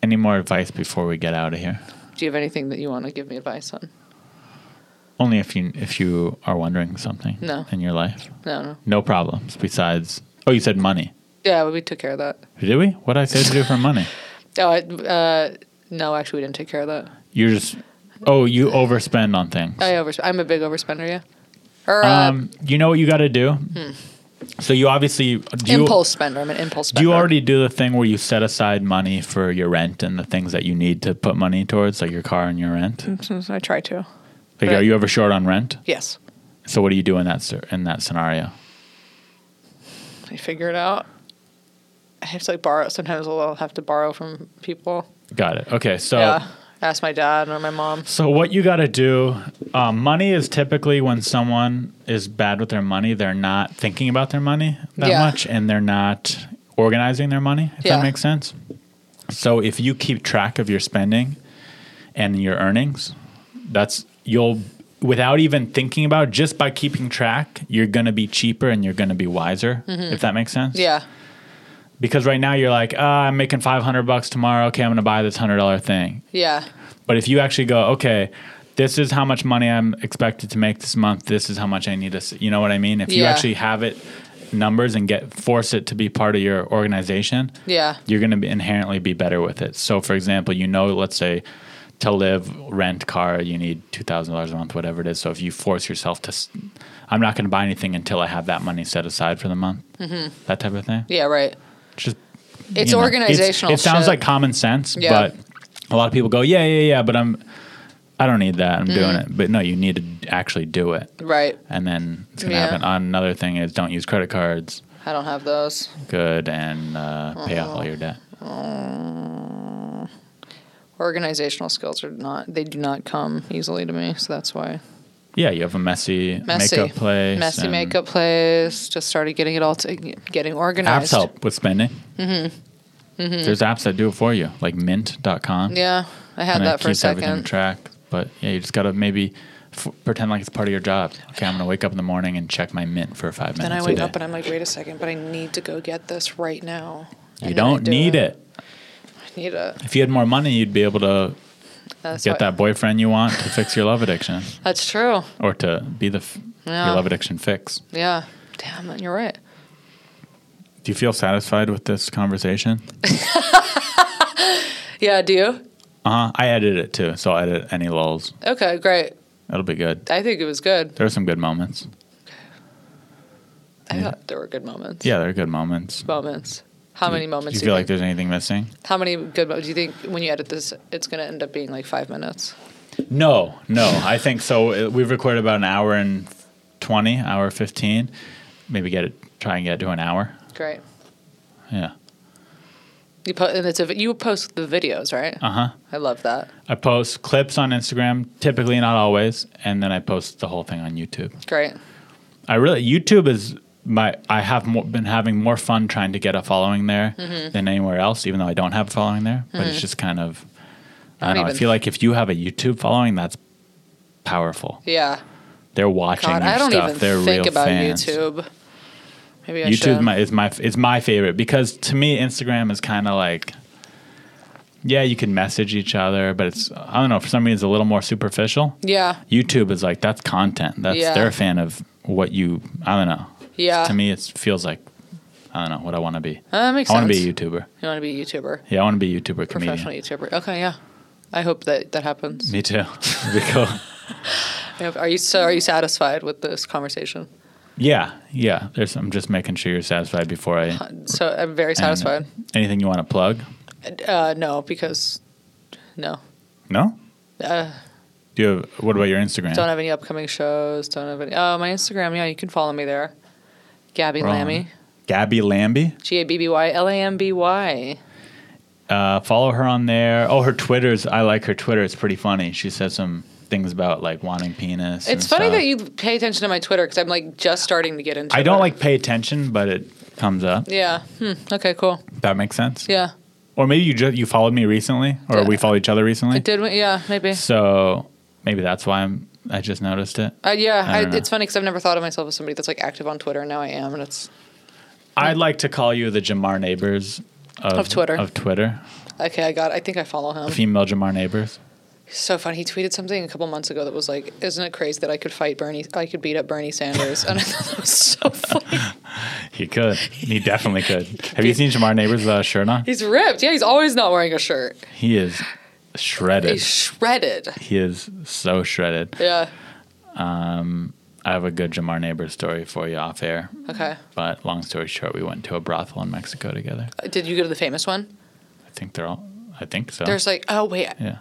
Speaker 6: Any more advice before we get out of here?
Speaker 7: Do you have anything that you want to give me advice on?
Speaker 6: Only if you if you are wondering something
Speaker 7: No.
Speaker 6: in your life.
Speaker 7: No, no.
Speaker 6: No problems besides. Oh, you said money.
Speaker 7: Yeah, we took care of that.
Speaker 6: Did we? What did I say to do for money?
Speaker 7: Oh, I, uh, no, actually, we didn't take care of that.
Speaker 6: You're just. Oh, you overspend on things.
Speaker 7: I oversp- I'm a big overspender, yeah. Or uh,
Speaker 6: Um, you know what you got to do. So you obviously do you-
Speaker 7: hmm. impulse spender. I'm an impulse spender.
Speaker 6: Do you already do the thing where you set aside money for your rent and the things that you need to put money towards, like your car and your rent?
Speaker 7: I try to.
Speaker 6: Like,
Speaker 7: Right.
Speaker 6: are you ever short on rent?
Speaker 7: Yes,
Speaker 6: So, what do you do in that cer- in that scenario?
Speaker 7: I figure it out. I have to like borrow. Sometimes I'll have to borrow from people.
Speaker 6: Got it. Okay, so
Speaker 7: Yeah. Ask my dad or my mom.
Speaker 6: so what you got to do? Um, money is typically when someone is bad with their money, they're not thinking about their money that
Speaker 7: Yeah.
Speaker 6: much, and they're not organizing their money. If
Speaker 7: Yeah.
Speaker 6: that makes sense. So, if you keep track of your spending and your earnings, that's you'll without even thinking about it, just by keeping track you're going to be cheaper and you're going to be wiser if that makes sense
Speaker 7: Mm-hmm. Yeah.
Speaker 6: because right now you're like ah, i'm making 500 bucks tomorrow okay i'm going to buy this $100 thing
Speaker 7: Yeah.
Speaker 6: but if you actually go okay this is how much money i'm expected to make this month this is how much i need to s- you know what i mean if you
Speaker 7: Yeah.
Speaker 6: actually have it numbers and get force it to be part of your organization
Speaker 7: Yeah.
Speaker 6: you're going to be inherently be better with it. So, for example, you know, let's say to live, rent, car, you need two thousand dollars a month, whatever it is. So, if you force yourself to, s- I'm not going to buy anything until I have that money set aside for the month, that type of thing.
Speaker 7: Mm-hmm. Yeah. Right.
Speaker 6: Just
Speaker 7: It's
Speaker 6: you know,
Speaker 7: organizational.
Speaker 6: it sounds
Speaker 7: shit.
Speaker 6: like common sense,
Speaker 7: Yeah.
Speaker 6: but a lot of people go, yeah, yeah, yeah, but I'm, I don't need that. I'm
Speaker 7: Mm-hmm.
Speaker 6: doing it, but no, you need to actually do it.
Speaker 7: right.
Speaker 6: And then it's gonna
Speaker 7: Yeah.
Speaker 6: happen. Another thing is don't use credit cards.
Speaker 7: I don't have those.
Speaker 6: Good and uh, pay
Speaker 7: Oh.
Speaker 6: off all your debt.
Speaker 7: Organizational skills are not. They do not come easily to me. So that's why.
Speaker 6: Yeah, you have a messy,
Speaker 7: Messy.
Speaker 6: makeup place.
Speaker 7: Messy
Speaker 6: and
Speaker 7: makeup place. Just started getting it all to getting
Speaker 6: Apps
Speaker 7: organized.
Speaker 6: help with spending. Mm-hmm. There's apps that do it for you, like mint.com.
Speaker 7: Mm-hmm. Yeah. I had
Speaker 6: and
Speaker 7: that
Speaker 6: it
Speaker 7: for a
Speaker 6: keeps everything in
Speaker 7: second.
Speaker 6: track. But yeah, you just gotta maybe f- pretend like it's part of your job. Okay, I'm gonna wake up in the morning and check my mint for five
Speaker 7: Then
Speaker 6: minutes.
Speaker 7: I
Speaker 6: a
Speaker 7: wake
Speaker 6: day.
Speaker 7: up and I'm like, wait a second, but I need to go get this right now.
Speaker 6: you don't need it.
Speaker 7: I need it.
Speaker 6: If you had more money, you'd be able to
Speaker 7: That's
Speaker 6: get
Speaker 7: what-
Speaker 6: that boyfriend you want to fix your love addiction,
Speaker 7: That's true.
Speaker 6: or to be the f-
Speaker 7: Yeah.
Speaker 6: your love addiction fix.
Speaker 7: Yeah. Damn, it, you're right.
Speaker 6: Do you feel satisfied with this conversation?
Speaker 7: Yeah, do you?
Speaker 6: Uh huh. I edit it too, so I'll edit any lulls.
Speaker 7: Okay, great.
Speaker 6: It'll be good.
Speaker 7: I think it was good.
Speaker 6: There are some good moments.
Speaker 7: I thought there were good moments.
Speaker 6: Yeah, there are good moments.
Speaker 7: Moments. How many
Speaker 6: Do
Speaker 7: moments
Speaker 6: you
Speaker 7: do
Speaker 6: feel like there's anything missing?
Speaker 7: How many good moments do you think when you edit this, it's going to end up being like five minutes?
Speaker 6: No, no. I think so. Uh, We've recorded about an hour and 20, hour 15. Maybe get it, try and get it to an hour.
Speaker 7: Great.
Speaker 6: Yeah.
Speaker 7: You po- and it's a, vi- you post the videos, right?
Speaker 6: Uh huh.
Speaker 7: I love that.
Speaker 6: I post clips on Instagram, typically not always, and then I post the whole thing on YouTube.
Speaker 7: Great.
Speaker 6: I really YouTube is my I have more, been having more fun trying to get a following there
Speaker 7: Mm-hmm.
Speaker 6: than anywhere else, even though I don't have a following there. But it's just kind of
Speaker 7: Not
Speaker 6: I don't know. I
Speaker 7: even-
Speaker 6: feel like if you have a YouTube following, that's powerful.
Speaker 7: Yeah.
Speaker 6: They're watching
Speaker 7: God,
Speaker 6: your
Speaker 7: I don't
Speaker 6: stuff.
Speaker 7: even
Speaker 6: They're
Speaker 7: think
Speaker 6: real
Speaker 7: about
Speaker 6: fans.
Speaker 7: YouTube. Maybe I
Speaker 6: YouTube
Speaker 7: should.
Speaker 6: is my, is my is my favorite because to me Instagram is kind of like yeah you can message each other but it's I don't know for some reason it's a little more superficial.
Speaker 7: yeah.
Speaker 6: YouTube is like that's content that's
Speaker 7: Yeah.
Speaker 6: they're a fan of what you I don't know
Speaker 7: Yeah.
Speaker 6: to me it feels like I don't know what I want to be.
Speaker 7: Uh, That makes
Speaker 6: I want to be
Speaker 7: sense.
Speaker 6: a YouTuber.
Speaker 7: You want to be a YouTuber,
Speaker 6: Yeah, I want to be a YouTuber comedian.
Speaker 7: professional YouTuber. Okay, yeah. I hope that that happens.
Speaker 6: Me too. It'd be cool.
Speaker 7: I hope- Are you so? Are you satisfied with this conversation?
Speaker 6: yeah, yeah. There's, I'm just making sure you're satisfied before I.
Speaker 7: So I'm very
Speaker 6: Um,
Speaker 7: satisfied.
Speaker 6: And anything you want to plug?
Speaker 7: Uh, no, because no,
Speaker 6: No.
Speaker 7: Uh,
Speaker 6: Do you have, what about your Instagram?
Speaker 7: don't have any upcoming shows. Don't have any. Oh, my Instagram. Yeah, you can follow me there. Gabby
Speaker 6: Wrong.
Speaker 7: Lammy.
Speaker 6: Gabby Lambie.
Speaker 7: G a b b y l a m b y.
Speaker 6: Uh, follow her on there. Oh, her Twitter's. I like her Twitter. It's pretty funny. She says some things about like wanting penis. and
Speaker 7: It's funny
Speaker 6: stuff.
Speaker 7: that you pay attention to my Twitter because I'm like just starting to get into.
Speaker 6: I don't
Speaker 7: it.
Speaker 6: like pay attention, but it comes up.
Speaker 7: Yeah. Hmm. Okay. Cool.
Speaker 6: That makes sense.
Speaker 7: Yeah.
Speaker 6: Or maybe you just you followed me recently, or we followed each other recently.
Speaker 7: I did. we- Yeah. Maybe.
Speaker 6: So maybe that's why I'm. I just noticed it.
Speaker 7: Uh, yeah,
Speaker 6: I
Speaker 7: I
Speaker 6: don't know.
Speaker 7: it's funny because I've never thought of myself as somebody that's like active on Twitter. and Now I am, and it's
Speaker 6: I'd like to call you the Jamar Neighbors of,
Speaker 7: Of Twitter.
Speaker 6: Of Twitter,
Speaker 7: okay. I got. I think I follow him.
Speaker 6: female Jamar Neighbors.
Speaker 7: so funny. He tweeted something a couple months ago that was like, "Isn't it crazy that I could fight Bernie? I could beat up Bernie Sanders?" And I thought that was so funny.
Speaker 6: He could. He definitely could. Have you seen Jamar Neighbors without a shirt on?
Speaker 7: He's ripped. Yeah, he's always not wearing a shirt.
Speaker 6: He is shredded.
Speaker 7: He's shredded.
Speaker 6: He is so shredded.
Speaker 7: Yeah.
Speaker 6: I have a good Jamar Neighbors story for you off air.
Speaker 7: Okay.
Speaker 6: But long story short, we went to a brothel in Mexico together.
Speaker 7: Uh, Did you go to the famous one?
Speaker 6: I think they're all. I think so.
Speaker 7: There's like, oh wait.
Speaker 6: yeah.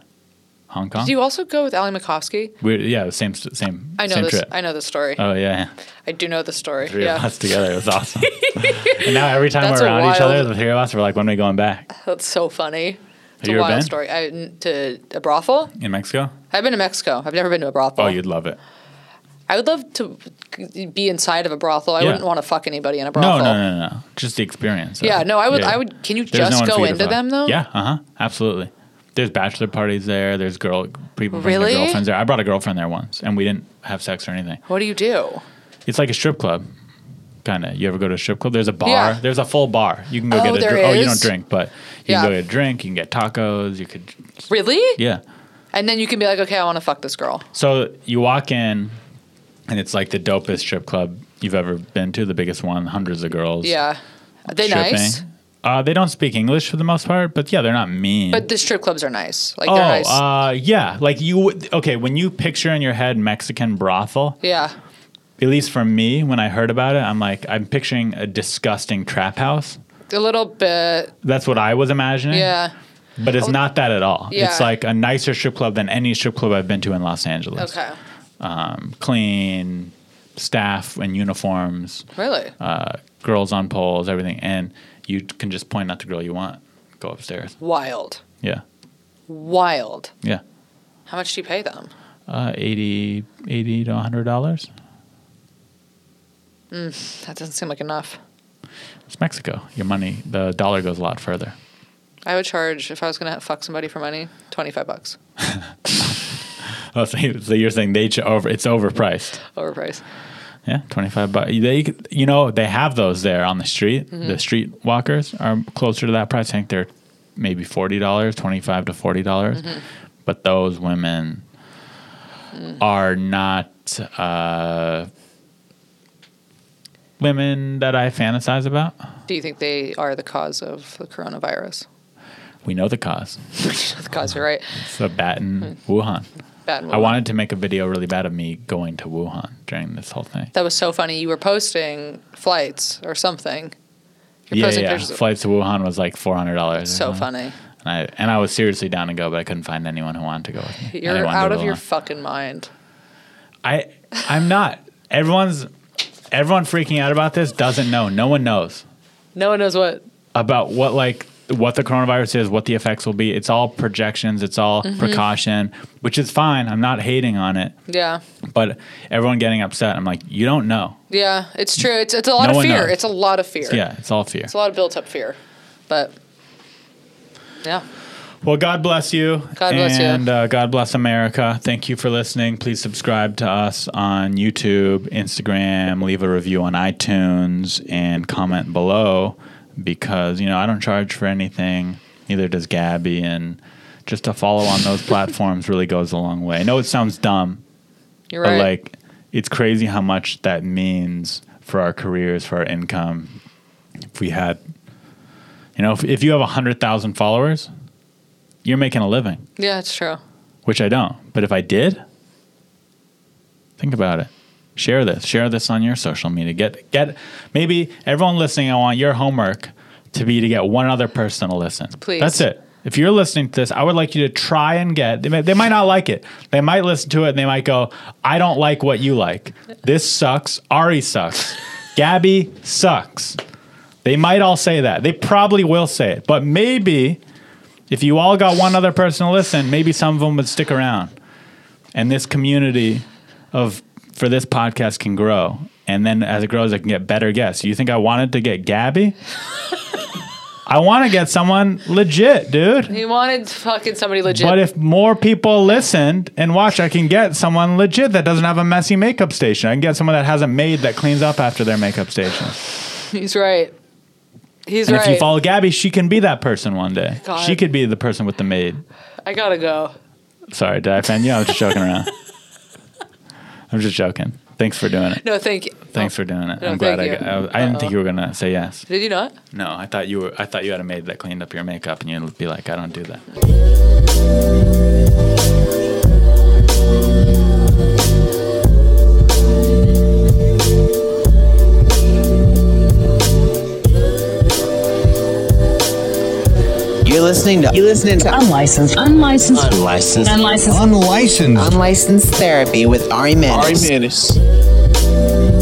Speaker 6: Hong Kong.
Speaker 7: Do you also go with Ali Makovsky?
Speaker 6: we yeah, same st- same
Speaker 7: I know
Speaker 6: same
Speaker 7: this.
Speaker 6: trip.
Speaker 7: I know this story.
Speaker 6: oh yeah.
Speaker 7: I do know this story.
Speaker 6: three of
Speaker 7: yeah,
Speaker 6: us together. It was awesome. and now every time
Speaker 7: That's
Speaker 6: we're
Speaker 7: a
Speaker 6: around each
Speaker 7: wild-
Speaker 6: other, the three of us are like, when are we going back?
Speaker 7: that's so funny. It's
Speaker 6: you
Speaker 7: a
Speaker 6: ever
Speaker 7: wild
Speaker 6: been?
Speaker 7: story. I, n- to a brothel?
Speaker 6: In Mexico?
Speaker 7: I've been to Mexico. I've never been to a brothel.
Speaker 6: Oh, you'd love it.
Speaker 7: I would love to be inside of a brothel. I
Speaker 6: Yeah.
Speaker 7: wouldn't want to fuck anybody in a
Speaker 6: No,
Speaker 7: brothel.
Speaker 6: no, no, no, no. Just the experience. of
Speaker 7: Yeah,
Speaker 6: it.
Speaker 7: no, I would.
Speaker 6: Yeah.
Speaker 7: I would. Can you
Speaker 6: There's no
Speaker 7: just
Speaker 6: one for
Speaker 7: go
Speaker 6: you to
Speaker 7: into
Speaker 6: fuck.
Speaker 7: them though?
Speaker 6: Yeah, uh huh. Absolutely. There's bachelor parties there. There's girl people bring
Speaker 7: Really?
Speaker 6: their girlfriends there. I brought a girlfriend there once, and we didn't have sex or anything.
Speaker 7: What do you do?
Speaker 6: It's like a strip club, kind of. You ever go to a strip club? There's a bar.
Speaker 7: Yeah.
Speaker 6: There's a full bar. You can go
Speaker 7: Oh,
Speaker 6: get a
Speaker 7: there
Speaker 6: drink. Oh, you
Speaker 7: is?
Speaker 6: don't drink, but you
Speaker 7: Yeah.
Speaker 6: can go get a drink. You can get tacos. You could,
Speaker 7: Really?
Speaker 6: yeah.
Speaker 7: And then you can be like, okay, I want to fuck this girl.
Speaker 6: So you walk in, and it's like the dopest strip club you've ever been to, the biggest one, hundreds of girls.
Speaker 7: Yeah. Are they
Speaker 6: stripping.
Speaker 7: nice?
Speaker 6: Uh, they don't speak English for the most part, but yeah, they're not mean.
Speaker 7: But the strip clubs are nice. Like
Speaker 6: oh,
Speaker 7: they're nice.
Speaker 6: uh, yeah, like you. would- Okay, when you picture in your head Mexican brothel,
Speaker 7: yeah.
Speaker 6: at least for me, when I heard about it, I'm like, I'm picturing a disgusting trap house.
Speaker 7: A little bit.
Speaker 6: That's what I was imagining.
Speaker 7: Yeah. Oh.
Speaker 6: But it's not that at all.
Speaker 7: Yeah.
Speaker 6: It's like a nicer strip club than any strip club I've been to in Los Angeles.
Speaker 7: Okay.
Speaker 6: clean staff in uniforms,
Speaker 7: Really?
Speaker 6: uh, girls on poles, everything, and you can just point out the girl you want, go upstairs.
Speaker 7: Wild.
Speaker 6: Yeah,
Speaker 7: Wild.
Speaker 6: yeah,
Speaker 7: How much do you pay them?
Speaker 6: uh, 80, 80 to hundred dollars.
Speaker 7: That doesn't seem like enough.
Speaker 6: It's Mexico. Your money, the dollar goes a lot further.
Speaker 7: I would charge if I was gonna fuck somebody for money, twenty five bucks.
Speaker 6: Oh, so you- so you're saying they ch- over it's overpriced?
Speaker 7: Overpriced.
Speaker 6: Yeah, twenty five bucks. They could- you know they have those there on the street. The street walkers are closer to that price. I think they're maybe forty dollars, twenty five to forty dollars. But those women are not uh, women that I fantasize about.
Speaker 7: Do you think they are the cause of the coronavirus?
Speaker 6: We know the cause.
Speaker 7: the cause, you're right.
Speaker 6: It's a bat in Wuhan.
Speaker 7: Bad
Speaker 6: I
Speaker 7: woman.
Speaker 6: wanted to make a video really bad of me going to Wuhan during this whole thing.
Speaker 7: that was so funny. You were posting flights or something. You're
Speaker 6: yeah,
Speaker 7: posting
Speaker 6: yeah.
Speaker 7: pictures.
Speaker 6: Flights uh-huh. to Wuhan was like four hundred dollars.
Speaker 7: so funny.
Speaker 6: And I and I was seriously down to go, but I couldn't find anyone who wanted to go with me. I didn't
Speaker 7: You're
Speaker 6: want to
Speaker 7: out
Speaker 6: do
Speaker 7: of
Speaker 6: it
Speaker 7: your
Speaker 6: alone.
Speaker 7: fucking mind.
Speaker 6: I I'm not. Everyone's everyone freaking out about this doesn't know. No one knows
Speaker 7: No one knows what.
Speaker 6: about what like what the coronavirus is, what the effects will be. It's all projections. It's all
Speaker 7: Mm-hmm.
Speaker 6: precaution, which is fine. I'm not hating on it,
Speaker 7: Yeah.
Speaker 6: but everyone getting upset. I'm like, you don't know.
Speaker 7: Yeah, it's true. It's, it's a lot
Speaker 6: No
Speaker 7: of
Speaker 6: one
Speaker 7: fear.
Speaker 6: knows.
Speaker 7: It's a lot of fear.
Speaker 6: Yeah, it's all fear.
Speaker 7: It's a lot of built up fear. But yeah.
Speaker 6: Well, God bless you.
Speaker 7: God bless you.
Speaker 6: And uh, God bless America. Thank you for listening. Please subscribe to us on YouTube, Instagram, leave a review on iTunes, and comment below because, you know, I don't charge for anything. Neither does Gabby. And just a follow on those platforms really goes a long way. I know it sounds dumb,
Speaker 7: You're right.
Speaker 6: but like, it's crazy how much that means for our careers, for our income. If we had, you know, if, if you have 100,000 followers, you're making a living,
Speaker 7: yeah, it's true.
Speaker 6: which I don't. But if I did, think about it. Share this. Share this on your social media. Get get maybe everyone listening. I want your homework to be to get one other person to listen.
Speaker 7: Please.
Speaker 6: That's it. If you're listening to this, I would like you to try and get. They, may, they might not like it. They might listen to it and they might go, "I don't like what you like. This sucks. Ari sucks. Gabby sucks." They might all say that. They probably will say it. But maybe if you all got one other person to listen, maybe some of them would stick around. And this community of for this podcast can grow. And then as it grows, I can get better guests. You think I wanted to get Gabby? I want to get someone legit, dude.
Speaker 7: He wanted fucking somebody legit.
Speaker 6: But if more people listened and watch, I can get someone legit that doesn't have a messy makeup station. I can get someone that has a maid that cleans up after their makeup station.
Speaker 7: He's right. He's
Speaker 6: And
Speaker 7: right.
Speaker 6: if you follow Gabby, she can be that person one day.
Speaker 7: God.
Speaker 6: She could be the person with the maid.
Speaker 7: I gotta go.
Speaker 6: Sorry, did I offend you? I was just joking around. I'm just joking. Thanks for doing it.
Speaker 7: No, thank you.
Speaker 6: Thanks for doing it.
Speaker 7: No,
Speaker 6: I'm glad I,
Speaker 7: thank
Speaker 6: got,
Speaker 7: you.
Speaker 6: I, was- I didn't think you were gonna say yes.
Speaker 7: Did you not?
Speaker 6: No, I thought you were. I thought you had a maid that cleaned up your makeup, and you'd be like, I don't do that.
Speaker 3: You're listening to. You're listening to
Speaker 4: Unlicensed. Unlicensed.
Speaker 3: unlicensed.
Speaker 4: Unlicensed.
Speaker 5: Unlicensed.
Speaker 3: Unlicensed therapy with Ari Manis.
Speaker 8: Ari Manis.